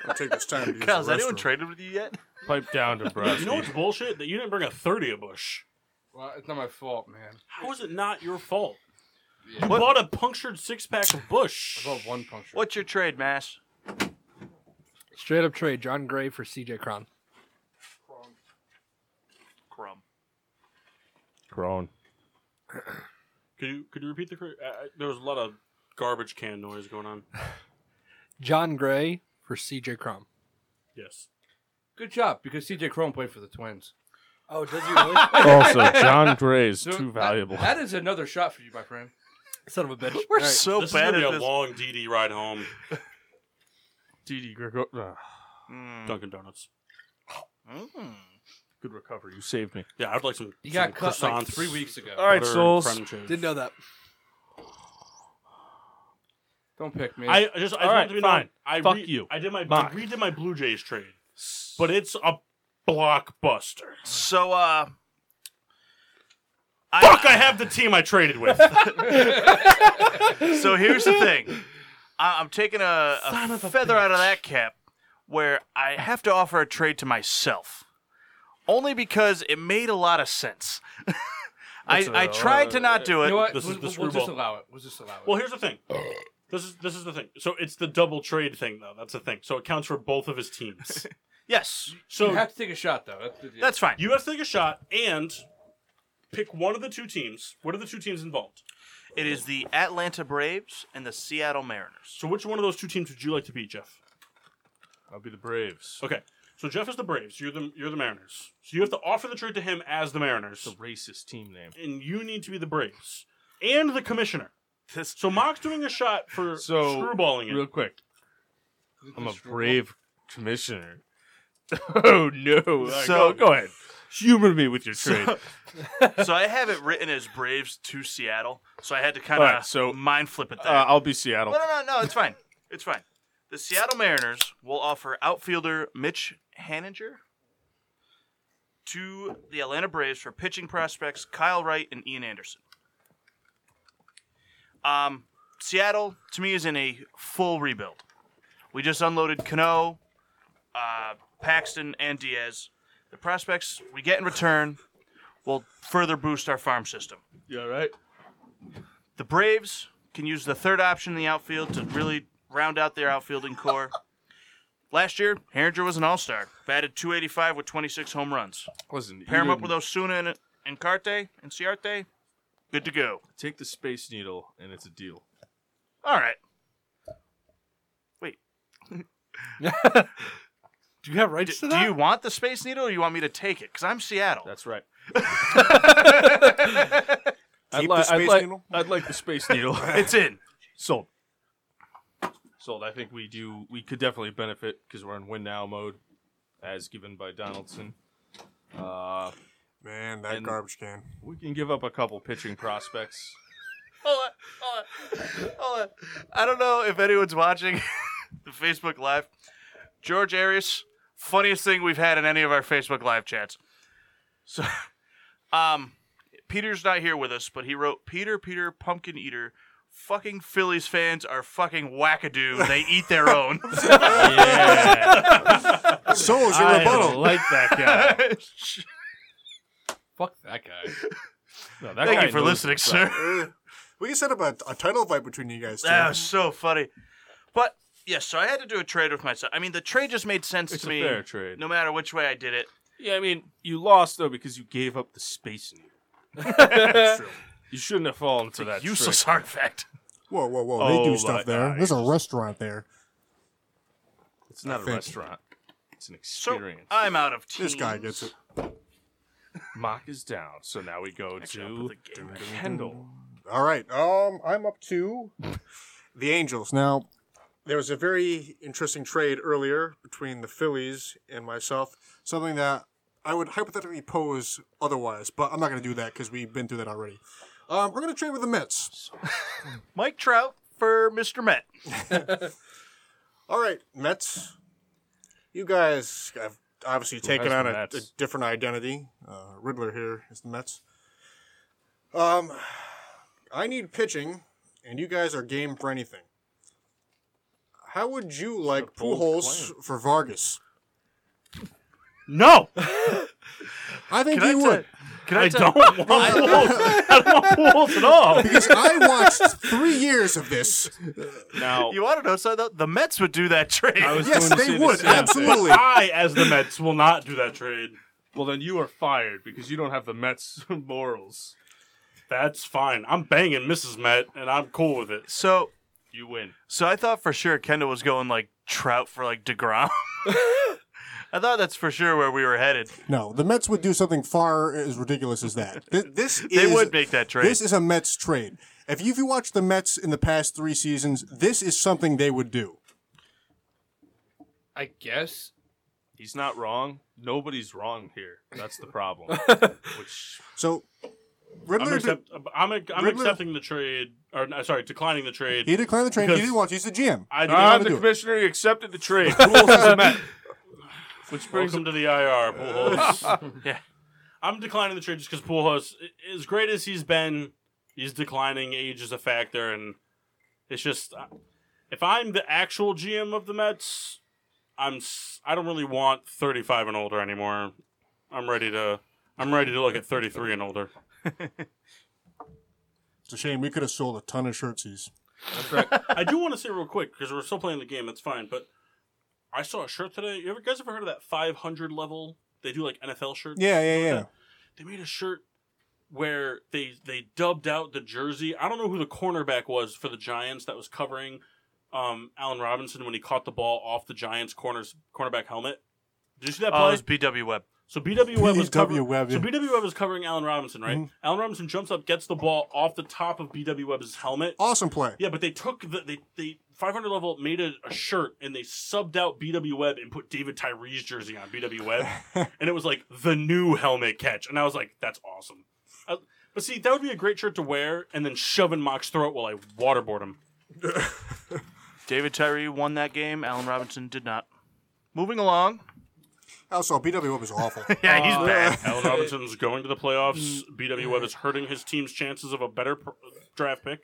I'll take this time to use Kyle, has the anyone restroom. traded with you yet? Pipe down to Brad. You know what's bullshit? That you didn't bring a 30 a bush. Well, it's not my fault, man. How is it not your fault? Yeah. You bought a punctured six pack of Bush. I bought one puncture. What's your trade, Mass? straight up trade John Gray for CJ Cron. Crumb. Grown. Could you could you repeat the? cor- Uh, uh, there was a lot of garbage can noise going on. John Gray for CJ Cron. *laughs* Yes. Good job, because CJ Crone played for the Twins. Oh, does he *laughs* really? *laughs* Also, John Gray is So *laughs* too that- valuable. that is another shot for you, my friend. Son of a bitch. We're All right, so this is bad gonna be at a this. long DD ride *laughs* home. DD Gregor. ah, Mm. Dunkin' Donuts. Mm. good recovery. You saved me. Yeah, I'd like some. You got some cut like croissants, three weeks ago. All right, butter, souls. creme cheese. Didn't know that. Don't pick me. I I just. I just All want right, to be fine. known, I Fuck re- you. I did my Mock. redid my Blue Jays trade, but it's a blockbuster. So, uh. Fuck! I have the team I traded *laughs* with. So here's the thing. I- I'm taking a, a feather out of that cap where I have to offer a trade to myself. Only because it made a lot of sense. *laughs* I, I tried to not do you it. know what? This is we'll, the we'll- we'll screwball. disallow it. We'll disallow it. Well, here's the thing. This is this is the thing. So it's the double trade thing, though. That's the thing. So it counts for both of his *laughs* teams. Yes, you So have to take a shot, though. That's, the deal. that's fine. you have to take a shot and pick one of the two teams. What are the two teams involved? It is the Atlanta Braves and the Seattle Mariners. So which one of those two teams would you like to be, Jeff? I'll be the Braves. Okay. So Jeff is the Braves. You're the you're the Mariners. So you have to offer the trade to him as the Mariners, It's a racist team name. and you need to be the Braves and the commissioner. So Mock's doing a shot for So, *laughs* screwballing it. Real quick, I'm a brave *laughs* commissioner. *laughs* Oh no! All right, So- go, go ahead. Humor me with your trade. so I have it written as Braves to Seattle. So I had to kind of All right, so, mind flip it *laughs* uh, there. I'll be Seattle. no, no, no, no. It's fine. It's fine. The Seattle Mariners will offer outfielder Mitch Haniger to the Atlanta Braves for pitching prospects Kyle Wright and Ian Anderson. Um, Seattle to me is in a full rebuild. We just unloaded Cano, uh, Paxton, and Diaz. The prospects we get in return will further boost our farm system. You all right? The Braves can use the third option in the outfield to really round out their outfielding core. *laughs* Last year, Herringer was an all star, batted 285 with 26 home runs. Listen, Pair him you up with didn't Osuna and, and Carte and Ciarte, good to go. Take the Space Needle, and it's a deal. All right. Do you have rights D- to do that? you want the Space Needle or you want me to take it? Because I'm Seattle. That's *laughs* right. Keep li- the Space I'd like, Needle? I'd like the Space *laughs* Needle. it's in. Sold. Sold. I think we do. We could definitely benefit because we're in win now mode, as given by Donaldson. Uh, Man, that And- garbage can. we can give up a couple pitching *laughs* prospects. Hold on, hold on, hold on. I don't know if anyone's watching *laughs* the Facebook Live. George Arias, funniest thing we've had in any of our Facebook Live chats. So, *laughs* um, Peter's not here with us, but he wrote Peter, Peter, Pumpkin Eater. Fucking Phillies fans are fucking wackadoo. They eat their own. *laughs* *laughs* Yeah, So is your I rebuttal. like that guy. Fuck that guy. No, that Thank guy you for knows listening, what's sir. up. Uh, *laughs* we can set up a, a title fight between you guys. Too. That was so funny. But yes, so I had to do a trade with myself. I mean, the trade just made sense It's to a me. fair trade. No matter which way I did it. Yeah, I mean, you lost though because you gave up the Space Needle. You shouldn't have fallen for that. *laughs* trick. Useless artifact. Whoa, whoa, whoa! Oh they do my stuff there. God. There's a restaurant there. It's not a think. restaurant. It's an So experience. I'm out of teams. This guy gets it. Mock is down. So now we go to Kendall. All right. Um, I'm up to the Angels now. There was a very interesting trade earlier between the Phillies and myself. Something that I would hypothetically pose otherwise, but I'm not going to do that because we've been through that already. Um, we're going to trade with the Mets. Mike Trout for Mr. Met. All right, Mets. You guys have obviously taken has on the a, Mets? a different identity. Uh, Riddler here is the Mets. Um, I need pitching, and you guys are game for anything. How would you like bold Pujols for Vargas? No, I think Can I tell- you would. Can *laughs* I, tell don't want pools. I don't want pools at all. Because I watched three years of this. *laughs* Now, you want to know something? though? The Mets would do that trade. was Yes, going to they say the would. same thing. Absolutely. I, as the Mets, will not do that trade. Well, then you are fired because you don't have the Mets *laughs* morals. That's fine. I'm banging Mrs. Met, and I'm cool with it. so, You win. so I thought for sure Kendall was going like Trout for like Degrom. *laughs* I thought that's for sure where we were headed. No, the Mets would do something far as ridiculous as that. Th- This is They would make that trade. This is a Mets trade. If you've watched the Mets in the past three seasons, this is something they would do. I guess. He's not wrong. Nobody's wrong here. That's the problem. Which So I'm, Riddler, accept, I'm, I'm Riddler- accepting the trade, or no, sorry, declining the trade. he declined the trade. He Because- didn't want to. He's the GM. I do Ah, to the do it. commissioner he accepted the *laughs* trade. Rules as a Met. Which brings Welcome him. to the IR, Pujols. Yeah. I'm declining the trade just because Pujols, i- as great as he's been, he's declining. Age is a factor, and it's just uh, if I'm the actual GM of the Mets, I'm s- I don't really want 35 and older anymore. I'm ready to I'm ready to look at 33 and older. It's a shame we could have sold a ton of shirtsies. I do want to say real quick because we're still playing the game. That's fine, but I saw a shirt today. You ever guys ever heard of that 500 level? They do like NFL shirts. Yeah, yeah, yeah. they made a shirt where they they dubbed out the jersey. I don't know who the cornerback was for the Giants that was covering um, Allen Robinson when he caught the ball off the Giants corners cornerback helmet. Did you see that play? Oh, it was B.W. Webb. so BW Webb was B.W. covering. Uh, Webb, Mm-hmm. So yeah. BW Webb was covering Allen Robinson, right? Allen Robinson jumps up, gets the ball off the top of BW Webb's helmet. Awesome play. Yeah, but they took the they they 500 level made a, a shirt and they subbed out BW Webb and put David Tyree's jersey on BW *laughs* Webb, and it was like the new helmet catch, and I was like, that's awesome. I- but see, that would be a great shirt to wear and then shove in Mock's throat while I waterboard him. David Tyree won that game. Allen Robinson did not. Moving along. Also, BW *laughs* was awful. Yeah, he's bad. *laughs* Allen Robinson's going to the playoffs. Mm. BW Webb is hurting his team's chances of a better pr- uh, draft pick.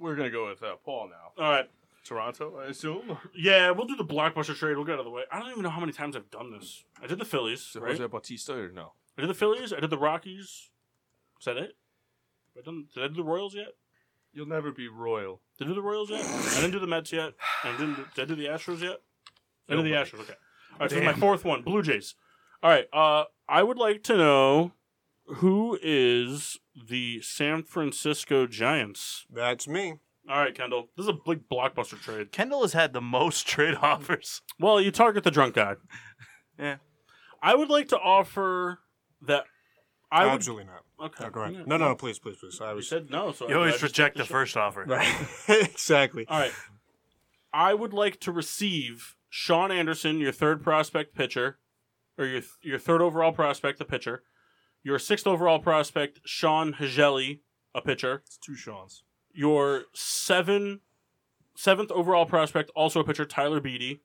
We're gonna go with uh, Paul now. All right. Toronto, I assume. Yeah, we'll do the blockbuster trade. We'll get out of the way. I don't even know how many times I've done this. I did the Phillies. So Right? Jose Bautista or no? I did the Phillies. I did the Rockies. Is that it? Have I done, did I do the Royals yet? You'll never be royal. Did I do the Royals yet? I didn't do the Mets yet. I didn't. do- Did I do the Astros yet? I did the Astros. Okay. All right. So this is my fourth one. Blue Jays. All right. Uh, I would like to know who is the San Francisco Giants. That's me. All right, Kendall. This is a big blockbuster trade. Kendall has had the most trade offers. Well, you target the drunk *laughs* guy. Yeah. I would like to offer that. I would. Absolutely not. Okay. No, Oh, go Yeah. ahead. No, no, no, please, please, please. I You was said no. So Oh, I- You I always just- reject the first offer. *laughs* right. *laughs* exactly. All right. I would like to receive Sean Anderson, your third prospect pitcher, or your your third overall prospect, the pitcher, your sixth overall prospect, Sean Hajeli, a pitcher, It's two Sean's. your seven seventh overall prospect, also a pitcher, Tyler Beatty,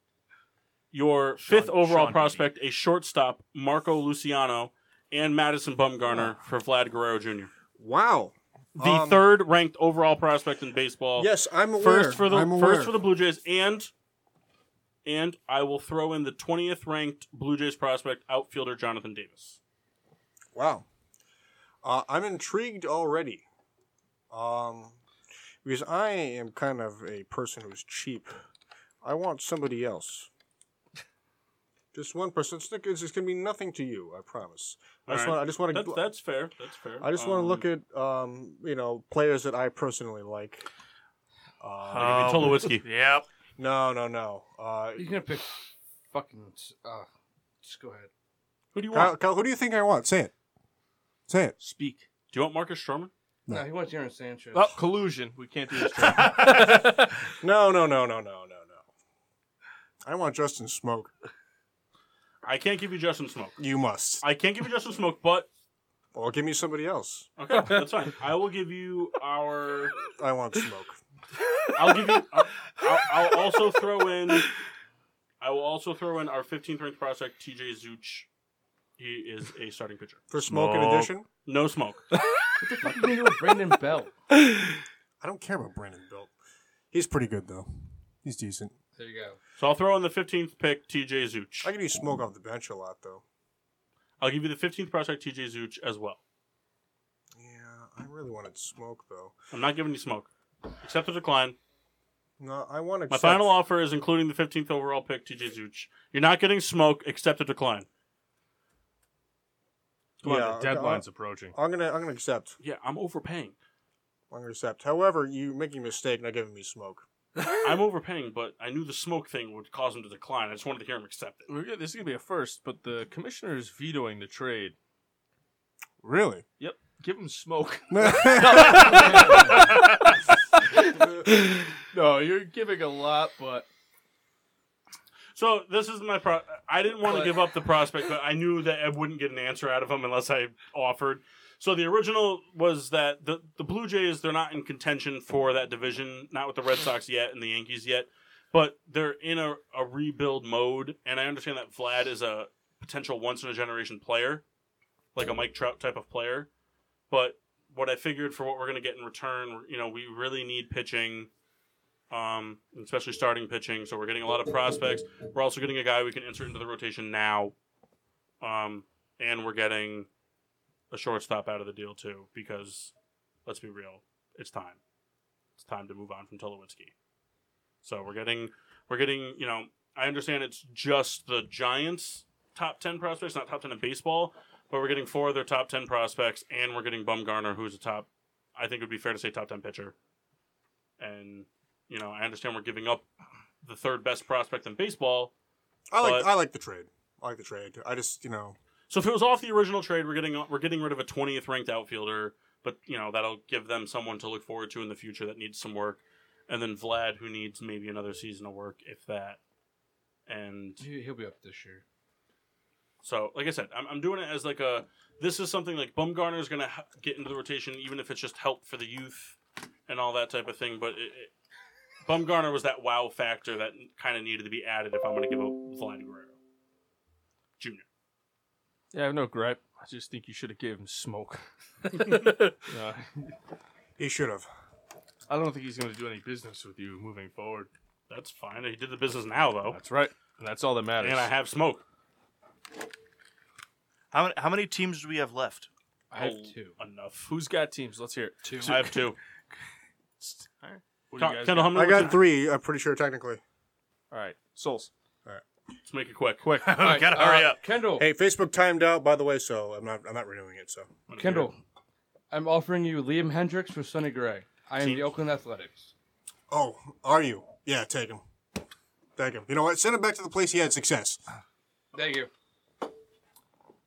your fifth overall Sean prospect, a shortstop, Marco Luciano, and Madison Bumgarner for Vlad Guerrero Jr. Wow. The Um, third ranked overall prospect in baseball Yes, I'm aware. Oh. first for the I'm aware. first for the Blue Jays, and and I will throw in the twentieth ranked Blue Jays prospect outfielder Jonathan Davis. Wow. Uh, I'm intrigued already. Um, because I am kind of a person who's cheap. I want somebody else. Just one person. It's, not- it's, it's going to be nothing to you, I promise. I just All right. want. I just want That's, to. that's fair. That's fair. I just want to Um, look at um, you know players that I personally like. Uh, Like if Um, you told a whiskey. *laughs* Yep. no, no, no. Uh, He's gonna pick fucking. Uh, just go ahead. Who do you want? Kyle, Kyle, who do you think I want? Say it. Say it. Speak. Do you want Marcus Stroman? No, No. he wants Aaron Sanchez. *laughs* Oh, collusion. We can't do this. Trade. No, no, no, no, no, no, no. I want Justin Smoke. I can't give you Justin Smoke. You must. I can't give you Justin Smoke, but Or give me somebody else. okay, that's fine. I will give you our. I want smoke. I'll give you. I'll, I'll, I'll also throw in. I will also throw in our 15th ranked prospect TJ Zuch. He is a starting pitcher. For smoke, in Smoke. addition, No smoke. What the fuck are you gonna do with Brandon Bell? I don't care about Brandon Belt. He's pretty good though. He's decent. There you go. So I'll throw in the 15th pick, TJ Zuch. I can use smoke off the bench a lot though. I'll give you the 15th prospect, TJ Zuch, as well. Yeah, I really wanted smoke though. I'm not giving you smoke. Accept the decline. No, I want to. My final offer is including the 15th overall pick, TJ Zuch. You're not getting smoke. Accept the decline. Come Yeah, on, okay, the deadline's I'll- approaching. I'm gonna, I'm gonna accept. Yeah, I'm overpaying. I'm gonna accept. However, you making a mistake not giving me smoke. I'm overpaying, but I knew the smoke thing would cause him to decline. I just wanted to hear him accept it. We're gonna- this is gonna be a first, but the commissioner is vetoing the trade. Really? Yep, give him *laughs* smoke. no, you're giving a lot, but So this is my pro. I didn't want to But- give up the prospect, but I knew that I wouldn't get an answer out of him unless I offered. So the original was that the the Blue Jays they're not in contention for that division, not with the Red Sox yet and the Yankees yet, but they're in a, a rebuild mode. And I understand that Vlad is a potential once in a generation player, like a Mike Trout type of player. But what I figured for what we're going to get in return, you know, we really need pitching um, especially starting pitching. So we're getting a lot of prospects. We're also getting a guy we can insert into the rotation now, um, and we're getting a shortstop out of the deal too. Because let's be real, it's time. It's time to move on from Tulowitzki. So we're getting, we're getting. You know, I understand it's just the Giants' top ten prospects, not top ten in baseball, but we're getting four of their top ten prospects, and we're getting Bumgarner, who's a top. I think it would be fair to say top ten pitcher. And you know, I understand we're giving up the third best prospect in baseball. I like, But- I like the trade. I like the trade. I just, you know, So if it was off the original trade, we're getting we're getting rid of a 20th ranked outfielder, but you know that'll give them someone to look forward to in the future that needs some work. and then Vlad, who needs maybe another season of work, if that. And He- He'll be up this year. so, like I said, I'm, I'm doing it as like a. This is something like Bumgarner is going to ha- get into the rotation, even if it's just help for the youth and all that type of thing. But it, it, Bumgarner was that wow factor that kind of needed to be added if I'm going to give up Vlad Guerrero Jr. Yeah, I have no gripe. I just think you should have gave him smoke. Uh, He should have. I don't think he's going to do any business with you moving forward. That's fine. He did the business now, though. That's right. And that's all that matters. And I have smoke. How many, how many teams do we have left? I have Oh, *laughs* two. Enough. Who's got teams? Let's hear it. Two. I have *laughs* two. What do Ken- you guys Kendall, how many? I was got it? three. I'm pretty sure technically. got? All right. Souls. Let's make it quick. Quick. Alright, gotta hurry uh, up. Kendall. Hey, Facebook timed out by the way, so I'm not I'm not renewing it. So Kendall, I'm offering you Liam Hendricks for Sonny Gray. I am Team- the Oakland Athletics. oh, are you? Yeah, take him. Take him. You know what? Send him back to the place he had success. Thank you.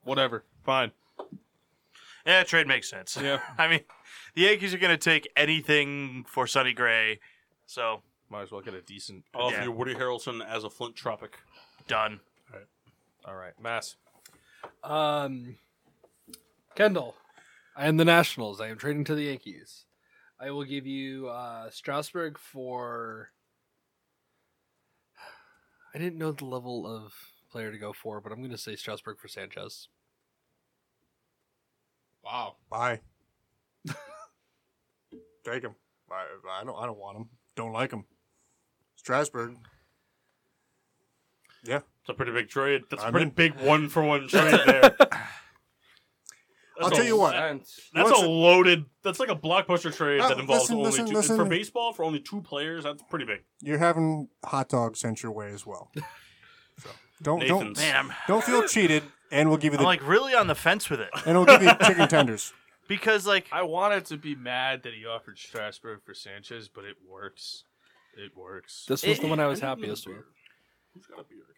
Whatever. Fine. Yeah, trade makes sense. Yeah. *laughs* I mean, the Yankees are going to take anything for Sonny Gray, so Might as well get a decent. I'll offer Yeah. you Woody Harrelson as a Flint Tropic. done. All right. Mass. Um, Kendall, I am the Nationals. I am trading to the Yankees. I will give you uh, Strasburg for. I didn't know the level of player to go for, but I'm going to say Strasburg for Sanchez. Wow. Bye. *laughs* take him. I, I don't I don't want him. Don't like him. Strasburg. Yeah. It's a pretty big trade. That's a I'm pretty in. big one for *laughs* one trade there. I'll That's tell a- you what. And That's What's a it- loaded. That's like a blockbuster trade Uh, that involves listen, only listen, two listen. for baseball for only two players. That's pretty big. You're having hot dog sent your way as *laughs* well. So don't Nathan's. Man, I'm, don't don't feel cheated, and we'll give you the I'm like really on the fence with it and we'll give you chicken tenders. because like I wanted to be mad that he offered Strasburg for Sanchez, but it works. It works. This was the one I was happiest with. Who's got a beer? I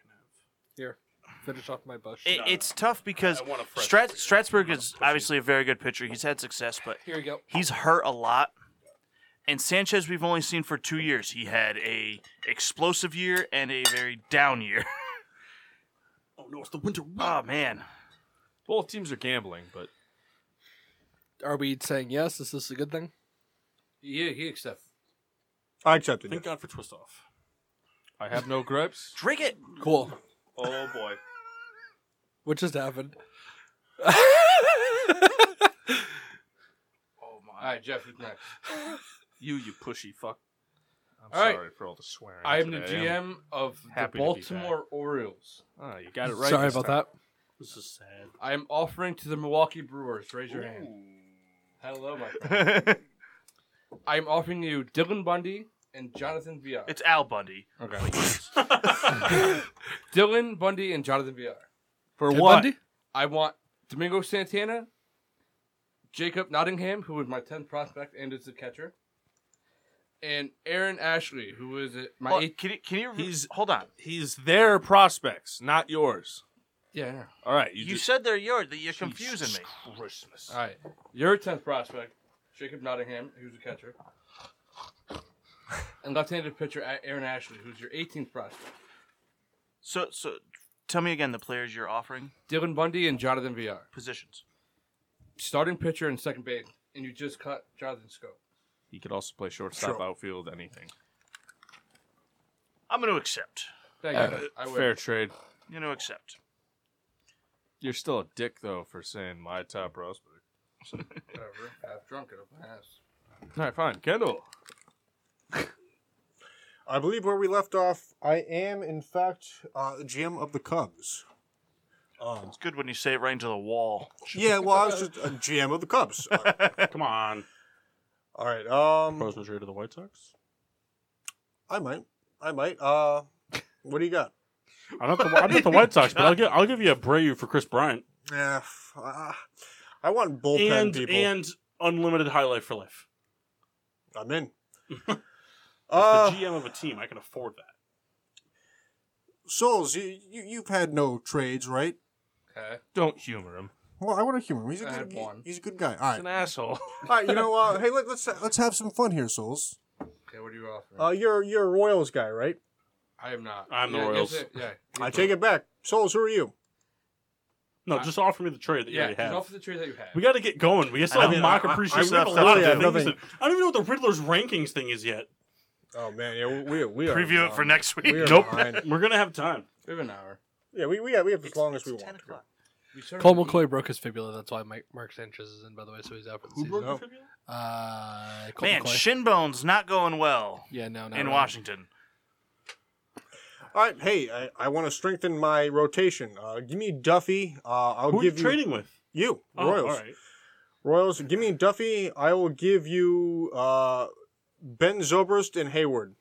Here, finish off my bush. it, it's tough because I want a fresh Strat- beer. Strasburg I'm not is pushing. obviously a very good pitcher. He's had success, but Here we go. he's hurt a lot. And Sanchez, we've only seen for two years. He had a explosive year and a very down year. *laughs* Oh no, it's the winter. oh man, Both teams are gambling, but Are we saying yes? Is this a good thing? yeah, he accepted. I accepted Thank it. God for twist off. I have no gripes. drink it. Cool. Oh boy. What just happened? Oh All right, Jeff, who's next? You, you pushy fuck. I'm All right. sorry for all the swearing. I am the today. GM I'm- of the happy to be back. Baltimore Orioles. Oh, you got it right. Sorry this about time. that. This is sad. I am offering to the Milwaukee Brewers. Raise your hand. Hello, *laughs* my friend. I am offering you Dylan Bundy and Jonathan *laughs* VR. it's Al Bundy. Okay. Dylan Bundy and Jonathan VR. For Ted what? Bundy? I want Domingo Santana, Jacob Nottingham, who is my 10th prospect and is the catcher, and Aaron Ashley, who is uh, my Hold- eighth. can you can you He's- hold on? He's their prospects, not yours. Yeah, I know. All right, you, You, just said they're yours. That you're confusing me. Christmas. All right. Your 10th prospect, Jacob Nottingham, who's a catcher, and left handed pitcher A- Aaron Ashley, who's your 18th prospect. So so, tell me again the players you're offering Dylan Bundy and Jonathan VR. positions. Starting pitcher and second base, and you just cut Jonathan Scope. He could also play shortstop, outfield, anything. I'm going to accept. Thank you. I will. Fair trade. I'm going to accept. You're still a dick though for saying my top prospect. Whatever. Half drunk it up my ass. All right, fine, Kendall. I believe where we left off, I am in fact uh, the GM of the Cubs. Um, It's good when you say it right into the wall. Yeah, well, I was just a GM of *laughs* the Cubs. Uh, Come on. all right, um, Frozen trade to the White Sox. I might, I might. Uh, what do you got? I'm not the, I'm not the White Sox, but I'll give I'll give you a Brayu for Chris Bryant Yeah, uh, I want bullpen and people. and unlimited high life for life. *laughs* I'm in. As uh, the GM of a team, I can afford that. Souls, you, you you've had no trades, right? Okay. Don't humor him. Well, I want to humor him. He's a I had good, one. he's a good guy. All He's right, an asshole. *laughs* all right. You know, uh, hey, let, let's let's have some fun here, Souls. Okay, what do you you off. man. Uh, you're you're a Royals guy, right? I am not. I'm the Yeah, Royals. yes, Yeah. I take it back. Souls, who are you? No, just offer me the trade that you Yeah, already just have. off the tree that you have. We got to get going. We still I have mean, mock I- I- appreciation. I I, really- a lot I of really have things. nothing. that- I don't even know what the Riddler's rankings thing is yet. Oh man, yeah, we we are Preview it for behind. next week. We are Nope. behind. *laughs* We're gonna have time. we have an hour. Yeah, we we have, we have as long as we want. We started Cole at McCoy broke his fibula. That's why Mike, Mark Sanchez is in, by the way, so he's out for the Who broke season. the trivia? Uh, Cole Man, McCoy. shin bones not going well yeah, no, no. in Washington. All right, hey, I, I want to strengthen my rotation. Uh, give me Duffy. Uh, I'll Who are you give trading with? you Oh, Royals. all right. Royals. Give me Duffy. I will give you uh, Ben Zobrist and Hayward.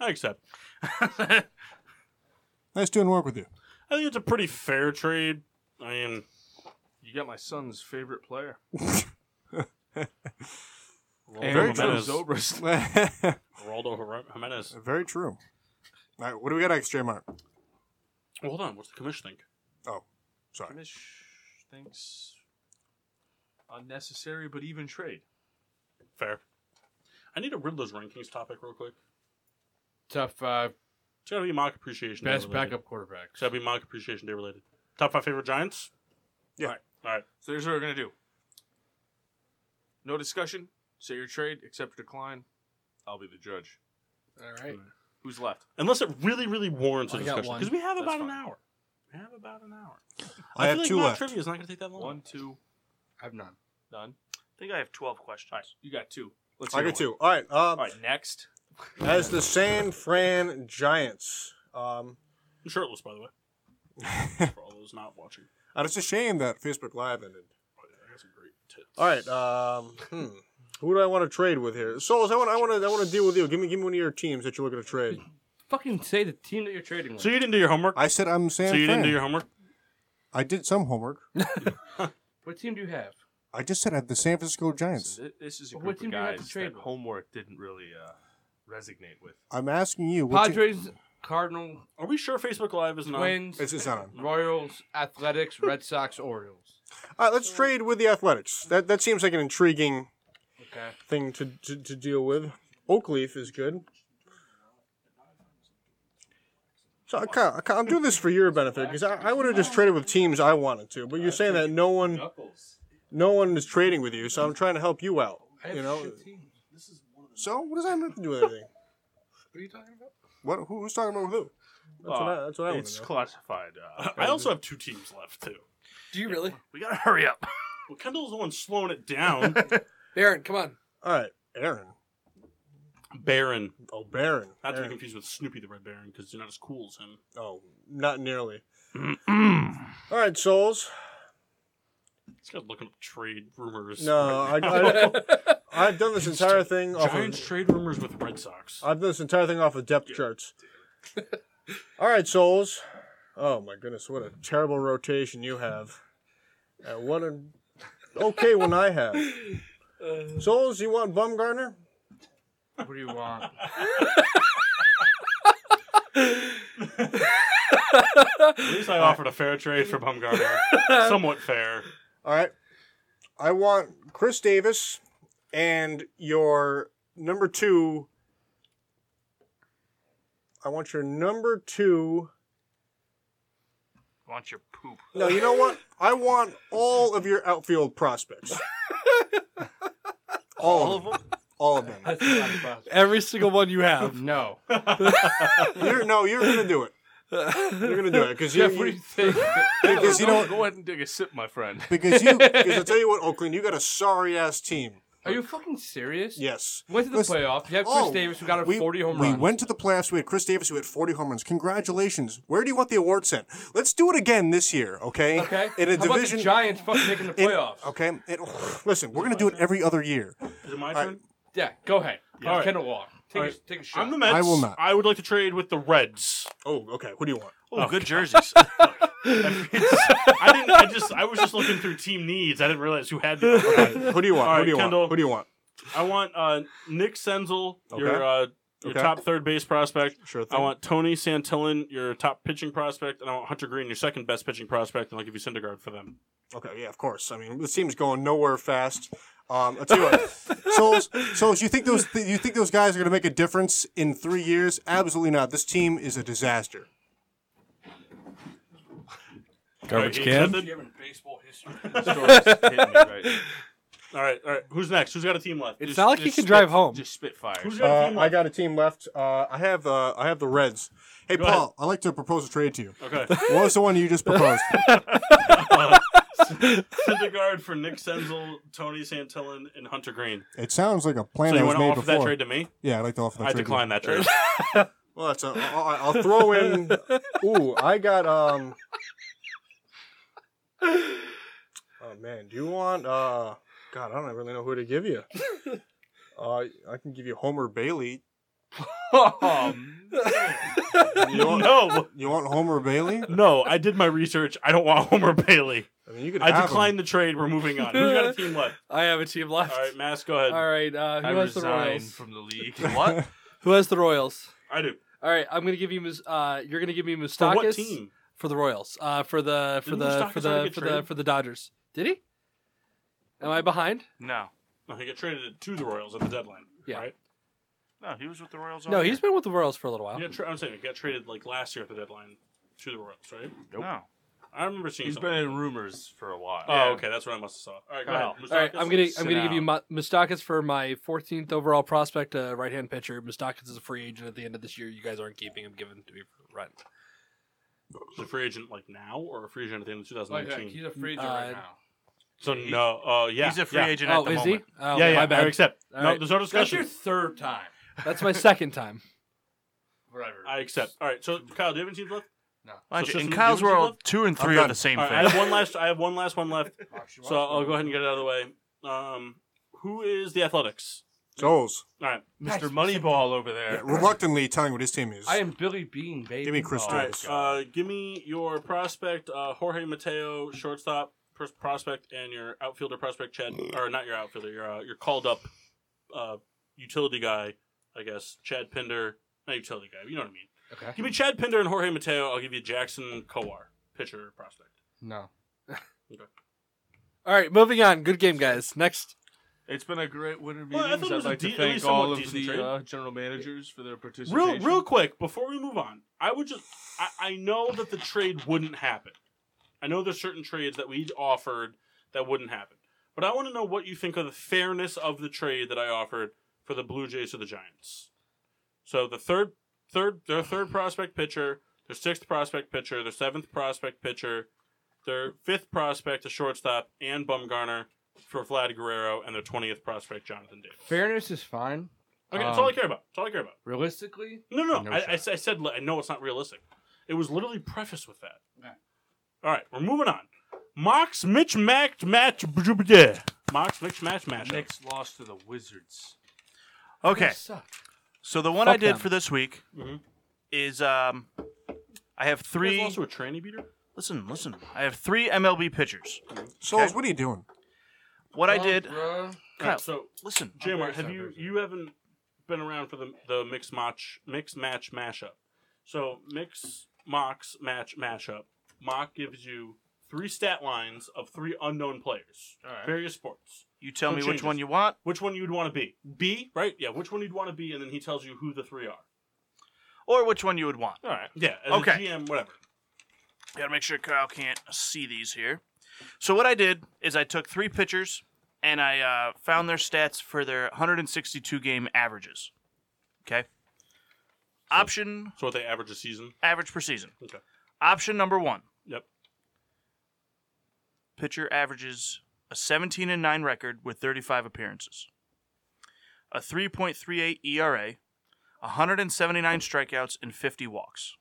I accept. Nice doing work with you. I think it's a pretty fair trade. I mean, You got my son's favorite player. Very true. Jimenez. Zobrist. *laughs* Geraldo Hor- Jimenez. Very true. All right, what do we got next, J Mark? Well, hold on. What's the commission think? Sorry. Thinks unnecessary, but even trade. Fair. I need a Riddler's rankings topic real quick. Top five It's gotta be mock appreciation. best day related. uh, backup quarterbacks. It's gotta be mock appreciation day related. Top five favorite Giants. So here's what we're gonna do. No discussion. Say your trade, accept or decline. I'll be the judge. All right. Who's left? Unless it really, really warrants a I got discussion, one. because we have That's about an fine. hour. We have about an hour. I, have feel two like mock left. Trivia is not gonna take that long. One, two, I have none. none. I think I have 12 questions. All right, you got two. Let's I hear got one. two. All right. Um, All right, next. As the San Fran Giants. Um, I'm shirtless, by the *laughs* way. For all those not watching, and it's a shame that Facebook Live ended. Oh, yeah, I got some great tits. All right. Um, hmm. Who do I want to trade with here? Souls, I want, I want to, I want to deal with you. Give me, give me one of your teams that you're looking to trade. Fucking say the team that you're trading with. So you didn't do your homework. I said I'm San so you Fran. didn't do your homework. I did some homework. what team do you have? I just said I had the San Francisco Giants. So thi- this is a But group what team of do you have to guys trade that with? homework didn't really uh, resonate *laughs* with. I'm asking you. what you- Padres, Cardinal, Are we sure Facebook Live is not? Twins, It's, it's not on. Royals, Athletics, Red Sox, Orioles. All right, let's trade with the Athletics. That that seems like an intriguing Okay. thing to, to, to deal with. Oakleaf is good. So I kind of, I'm doing this for your benefit because I, I would have just traded with teams I wanted to, but you're saying that no one, no one is trading with you, so I'm trying to help you out. I have You know. shit teams. So what does that have to do with anything? What are you talking about? What who, who's talking about who? That's what I, that's what I want it's to know. classified. Uh, *laughs* I also have two teams left too. Do you really? We got to hurry up. Well, Kendall's the one slowing it down. Baron, come on. All right, Aaron. Baron, Oh, Baron. not to be Aaron. confused with Snoopy the Red Baron, because you're not as cool as him. Oh, not nearly. *clears throat* All right, Souls. He's got looking up trade rumors. No, I, right now. I, I've done this entire thing off Giants of, trade rumors with Red Sox. I've done this entire thing off of depth charts. All right, Souls. Oh my goodness, what a terrible rotation you have, and what an okay one I have. Souls, you want Bumgarner? What do you want? *laughs* At least I offered a fair trade for Bumgarner. Somewhat fair. All right, I want Chris Davis and your number two. I want your number two. Want your poop. No, you know what? I want all of your outfield prospects. all, of them. All of them. That's not a prospect. Every single one you have. *laughs* no. You're, no, you're gonna do it. You're gonna do it because you, Jeff, what do you you, think? because you know go ahead and take a sip, my friend. because you because I tell you what, Oakland, you got a sorry ass team. Are you fucking serious? Yes. Went to the Listen- playoff. You have Chris Oh, Davis who got a 40 home we run. went to the playoffs. We had Chris Davis who had 40 home runs. Congratulations. Where do you want the award sent? Let's do it again this year, okay? Okay. In a How division. about the Giants fucking making the in- playoffs? okay. It- listen, we're gonna do it every other year. Is it my right. turn? Yeah, go ahead. All right. Kendall Walk. Take, All a, right. take a shot. I'm the Mets. I will not. I would like to trade with the *laughs* Reds. Oh, okay. What do you *laughs* want? Oh, *laughs* good jerseys. I didn't. I just. I was just looking through team needs. I didn't realize who had. The, *laughs* Who do you want? All who right, do you Kendall. want? Who do you want? I want uh, Nick Senzel, Okay. your uh, your Okay. top third base prospect. Sure thing. I want Tony Santillan, your top pitching prospect, and I want Hunter Green, your second best pitching prospect, and I'll give you Syndergaard for them. Okay, yeah, of course. I mean, this team's going nowhere fast. Um, I'll tell you what, *laughs* Souls, Souls, you think those you think those guys are going to make a difference in three years? Absolutely not. This team is a disaster. Garbage baseball *laughs* history. All right, all right. Who's next? Who's got a team left? It's Just- not like he just can spit- drive *laughs* home. *laughs* Just spitfire. Who's got a Uh, team I left? got a team left. Uh, I have uh, I have the Reds. Hey, Go Paul, I'd like to propose a trade to you. *laughs* Okay. Uh, What was the one you just *laughs* proposed? Syndergaard for Nick Senzel, Tony Santillan, and Hunter Green. it sounds like a plan So you that was want to made offer before. that trade to me? Yeah, I'd like to offer I that trade. to you. decline that trade. Well, that's a, I'll, I'll throw in. *laughs* Ooh, I got um. Oh man, do you want? uh God, I don't really know who to give *laughs* you. Uh, I can give you Homer Bailey. You want, no, you want *laughs* Homer Bailey? no. I did my research. I don't want Homer Bailey. I mean, you could. I have him. declined the trade. We're moving on. Who's got a team *laughs* left? I have a team All left. right, Mass, go ahead. All right, uh, I who has the resign Royals? from the *laughs* league. What? Who has the Royals? I do. All right, I'm gonna give you. Mus- Uh, you're gonna give me For Mustakis what team? for the Royals. Uh, for the for Didn't the for Moustakis already the get for the traded? for the Dodgers. Did he? Am I behind? no, No, he got traded to the Royals at the deadline. Yeah. Right? no, he was with the Royals. no, all he's year. been with the Royals for a little while. He got tra- I'm saying he got traded like last year at the deadline to the Royals, right? no. I remember seeing He's something. been in rumors for a while. Oh, okay. That's what I must have saw. All right, go Wow. ahead. All right, I'm gonna I'm Sit gonna give you down. Ma- Mustakis for my 14th overall prospect, uh, right-hand pitcher. Mustakis is a free agent at the end of this year. You guys aren't keeping him, given to me for rent. The free agent like now or a free agent at the end of 2019? he's a free agent Uh, right now. so no, uh, yeah, He's a free yeah. agent Oh, at the is moment. he? Oh, yeah, yeah. My I bad. accept. All no, right. there's no That's discussion. your third time. That's my second time. Whatever. I accept. All right. So Kyle, do you have any teams left? Mind So you, in Susan Kyle's Gibbons is world, left? two and three I'm are done. the same All right. I thing. have one last. I have one last one left. So I'll go ahead and get it out of the way. Um, who is the Athletics? Souls All right. Mr. Moneyball over there. reluctantly telling what his team is. I am Billy Bean, baby. Give me Chris All right. Davis. Uh, give me your prospect, uh, Jorge Mateo, shortstop pros- prospect, and your outfielder prospect, Chad, or not your outfielder, your uh, your called up uh, utility guy, I guess, Chad Pinder. Not utility guy. but You know what I mean. Okay. Give me Chad Pinder and Jorge Mateo. I'll give you Jackson Kowar, pitcher prospect. No. All right, moving on. Good game, guys. Next. It's been a great winter Well, I meetings. thought it was I'd a like de- to at thank least all somewhat of decent the trade. uh, general managers for their participation. Real, real quick, before we move on, I would just, I, I know that the trade wouldn't happen. I know there's certain trades that we offered that wouldn't happen. But I want to know what you think of the fairness of the trade that I offered for the Blue Jays to the Giants. So the third, third, their third prospect pitcher, their sixth prospect pitcher, their seventh prospect pitcher, their fifth prospect, a shortstop, and Bumgarner for Vlad Guerrero, and their twentieth prospect, Jonathan Davis. Fairness is fine. Okay, that's all I Um, care about. That's all I care about. Realistically, No, no, No I, shot. I, s- I said li- I know it's not realistic. It was literally prefaced with that. All right, we're moving on. Mox Mitch Mac Match Mox Mitch Match Match. Knicks lost to the Wizards. Okay. suck. So the one Fuck I did them. for this week Mhm. is um, I have Three. three. Also a tranny beater. Listen, listen. I have three MLB pitchers. Souls, what are you doing? What I did, Bruh. All right, Kyle, so listen. Jamar, very have sorry, you very sorry. you haven't been around for the the mix match mix match mashup? So mix Mox match mashup. Mock gives you three stat lines of three unknown players, various sports. You tell no me changes. which one you want. Which one you'd want to be? B, right? Yeah, which one you'd want to be, and then he tells you who the three are. or which one you would want. All right. Yeah. As okay. Okay. GM, whatever. Gotta make sure Kyle can't see these here. So what I did is I took three pitchers and I uh, found their stats for their 162 game averages. Okay. Option So what they average a season. average per season. Okay. Option number one. Yep. Pitcher averages a 17 and 9 record with 35 appearances, a 3.38 ERA, 179 strikeouts, and 50 walks.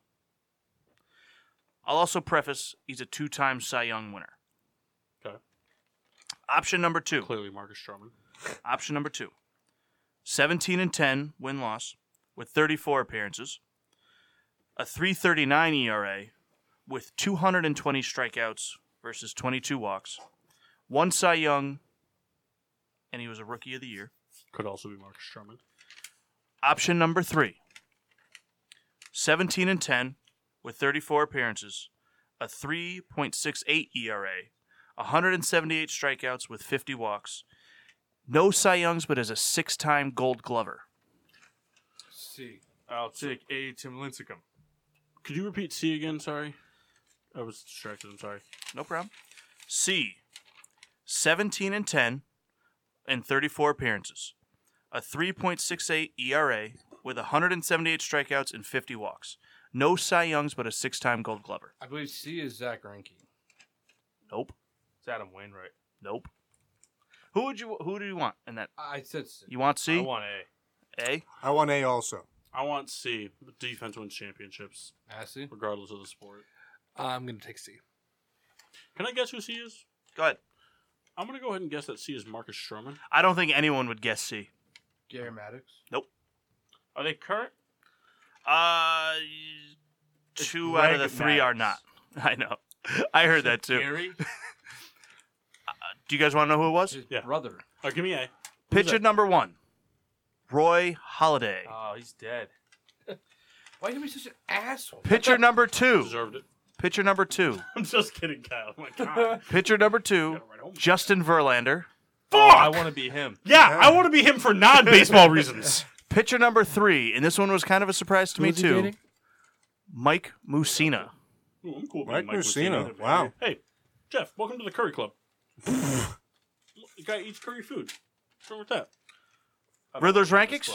I'll also preface he's a two time Cy Young winner. Okay. Option number two. Clearly, Marcus Stroman. Option number two 17 and 10 win loss with 34 appearances, a 339 ERA with 220 strikeouts versus 22 walks, one Cy Young, and he was a rookie of the year. Could also be Marcus Stroman. Option number three 17 and 10 with 34 appearances, a 3.68 ERA, 178 strikeouts with 50 walks. No Cy Youngs, but is a six time gold glover. C. I'll take A. Tim Lincecum. Could you repeat C again? Sorry. I was distracted. I'm sorry. No problem. C. 17 and 10 and 34 appearances. A 3.68 ERA E with 178 strikeouts and 50 walks. No Cy Youngs, but a six time gold glover. I believe C is Zach Greinke. Nope. It's Adam Wainwright. Nope. Who would you who do you want in that? I said C. You want I C? want A. A? I want A *laughs* also. I want C. but Defense wins championships, Massey. regardless of the sport. I'm gonna take C. Can I guess who C is? Go ahead. I'm gonna go ahead and guess that C is Marcus Stroman. I don't think anyone would guess C. Gary Maddox. Are they current? Uh, two Greg out of the three are not. *laughs* Maddox. I know. I heard that too. Gary? Do you guys want to know who it was? His Yeah. brother. All right, Oh, give me A. Pitcher that? number one, Roy Holiday. Oh, he's dead. Why did we such an *laughs* asshole? Pitcher number two. *laughs* Deserved it. Pitcher number two. I'm just kidding, Kyle. My *laughs* God. Pitcher number two, Justin Verlander. Fuck! Oh, I want to be him. yeah, I want to be him for non-baseball reasons. Pitcher number three, and this one was kind of a surprise to me too. Mike Musina. Ooh, I'm cool. Mike being Mussina. Mussina. Wow. Hey, Jeff, welcome to the Curry Club. the guy eats curry food. What's wrong with that? Uh, Riddler's rankings.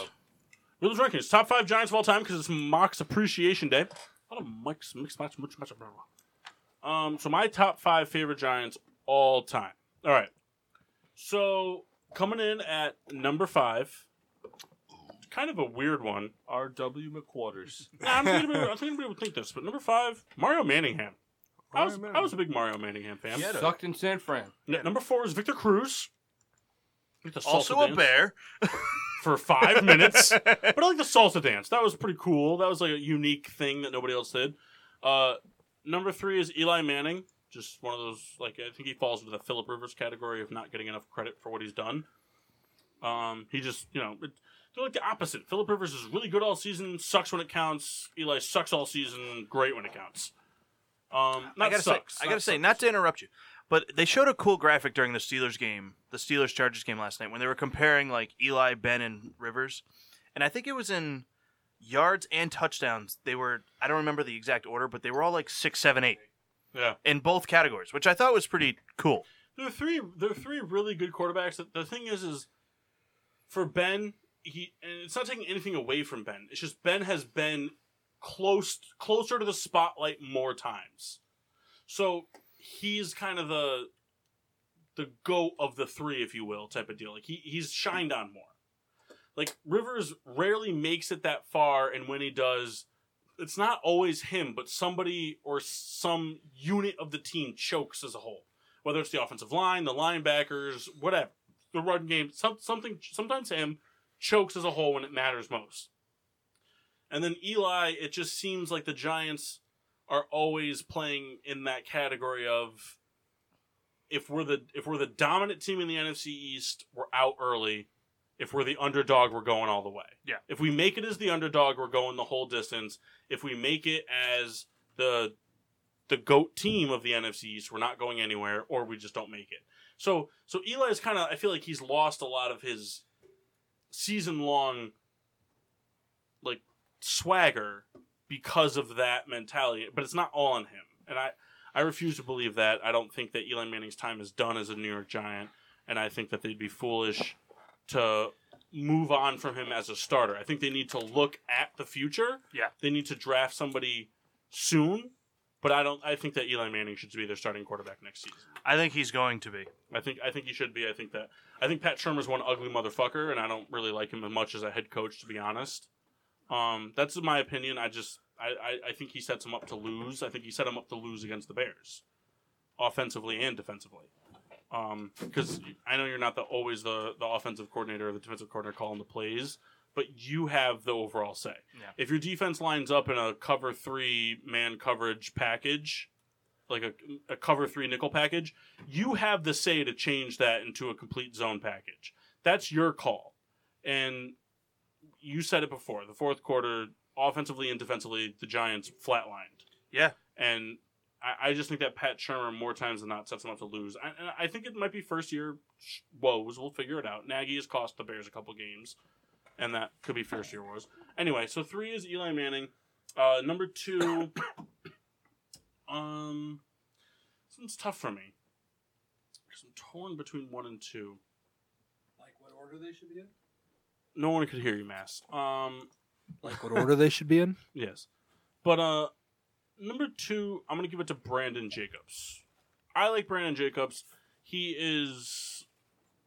Riddler's rankings top five Giants of all time because it's Mock's Appreciation Day. A lot of Mike's mixed match, much match. Blah, blah. Um, so my top five favorite Giants all time. All right. So coming in at number five, kind of a weird one. R.W. McQuarters. Nah, I'm thinking about- I don't think anybody would think this, but number five, Mario Manningham. I was, Mario I was a big Mario Manningham fan. Yeah. Sucked in San Fran. N- Number four is Victor Cruz. Like the Also salsa dance a bear. for five minutes, but I like the salsa dance. That was pretty cool. That was like a unique thing that nobody else did. Uh, number three is Eli Manning. Just one of those like I think he falls into the Philip Rivers category of not getting enough credit for what he's done. Um, he just you know it, they're like the opposite. Philip Rivers is really good all season, sucks when it counts. Eli sucks all season, great when it counts. Um, not I gotta sucks. say, I gotta say, not to interrupt you, but they showed a cool graphic during the Steelers game, the Steelers Chargers game last night, when they were comparing like Eli, Ben, and Rivers, and I think it was in yards and touchdowns. They were, I don't remember the exact order, but they were all like six, seven, eight yeah. in both categories, which I thought was pretty cool. There are three. There are three really good quarterbacks. The- The thing is, is for Ben, he and it's not taking anything away from Ben. It's just Ben has been close, closer to the spotlight more times. So he's kind of the the goat of the three, if you will, type of deal. Like he he's shined on more. Like Rivers rarely makes it that far, and when he does, it's not always him, but somebody or some unit of the team chokes as a whole whether it's the offensive line, the linebackers, whatever, the run game, some, something. Sometimes him chokes as a whole when it matters most. And then Eli, it just seems like the Giants are always playing in that category of if we're the if we're the dominant team in the NFC East, we're out early. If we're the underdog, we're going all the way. Yeah. If we make it as the underdog, we're going the whole distance. If we make it as the the goat team of the NFC East. We're not going anywhere, or we just don't make it. So so Eli is kind of I feel like he's lost a lot of his season long like swagger because of that mentality. But it's not all on him, and I I refuse to believe that. I don't think that Eli Manning's time is done as a New York Giant, and I think that they'd be foolish to move on from him as a starter. I think they need to look at the future. Yeah. They need to draft somebody soon but I don't. I think that Eli Manning should be their starting quarterback next season. I think he's going to be. I think. I think he should be. I think that. I think Pat Shermer's one ugly motherfucker, and I don't really like him as much as a head coach, to be honest. Um, that's my opinion. I just. I, I, I think he sets him up to lose. I think he set him up to lose against the Bears, offensively and defensively. Um, because I know you're not the always the the offensive coordinator or the defensive coordinator calling the plays, but you have the overall say. Yeah. If your defense lines up in a cover three man coverage package, like a, a cover three nickel package, you have the say to change that into a complete zone package. That's your call, and you said it before. The fourth quarter, offensively and defensively, the Giants flatlined. Yeah. and I, I just think that Pat Shermer more times than not sets them up to lose. I, and I think it might be first year sh- woes. We'll figure it out. Nagy has cost the Bears a couple games, and that could be first year woes. Anyway, so three is Eli Manning. Uh, number two, *coughs* um, this one's tough for me because I'm torn between one and two. Like what order they should be in? No one could hear you, Mass. Um, Like what order they should be in? Yes. But uh number two, I'm gonna give it to Brandon Jacobs. I like Brandon Jacobs. He is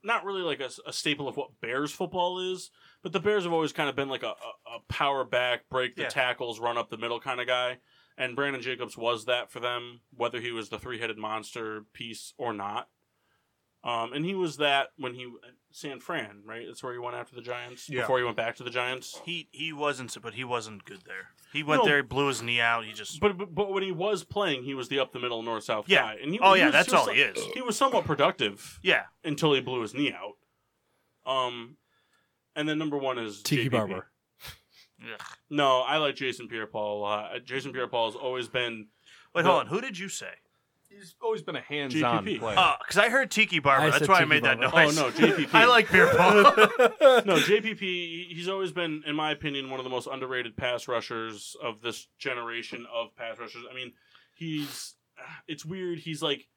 not really like a, a staple of what Bears football is, but the Bears have always kind of been like a, a, a power back, break the Yeah. tackles, run up the middle kind of guy. And Brandon Jacobs was that for them, whether he was the three headed monster piece or not. Um, and he was that when he uh, San Fran, right? That's where he went after the Giants Yeah. before he went back to the Giants. He he wasn't, but he wasn't good there. He went No. there, he blew his knee out. He just But, but but when he was playing, he was the up the middle north south Yeah. guy. And he, oh he yeah, was- that's was all he some- is. He was somewhat productive Yeah, until he blew his knee out. Um, and then number one is Tiki JPP. Barber. Ugh. No, I like Jason Pierre-Paul a lot. Uh, Jason Pierre-Paul has always been Wait, Well- hold on. Who did you say? He's always been a hands-on JPP. player. Oh, because I heard Tiki Barber. I That's said why I Tiki made that oh noise. no JPP. *laughs* I like beer pong. no JPP. he- He's always been, in my opinion, one of the most underrated pass rushers of this generation of pass rushers. I mean, he's *sighs* it's weird. He's like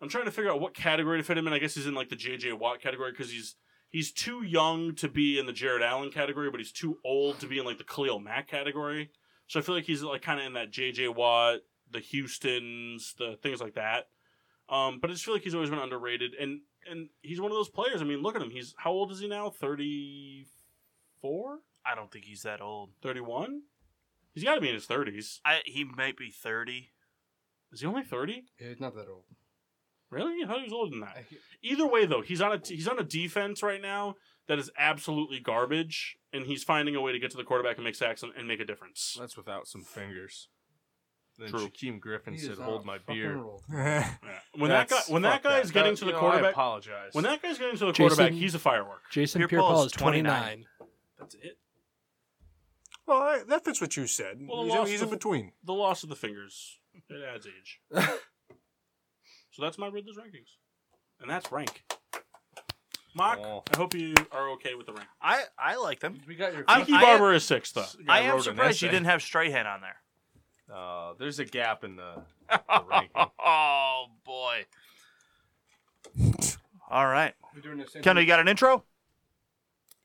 I'm trying to figure out what category to fit him in. I guess he's in like the JJ Watt category because he's he's too young to be in the Jared Allen category, but he's too old to be in like the Khalil Mack category. So I feel like he's like kind of in that JJ Watt, the Houston's, the things like that. Um, but I just feel like he's always been underrated, and and he's one of those players. I mean, look at him. He's how old is he now? 34? I don't think he's that old. 31? He's got to be in his thirties. I, he might be thirty. Is he only thirty? Yeah, he's not that old. Really? I thought he was older than that. I, Either way, though, he's on a he's on a defense right now that is absolutely garbage, and he's finding a way to get to the quarterback and make sacks and, and make a difference. That's without some fingers. Then True. Shaquem Griffin he said, is on "Hold a my fucking beer." roll. Yeah. When that guy That's- when that fuck guy's getting That- to the you know, I quarterback apologize. when that guy's getting to the Jason- quarterback, he's a firework. Jason Pierre-Paul Pierre-Paul is is 29. That's it. Well, I, that fits what you said. Well, he's, in- lost he's the- in between. The loss of the fingers. It adds age. so that's my Riddler's rankings. And that's rank. Mock, Oh. I hope you are okay with the rank. I I like them. We got your. I'm- Tiki I Barber is sixth, though. This guy I am wrote an surprised you essay. didn't have Strahan on there. Uh, there's a gap in the, the ranking. Oh boy. All right, we're doing the same Kendall, you got an intro?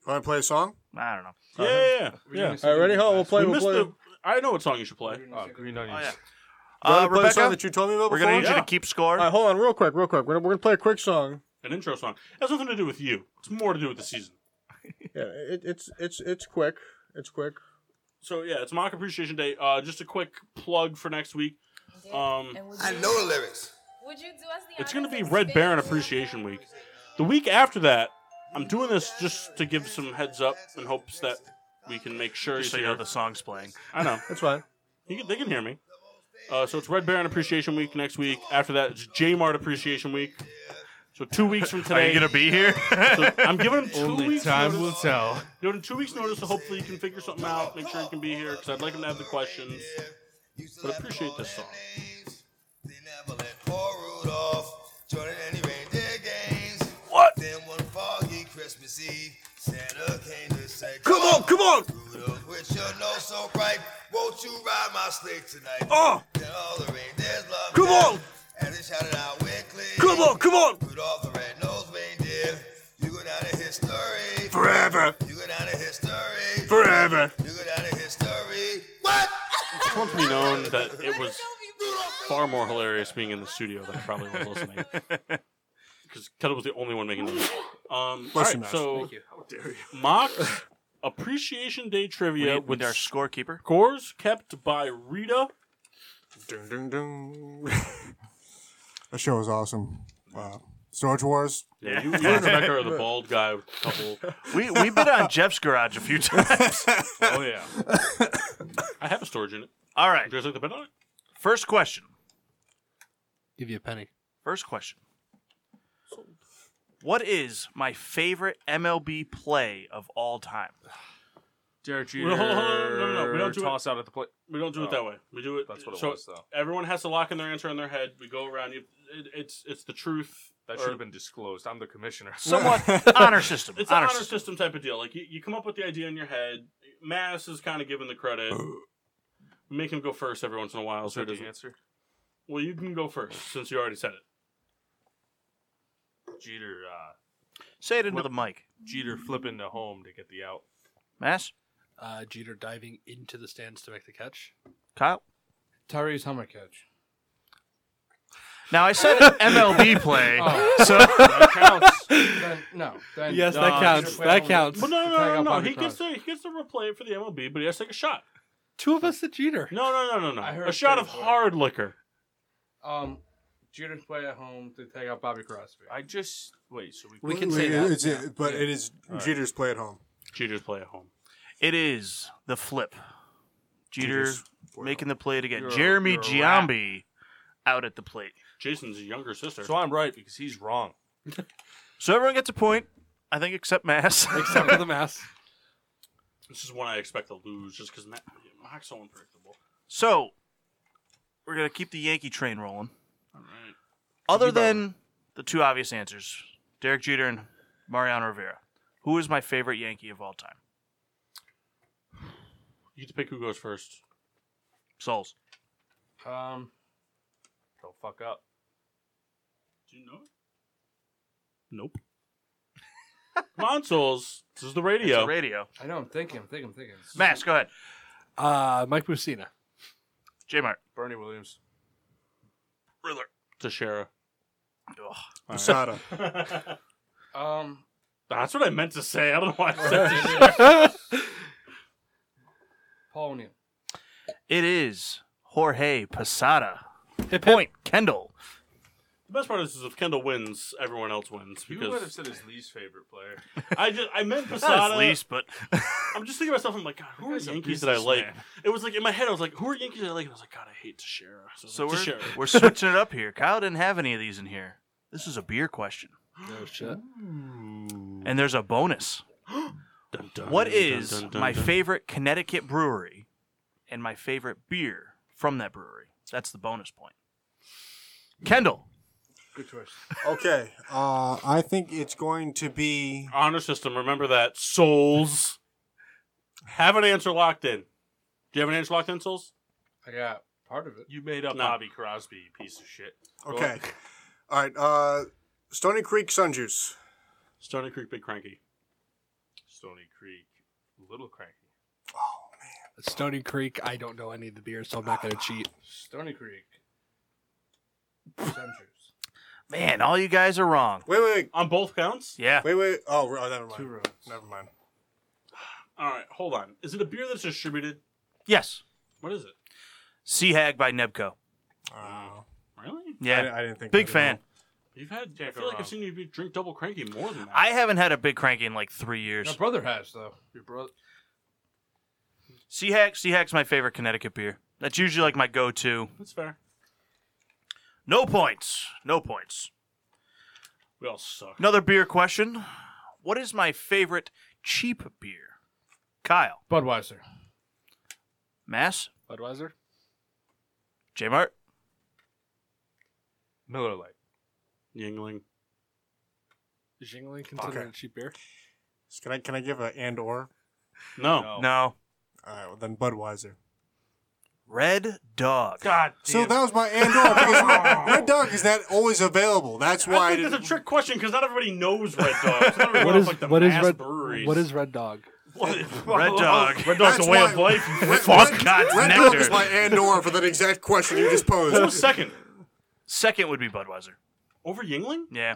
You want to play a song? I don't know. Yeah, yeah, We're doing yeah. the same ready? Hold on, we'll class. yeah. play- We missed Uh, the, I know what song you should play. We're doing the Oh, same green Oh, onions. yeah. You wanna Uh, play a song Rebecca, that you told me about we're before? gonna need you Yeah. to keep score. All right, hold on, real quick, real quick. We're gonna, we're gonna play a quick song. An intro song. It has nothing to do with you. It's more to do with the season. Yeah, it, it's it's it's quick. It's quick. So, yeah, it's Mock Appreciation Day. Uh, just a quick plug for next week. Um, And would I you- know the lyrics. Would you do us the It's going to honors be of Red Baron spinning? Appreciation Week. The week after that, I'm doing this just to give some heads up in hopes that we can make sure Just so he's you know here. the song's playing. I know. That's fine. You can, they can hear me. Uh, so it's Red Baron Appreciation Week next week. After that, it's J Mart Appreciation Week. So two weeks from Are today, you gonna be here? so I'm giving *laughs* them two weeks. Time will notice. tell. Giving them two weeks notice, so hopefully you can figure something out. Make sure you can be here because I'd like them to have the questions. But appreciate this song. They never let poor Rudolph join in any reindeer games. What? Then one foggy Christmas Eve, Santa came to say, Come on, come on! Rudolph, with your nose so bright, won't you ride my sleigh tonight? Oh! Then all the reindeers loved Come on! And they shouted out weekly, Come on, come on! Rudolph the red-nosed reindeer, you go down in history. Forever. You go down in history. Forever. You go down in history. What? It's come to be known that it was far more hilarious being in the studio than I probably was *laughs* listening because Kettle was the only one making noise. Um, all right, Listen, Matt. so you. *laughs* mock appreciation day We trivia need- we with need our scorekeeper. scores kept by Rita. Dun, dun, dun. *laughs* that show is awesome. Wow. Star Wars. Yeah, *laughs* you, you and Rebecca are the bald guy with couple. We we've been on Jeff's garage a few *laughs* times. Oh yeah. I have a storage unit. All You right. guys like the bed on it? First question. Give you a penny. First question. What is my favorite MLB play of all time? Derek Jeter. Well, hold on, no, no, no, we don't do it- toss out at the plate. We don't do Oh. it that way. We do it. That's what it so was, though. Everyone has to lock in their answer in their head. We go around. You, it, it's it's the truth. That or- should have been disclosed. I'm the commissioner. *laughs* Somewhat honor system. It's honor an honor system. system. type of deal. Like you, you come up with the idea in your head. Mass is kind of given the credit. We make him go first every once in a while, so Is he that the doesn't. answer? Well, you can go first since you already said it. Jeter. Uh, Say it into the mic. Jeter flipping to home to get the out. Mass, Uh, Jeter diving into the stands to make the catch. Kyle. Tyrese Hummer catch. Now I said *laughs* MLB play. Oh. So That counts. Then- no. Then, Yes, No, that counts. Peter That Pan- counts. But no, To no, tag no, up no. on He the gets to he gets to replay for the MLB, but he has to take a shot. Two of us at Jeter. No, no, no, no, I no. heard A shot of Prince win. hard liquor. um, Judas play at home to take out Bobby Crosby. I just *laughs* wait. So we. We can *laughs* say that. It's it, but it is Jeter's play at home. Cheaters play at home. it is the flip. Jeter Jeter's making the play to get You're a- Jeremy you're a rat. Giambi out at the plate. Jason's younger sister. So I'm right because he's wrong. So everyone gets a point, I think, except Mass. Except for the mass. This is one I expect to lose just because Mac's so unpredictable. so we're gonna keep the Yankee train rolling. All right. Other than the two obvious answers, Derek Jeter and Mariano Rivera, who is my favorite Yankee of all time? You get to pick who goes first. Souls. Um, Don't fuck up. Do you know it? Nope. *laughs* Come on, Souls. This is the radio. It's a radio. I know. I'm thinking. I'm thinking. I'm thinking. Mass, go ahead. Uh, Mike Mussina. J Mart. Bernie Williams. Riddler. Teixeira. Posada. Um, That's what I meant to say. I don't know why I *laughs* said Teixeira. Paul O'Neill. It is Jorge Posada. Hip hip. Point, Kendall. The best part is, is if Kendall wins, everyone else wins You would have because said his least favorite player. *laughs* I just I meant Not Posada. his least, but *laughs* I'm just thinking to myself. I'm like, God, who are guy's a Yankees that I like? businessman. It was like in my head. I was like, who are Yankees that I like? And I was like, God, I hate Teixeira. So, so we're, Teixeira. *laughs* we're switching it up here. Kyle didn't have any of these in here. This is a beer question, No shit. and there's a bonus. Dun, dun, What dun, is dun, dun, my dun. favorite Connecticut brewery and my favorite beer from that brewery? That's the bonus point. Kendall, Good choice. okay. Uh, I think it's going to be. honor system? Remember that, Souls. Have an answer locked in. Do you have an answer locked in, Souls? I got part of it. You made up No. Bobby Crosby, you piece of shit. Okay. All right. Uh, Stony Creek Sun Juice. Stony Creek Big Cranky. Stony Creek, Little Cranky. Stony Creek. I don't know any of the beers, so I'm *sighs* not going to cheat. Stony Creek. Sun Juice. man, all you guys are wrong. Wait, wait, wait. On both counts? Yeah, Wait, wait. Oh, oh never Two mind. roads. Never mind. All right, hold on. Is it a beer that's distributed? yes. What is it? Sea Hag by Nebco. Oh. Really? Yeah, I, I didn't think. big that at fan. You've had. I Can't go feel like wrong. I've seen you be- drink double cranky more than that. I haven't had a big cranky in like three years. My brother has though. Your brother. Sea Hag, Sea Hag's my favorite Connecticut beer. That's usually like my go-to. That's fair. No points. No points. We all suck. Another beer question. What is my favorite cheap beer? Kyle, Budweiser. Mass, Budweiser. J Mart, Miller Lite. Yingling. Jingling considered Okay. a cheap beer. all. Can I can I give a and or? No. No. no, All right. Well, then Budweiser. Red Dog. God damn. So that was my and or because Red Dog is that always available. That's why I I think didn't. that's a trick question because not everybody knows Red Dog. *laughs* Not everybody What knows, is- like, the what is mass Red- breweries. *laughs* What is Red Dog? What- Red Dog. Red Dog's That's a way why- of life. Red, Fuck Red- God's Red nectar. Dog is my and or for that exact question you just posed. What was second? Second would be Budweiser. Over Yingling? Yeah.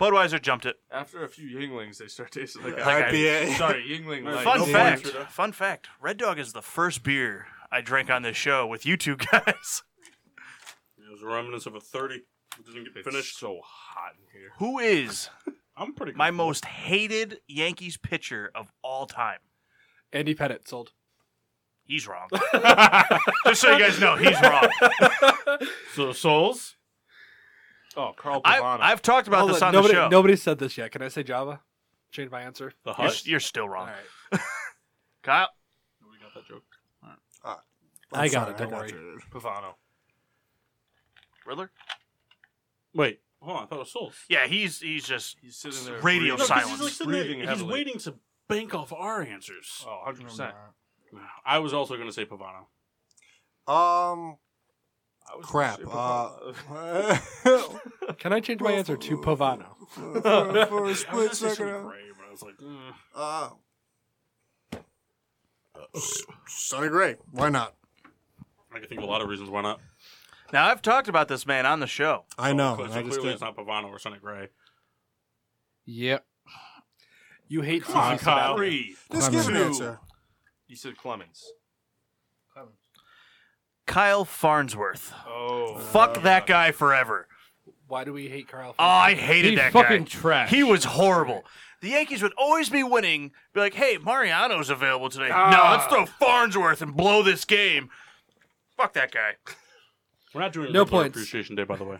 Budweiser jumped it. After a few Yinglings, they start *laughs* tasting like Like I- IPA. Sorry, Yingling Light. Fun no fact. points. Fun fact. Red Dog is the first beer I drank on this show with you two *laughs* guys. It was a remnants of a 30. It didn't get It's finished. so hot in here. Who *laughs* is I'm pretty my comfortable. most hated Yankees pitcher of all time? Andy Pettit sold. He's *laughs* wrong. Just so you guys know, he's wrong. So, Souls? Oh, Carl I've, Pavano. I've talked about Hold this on, on nobody, the show. Oh. nobody said this yet. Can I say Java? Change my answer. The You're, Hut? you're still wrong. All right. Kyle Nobody got that joke. I got it, sorry, don't it. Pavano. Riddler? Wait, hold on. I thought it was Souls. Yeah, he's he's just He's sitting there. Radio breathing- No, 'cause silence. He's, like sitting there- Breathing he's heavily. waiting to bank off our answers. Oh, 100%. Uh, I was also going to say Pavano. *laughs* Um, I was crap. super- Uh, Can I change my answer to Povano? for, *laughs* for- *laughs* for a I was split gonna say second. something Gray, but I was like, eh. Uh, S- Sonny Gray. Why not? I can think of a lot of reasons why not. Now I've talked about this man on the show. I know. Clearly- I just Oh, clearly, can't. it's not Pavano or Sonic Gray. Yep. You hate Come on, Suzuki. Kyle. Just Clemens. give an Two. answer. You said Clemens. Kyle Farnsworth. Oh. Fuck that guy forever. Why do we hate Carl? Oh, I hated He's that fucking guy. trash. He was horrible. The Yankees would always be winning, be like, hey, Mariano's available today. Ah. No, let's throw Farnsworth and blow this game. Fuck that guy. We're not doing No Riddler points. Appreciation Day, by *laughs* the way.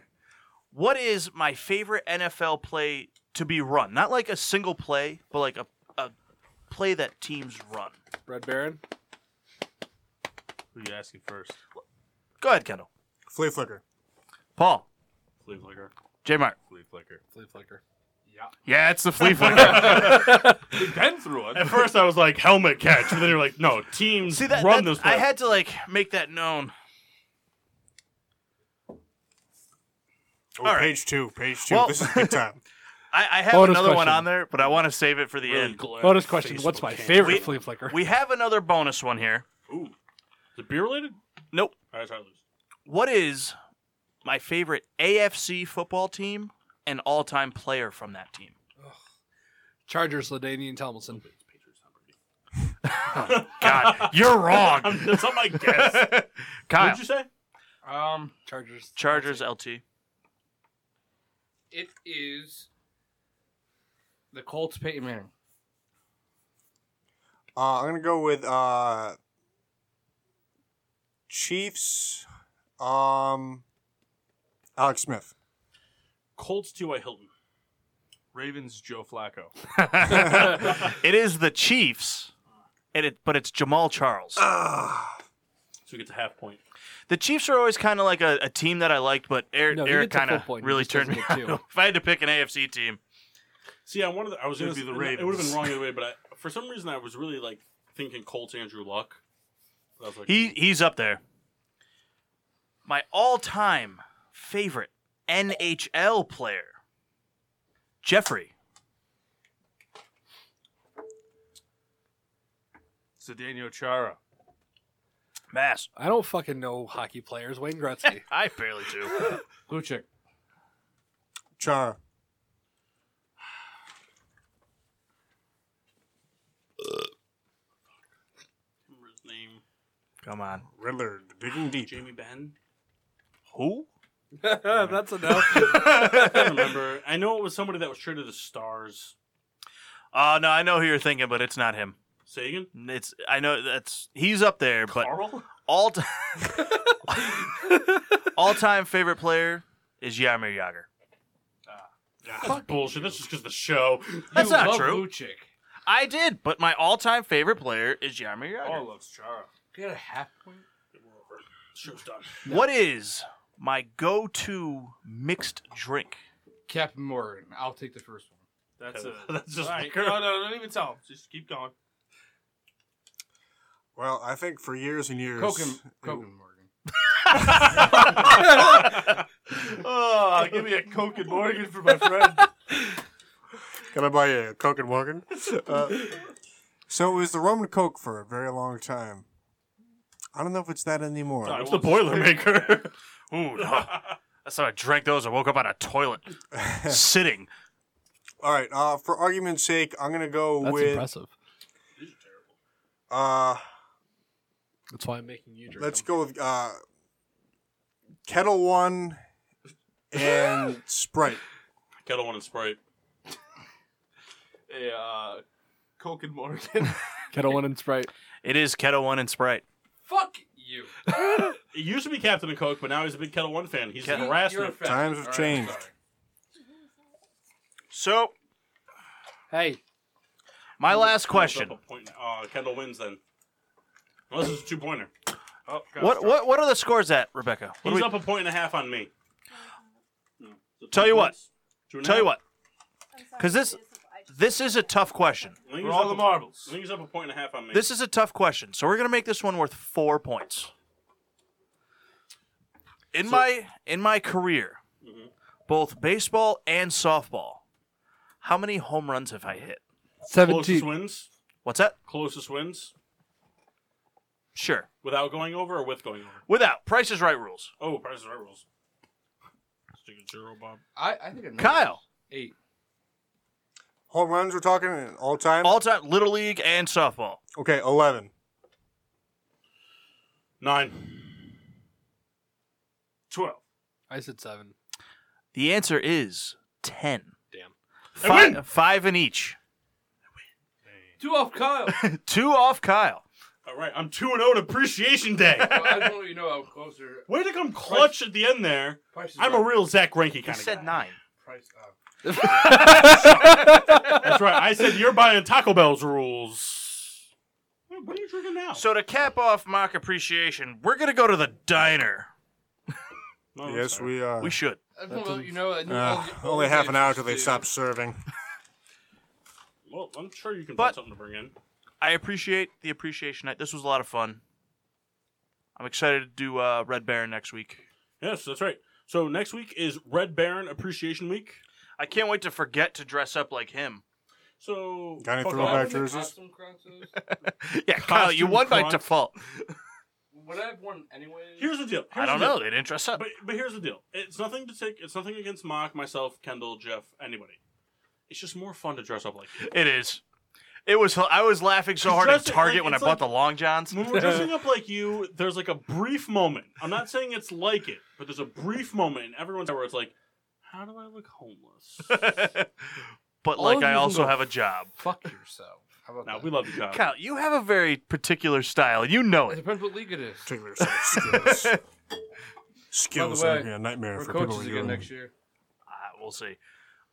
What is my favorite NFL play to be run? Not like a single play, but like a, a play that teams run. Red Baron. Who you asking first? Go ahead, Kendall. Flea flicker. Paul, Flea flicker. J Mart. Flea flicker. Flea flicker. Yeah, it's the flea flicker. We've been through it. At first, I was like helmet catch, but then you're like, no, teams See that? run that- this. I play. had to like make that known. Oh, All right. page two. Page two. Well- this is big *laughs* time. I, I have Bonus another one question. on there, but I want to save it for the Really end. glad Bonus question: What's Facebook my can't- favorite We- flea flicker? We have another bonus one here. Ooh, is it beer related? Nope. All right, try to lose. What is my favorite AFC football team and all-time player from that team? Chargers, Ladainian Tomlinson. *laughs* God, you're wrong. I'm, that's not my *laughs* guess. Kyle, What'd you say? Um, Chargers. Chargers LT. it is the Colts. Peyton Manning. Uh, I'm gonna go with uh, Chiefs. Um, Alex Smith. Colts T.Y. Hilton. Ravens Joe Flacco. It is the Chiefs, and it but it's Jamal Charles. Ah. So we get to half point. The Chiefs are always kind of like a, a team that I liked, but Eric, No, you Eric get the kind of full point. He really just turned me. doesn't get on. two. *laughs* if I had to pick an AFC team, See, I wanted. I was It'd going to be It would the have Ravens. been wrong either way, but I, for some reason, I was really like thinking Colts Andrew Luck. I was like, he he's up there. My all-time favorite NHL player, Jeffrey. Zdeno Chara. Mass. I don't fucking know hockey players. Wayne Gretzky. I barely do. Luchik. Chara. I remember his name *laughs* Come on. Riddler. Digging deep. Jamie *laughs* Ben. Who? That's enough. I don't remember. I know it was somebody that was traded to the Stars. Oh no, I know who you're thinking, but it's not him. Sagan. It's I know that's he's up there, but *laughs* Carl. all time all time favorite player is Yamir Yager. Fuck bullshit. That's just because the show. That's You not love true. Luchik. I did, but my all time favorite player is Yamir Yager. All loves Chara. Get a half point. Show's done. What is my go to mixed drink? Captain Morgan. I'll take the first one. *laughs* That's a. That's just All right. No, no, *laughs* don't even tell him. Just keep going. Well, I think for years and years. Coke and, Coke and Morgan. Ah, Oh, give me a Coke and Morgan for *laughs* my friend. Can I buy you a Coke and Morgan? Uh, so it was the Roman Coke for a very long time. I don't know if it's that anymore. *laughs* It's the *laughs* Boilermaker. Ooh, *laughs* no. That's how I drank those. I woke up on a toilet sitting. All right. Uh, for argument's sake, I'm gonna go That's with. impressive. Uh, That's why I'm making you drink. let's them. go with uh, Kettle One and Sprite. Kettle One and Sprite. A uh, Coke and Morgan. Kettle One and Sprite. It is Keto One and Sprite. Fuck you. It used to be Captain and Coke, but now he's a big Kettle One fan. He's Kettle- harassed You're me. a fat- Times have All right, changed. sorry. So Hey, My Kendall's last question. up a point. Uh, Kendall wins then. Unless it's a two pointer. Oh, God, What what what are the scores at, Rebecca? What do He's we- up a point and a half on me. No, so Tell two you what. points. Two and a Tell you half. what, because this this is a tough question. I think For he's all up the a- marbles. I think he's up a point and a half on me. This is a tough question, so we're gonna make this one worth four points. In my in my career, both baseball and softball, how many home runs have I hit? closest Seventeen. wins. What's that? Closest wins Sure. without going over or with going over. Without Price is Right rules. Oh, Price is Right rules. Stick at zero, Bob. I, I think I know Kyle, eight. Home runs we're talking in all time. all time little league and softball. okay, eleven. Nine. Twelve. I said seven. The answer is ten. Damn. Five, five in each. Two off *laughs* Kyle. Two off Kyle. All right, I'm two and zero on Appreciation *laughs* Day. well, I don't you know how closer. Way to come clutch at the end there. Price is I'm a right. real Zach Ranky He kind of guy. said nine. Price up. That's right. I said you're buying Taco Bell's rules. What are you drinking now? So to cap off mock appreciation, we're gonna go to the diner. No, I'm yes, sorry. we are. We should. I don't know, you know, I know Uh, all the- all only the half an names hour till they to- stop serving. Well, I'm sure you can But- find something to bring in. I appreciate the appreciation night. This was a lot of fun. I'm excited to do uh, Red Baron next week. Yes, that's right. So next week is Red Baron Appreciation Week. I can't wait to forget to dress up like him. So Got any fuck throwback off. Black jerseys. Costume crosses. *laughs* yeah, Kyle, you Costume won by crunch. default. Would I have won anyway? Here's the deal. Here's I don't the deal. know. They didn't dress up. But but here's the deal. It's nothing to take. It's nothing against Mock, myself, Kendall, Jeff, anybody. It's just more fun to dress up like. that. It is. It was. I was laughing so hard at dressed it Target like- when I it's bought like- the long johns. When we're dressing up like you, there's like a brief moment. I'm not saying it's like it, but there's a brief moment in everyone's where it's like, how do I look homeless? *laughs* *laughs* but All like, of you I can also go have a job. Fuck yourself. How about now that? we love you, Kyle. Kyle, you have a very particular style. and You know It it. depends what league it is. *laughs* Particular set of skills. skills By the are way, a nightmare Our for people. coaches who again do. next year. Uh, we'll see. if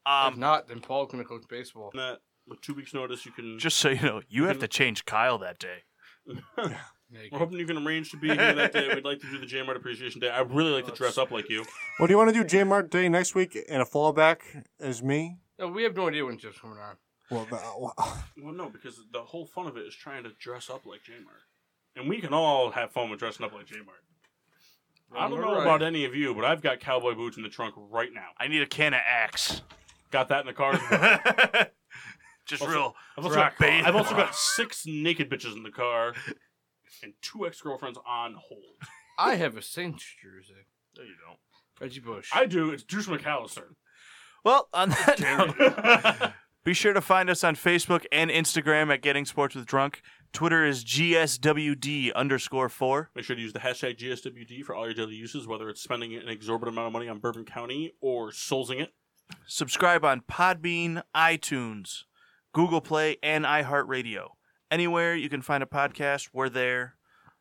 Um, not, then Paul can coach baseball. And that with two weeks' notice, you can. just so you know, you have to change Kyle that day. We're hoping you can arrange to be here that day. We'd like to do the J Mart Appreciation Day. I really like to dress up like you. What do you want to do, J Mart Day next week? And a fallback is me. No, we have no idea when Jeff's coming on. Well, the, well, Well, *laughs* no, because the whole fun of it is trying to dress up like J Mart, and we can all have fun with dressing up like J Mart. I don't You're know right. about any of you, but I've got cowboy boots in the trunk right now. I need a can of axe. *laughs* Got that in the car. as well. Just Also- real. I've also, got, Bane. I've also got six naked bitches in the car and two ex girlfriends on hold. I have a Saints jersey. No, you don't. Reggie Bush. I do. It's Juice *laughs* McAllister. Well, *laughs* on that note, be sure to find us on Facebook and Instagram at Getting Sports with Drunk. Twitter is GSWD underscore four. Make sure to use the hashtag GSWD for all your daily uses, whether it's spending an exorbitant amount of money on Bourbon County or soulsing it. Subscribe on Podbean, iTunes, Google Play, and iHeartRadio. Anywhere you can find a podcast, we're there.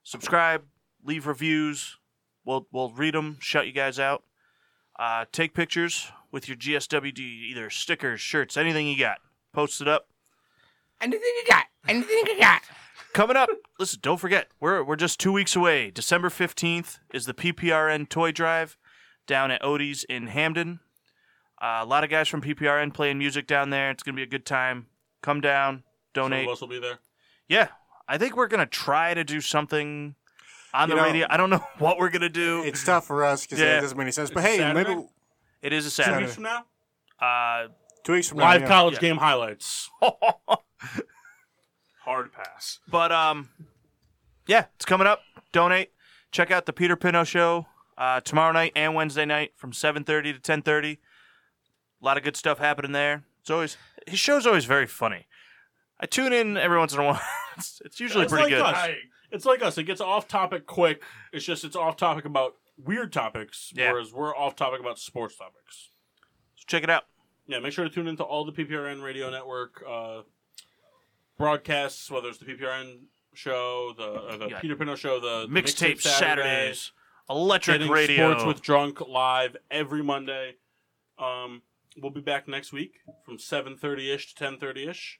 Subscribe, leave reviews. We'll we'll read them. Shout you guys out. Uh, take pictures with your GSWD, either stickers, shirts, anything you got. Post it up. Anything you got? Anything you got? Coming up, listen, don't forget, we're, we're just two weeks away. December 15th is the PPRN Toy Drive down at Odie's in Hamden. Uh, a lot of guys from PPRN playing music down there. It's going to be a good time. Come down, Some donate. of us will be there. Yeah, I think we're going to try to do something on the You know- radio. I don't know *laughs* what we're going to do. it's tough for us because Yeah. it doesn't make any sense. But hey, Saturday? maybe it is a Two Saturday. weeks from now, Uh, two weeks from now. live yeah. college Yeah. game highlights. Uh, *laughs* Hard pass. But um, yeah, it's coming up. Donate. Check out the Peter Pino show uh, tomorrow night and Wednesday night from seven thirty to ten thirty. A lot of good stuff happening there. It's always his show's always very funny. I tune in every once in a *laughs* while. It's, it's usually It's pretty like good. us. It's like us. It gets off topic quick. It's just it's off topic about weird topics, Yeah. whereas we're off topic about sports topics. So check it out. Yeah, make sure to tune into all the PPRN radio network uh, broadcasts, whether it's the PPRN show, the, uh, the Yeah. Peter Pino show, the the Mixtape Saturdays, Getting Electric Radio. Sports with Drunk live every Monday. Um, we'll be back next week from 7.30ish to 10.30ish.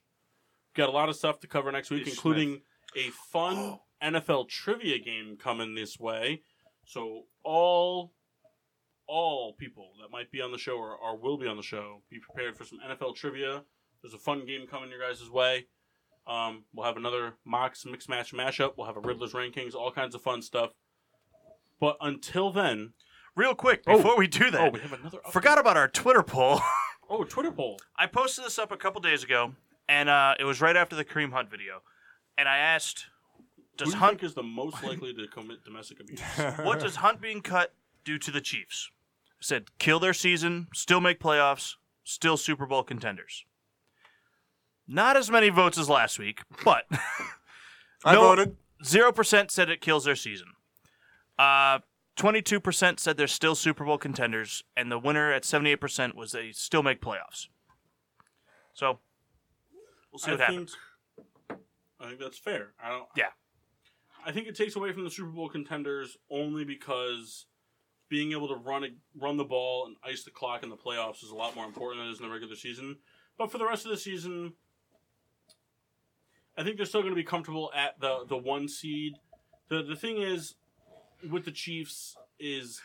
got a lot of stuff to cover next week, Smith. including a fun NFL trivia game coming this way. So all all people that might be on the show or, or will be on the show, be prepared for some NFL trivia. There's a fun game coming your guys' way. Um, we'll have another mocks, mix, match, mashup. We'll have a Riddler's rankings, all kinds of fun stuff. But until then, Real quick, Oh. before we do oh, that, we have another. up- forgot about our Twitter poll. *laughs* Oh, Twitter poll. I posted this up a couple days ago, and uh, it was right after the Kareem Hunt video. And I asked, Who "Does do you Hunt? think is the most likely to commit domestic abuse? what does Hunt being cut do to the Chiefs?" I said, "Kill their season, still make playoffs, still Super Bowl contenders." Not as many votes as last week, but *laughs* I No- voted. Zero percent said it kills their season. Uh, Twenty-two percent said they're still Super Bowl contenders, and the winner at seventy-eight percent was they still make playoffs. So we'll see I what think, happens. I think that's fair. I don't. Yeah. I think it takes away from the Super Bowl contenders only because being able to run a, run the ball and ice the clock in the playoffs is a lot more important than it is in the regular season. But for the rest of the season, I think they're still going to be comfortable at the the one seed. the The thing is, with the Chiefs is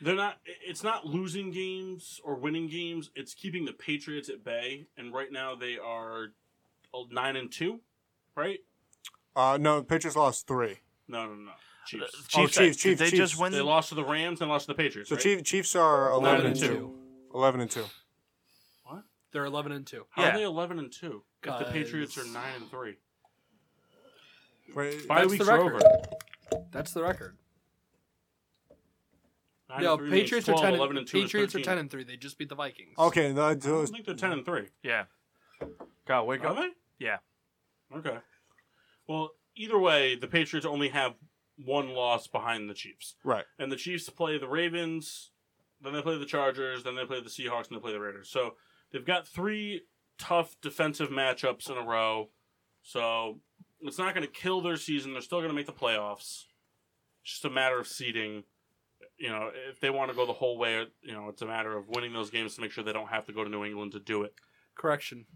they're not. It's not losing games or winning games. It's keeping the Patriots at bay, and right now they are oh, nine and two, right? Uh, no, Patriots lost three. No, no, no. Chiefs. Oh, Chiefs, did Chiefs, they Chiefs. just win? They lost to the Rams and lost to the Patriots. So right? Chief, Chiefs are eleven and two. Eleven and two. They're eleven and two. How Yeah. are they eleven and two? If the Guys. Patriots are nine and three, Wait, bye That's weeks the are record. over. That's the record. Nine no, and three makes Patriots are 12, ten. 11 and two. is Patriots are 13. ten and three. They just beat the Vikings. okay, the, I don't think they're ten and three. Yeah, God, wake Are up. they? Yeah. Okay. Well, either way, the Patriots only have one loss behind the Chiefs. Right. And the Chiefs play the Ravens, then they play the Chargers, then they play the Seahawks, and they play the Raiders. So they've got three tough defensive matchups in a row. So it's not going to kill their season. They're still going to make the playoffs. It's just a matter of seeding. You know, if they want to go the whole way, you know, it's a matter of winning those games to make sure they don't have to go to New England to do it. Correction.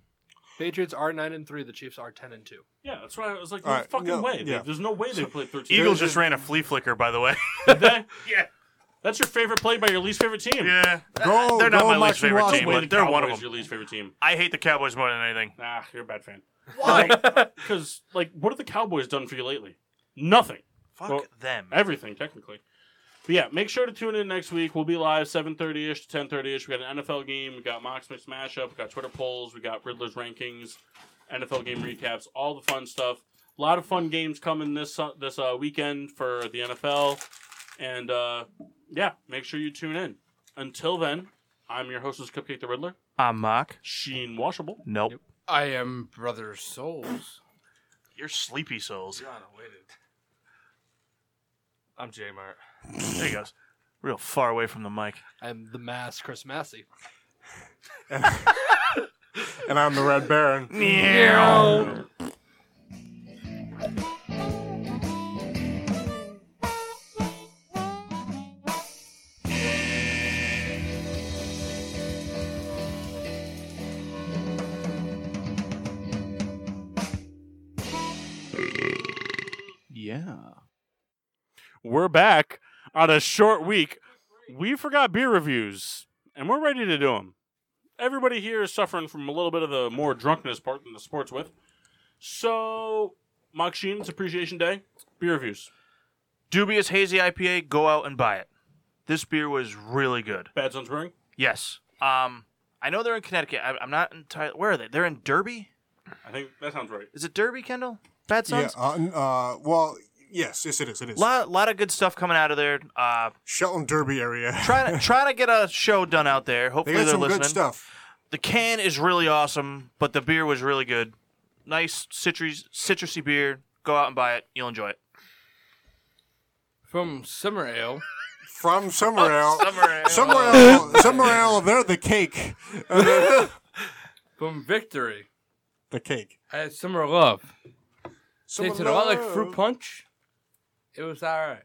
Patriots are nine and three. The Chiefs are ten and two. Yeah, that's right. I was like, no All right, fucking no, way. yeah. There's no way they played 13. Eagles just ran a flea flicker, by the way. Did they? *laughs* Yeah. That's your favorite play by your least favorite team. yeah, Go- they're not go my least Moxie favorite Watson. team, Way but the they're one of Cowboys, them. Your least favorite team. *laughs* I hate the Cowboys more than anything. Ah, you're a bad fan. *laughs* Why? Because like, what have the Cowboys done for you lately? Nothing. Fuck Well, them. Everything technically. But yeah, make sure to tune in next week. We'll be live 7:30 ish to 10:30 ish. We got an NFL game. We got Mox Mix mashup. We got Twitter polls. We got Riddler's rankings, NFL game recaps, all the fun stuff. A lot of fun games coming this uh, this uh, weekend for the NFL. And uh, yeah, make sure you tune in. Until then, I'm your hostess Cupcake the Riddler, I'm Mock. Sheen Washable. Nope. I am Brother Souls. You're sleepy souls. I'm J Mart. There he goes. Real far away from the mic. I'm the mass Chris Massey. and I'm the Red Baron. We're back on a short week. We forgot beer reviews, and we're ready to do them. Everybody here is suffering from a little bit of the more drunkenness part than the sports with. So, Mokshin, it's Appreciation Day. Beer reviews. Dubious hazy IPA. Go out and buy it. This beer was really good. Bad Sons Brewing. Yes. Um, I know they're in Connecticut. I, I'm not entirely. Where are they? They're in Derby. I think that sounds right. Is it Derby, Kendall? Bad Yeah. Sons. Uh, n- uh, well, yes, yes, it is. It is. lot, lot of good stuff coming out of there. Uh, Shelton Derby area. trying to trying to get a show done out there. they Hopefully got are some listening. good stuff. The can is really awesome, but the beer was really good. Nice citrus citrusy beer. Go out and buy it. You'll enjoy it. From Summer Ale. From somewhere else. Summer ale. Somewhere else. Somewhere else. They're the cake. From Victory. the cake. I had Summer Love. Summer Tasted a lot like love. fruit punch. It was all right.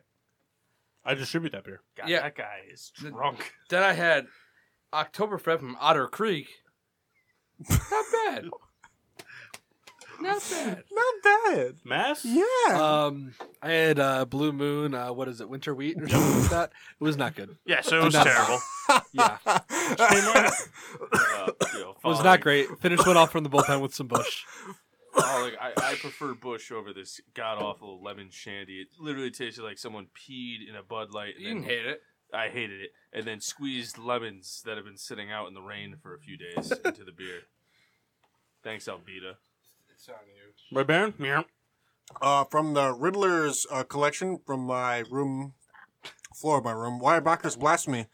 I distribute that beer. God, Yeah. that guy is drunk. Then I had Oktoberfest from Otter Creek. Not bad. Not bad. Not bad. Mass? Yeah. Um, I had uh, Blue Moon. Uh, what is it? Winter Wheat or something like that. It was not good. Yeah, so it was Not- terrible. Yeah, *laughs* Uh, you know, was following- not great. Finish one off from the bullpen with some bush. Oh, like, I, I prefer Bush over this god awful lemon shandy. It literally tasted like someone peed in a Bud Light. You didn't And then, hate it. I hated it. And then squeezed lemons that have been sitting out in the rain for a few days into the beer. Thanks, Albedo. Red Baron? Yeah. Uh, from the Riddler's uh, collection from my room, floor of my room, Weyerbacher's Blasphemy.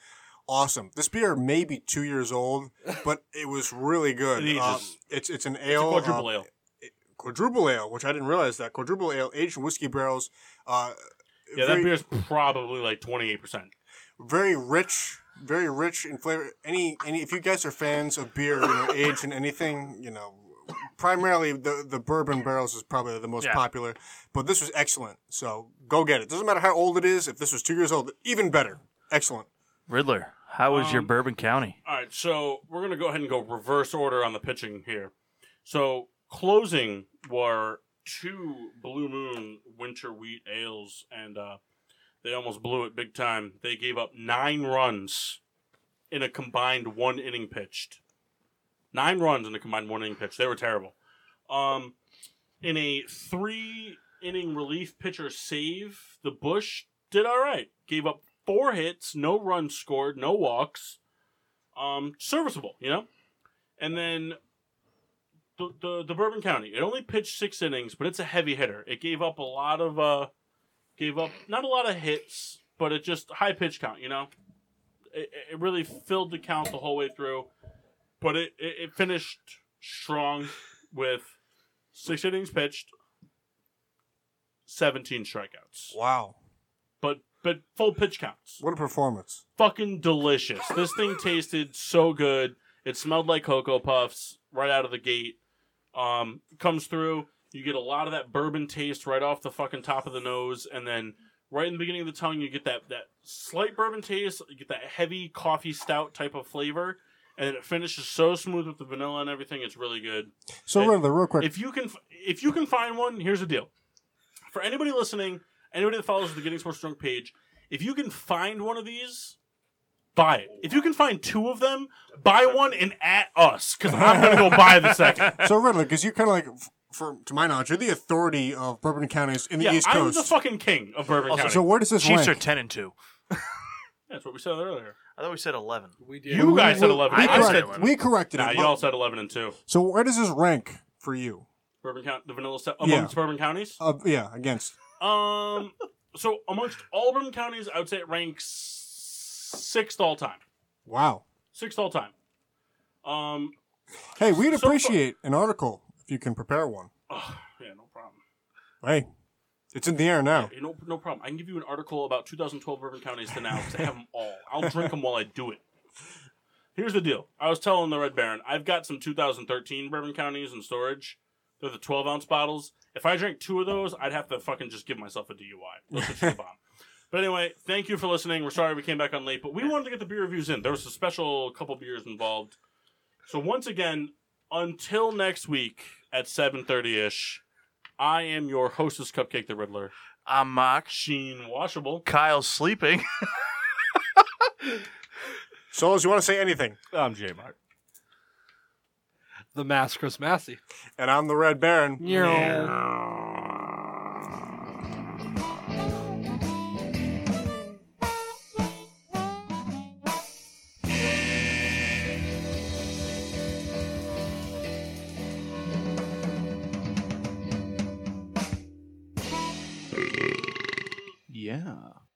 Awesome. This beer may be two years old, but it was really good. *laughs* It is. Um, it's it's an It's a ale, quadruple uh, ale. quadruple ale, which I didn't realize that quadruple ale aged in whiskey barrels. Uh, Yeah, that very, beer's probably like 28%. very rich, very rich in flavor. Any any if you guys are fans of beer, *coughs* you know, aged in anything, you know, primarily the the bourbon barrels is probably the most Yeah. popular. But this was excellent, so go get it. Doesn't matter how old it is. If this was two years old, even better. Excellent. Riddler, how was your Um, Bourbon County? All right, so we're going to go ahead and go reverse order on the pitching here. So, closing were two Blue Moon Winter Wheat Ales, and uh, they almost blew it big time. They gave up nine runs in a combined one inning pitched. Nine runs in a combined one inning pitch. They were terrible. Um, in a three inning relief pitcher save, the Bush did all right. Gave up four hits, no runs scored, no walks um, serviceable, you know. And then the, the the Bourbon County, it only pitched six innings, but it's a heavy hitter. It gave up a lot of uh, gave up not a lot of hits, but it just high pitch count, you know. It, it- it really filled the count the whole way through, but it it, it finished strong with six innings pitched, seventeen strikeouts, Wow, but but full pitch counts what a performance! fucking delicious. This thing tasted so good. It smelled like cocoa puffs right out of the gate. Um, comes through. You get a lot of that bourbon taste right off the fucking top of the nose, and then right in the beginning of the tongue, you get that that slight bourbon taste. You get that heavy coffee stout type of flavor, and it finishes so smooth with the vanilla and everything. It's really good. So It- Riddler, real quick, If you can, if you can find one, here's the deal. For anybody listening, anybody that follows the Getting Sports Drunk page, if you can find one of these, buy it. If you can find two of them, buy one and at us because I'm gonna go buy the *laughs* second. *laughs* so Riddler, because you're kind of like, f- for to my knowledge, you're the authority of bourbon counties in the Yeah, East I'm the Coast. fucking king of Bourbon County. so where does this Chiefs are rank? ten and two. That's what we said earlier. I thought we said eleven. We did. You guys said we- 11. We, I correct- said 11. we corrected Nah, it. y'all said 11 and two. So where does this rank for you? Bourbon County, the vanilla set Yeah. amongst Bourbon counties. Uh, yeah, against. Um, so amongst all Bourbon counties, I would say it ranks sixth all time. Wow. Sixth all time. Um, Hey, we'd So fu- appreciate an article if you can prepare one. Oh, yeah, no problem. Hey, it's in the air now. Yeah, no, no problem. I can give you an article about 2012 Bourbon counties to now because I have them all. I'll drink them while I do it. Here's the deal. I was telling the Red Baron, I've got some 2013 Bourbon counties in storage. They're the 12 ounce bottles. If I drink two of those, I'd have to fucking just give myself a DUI. Let's just move on. But anyway, thank you for listening. We're sorry we came back on late, but we wanted to get the beer reviews in. There was a special couple beers involved. So once again, until next week at 7:30 ish. I am your hostess, Cupcake the Riddler. I'm Mark. Sheen Washable. Kyle's sleeping. Souls, you want to say anything? I'm J Mark. The Mask Chris Massey. And I'm the Red Baron. Yeah.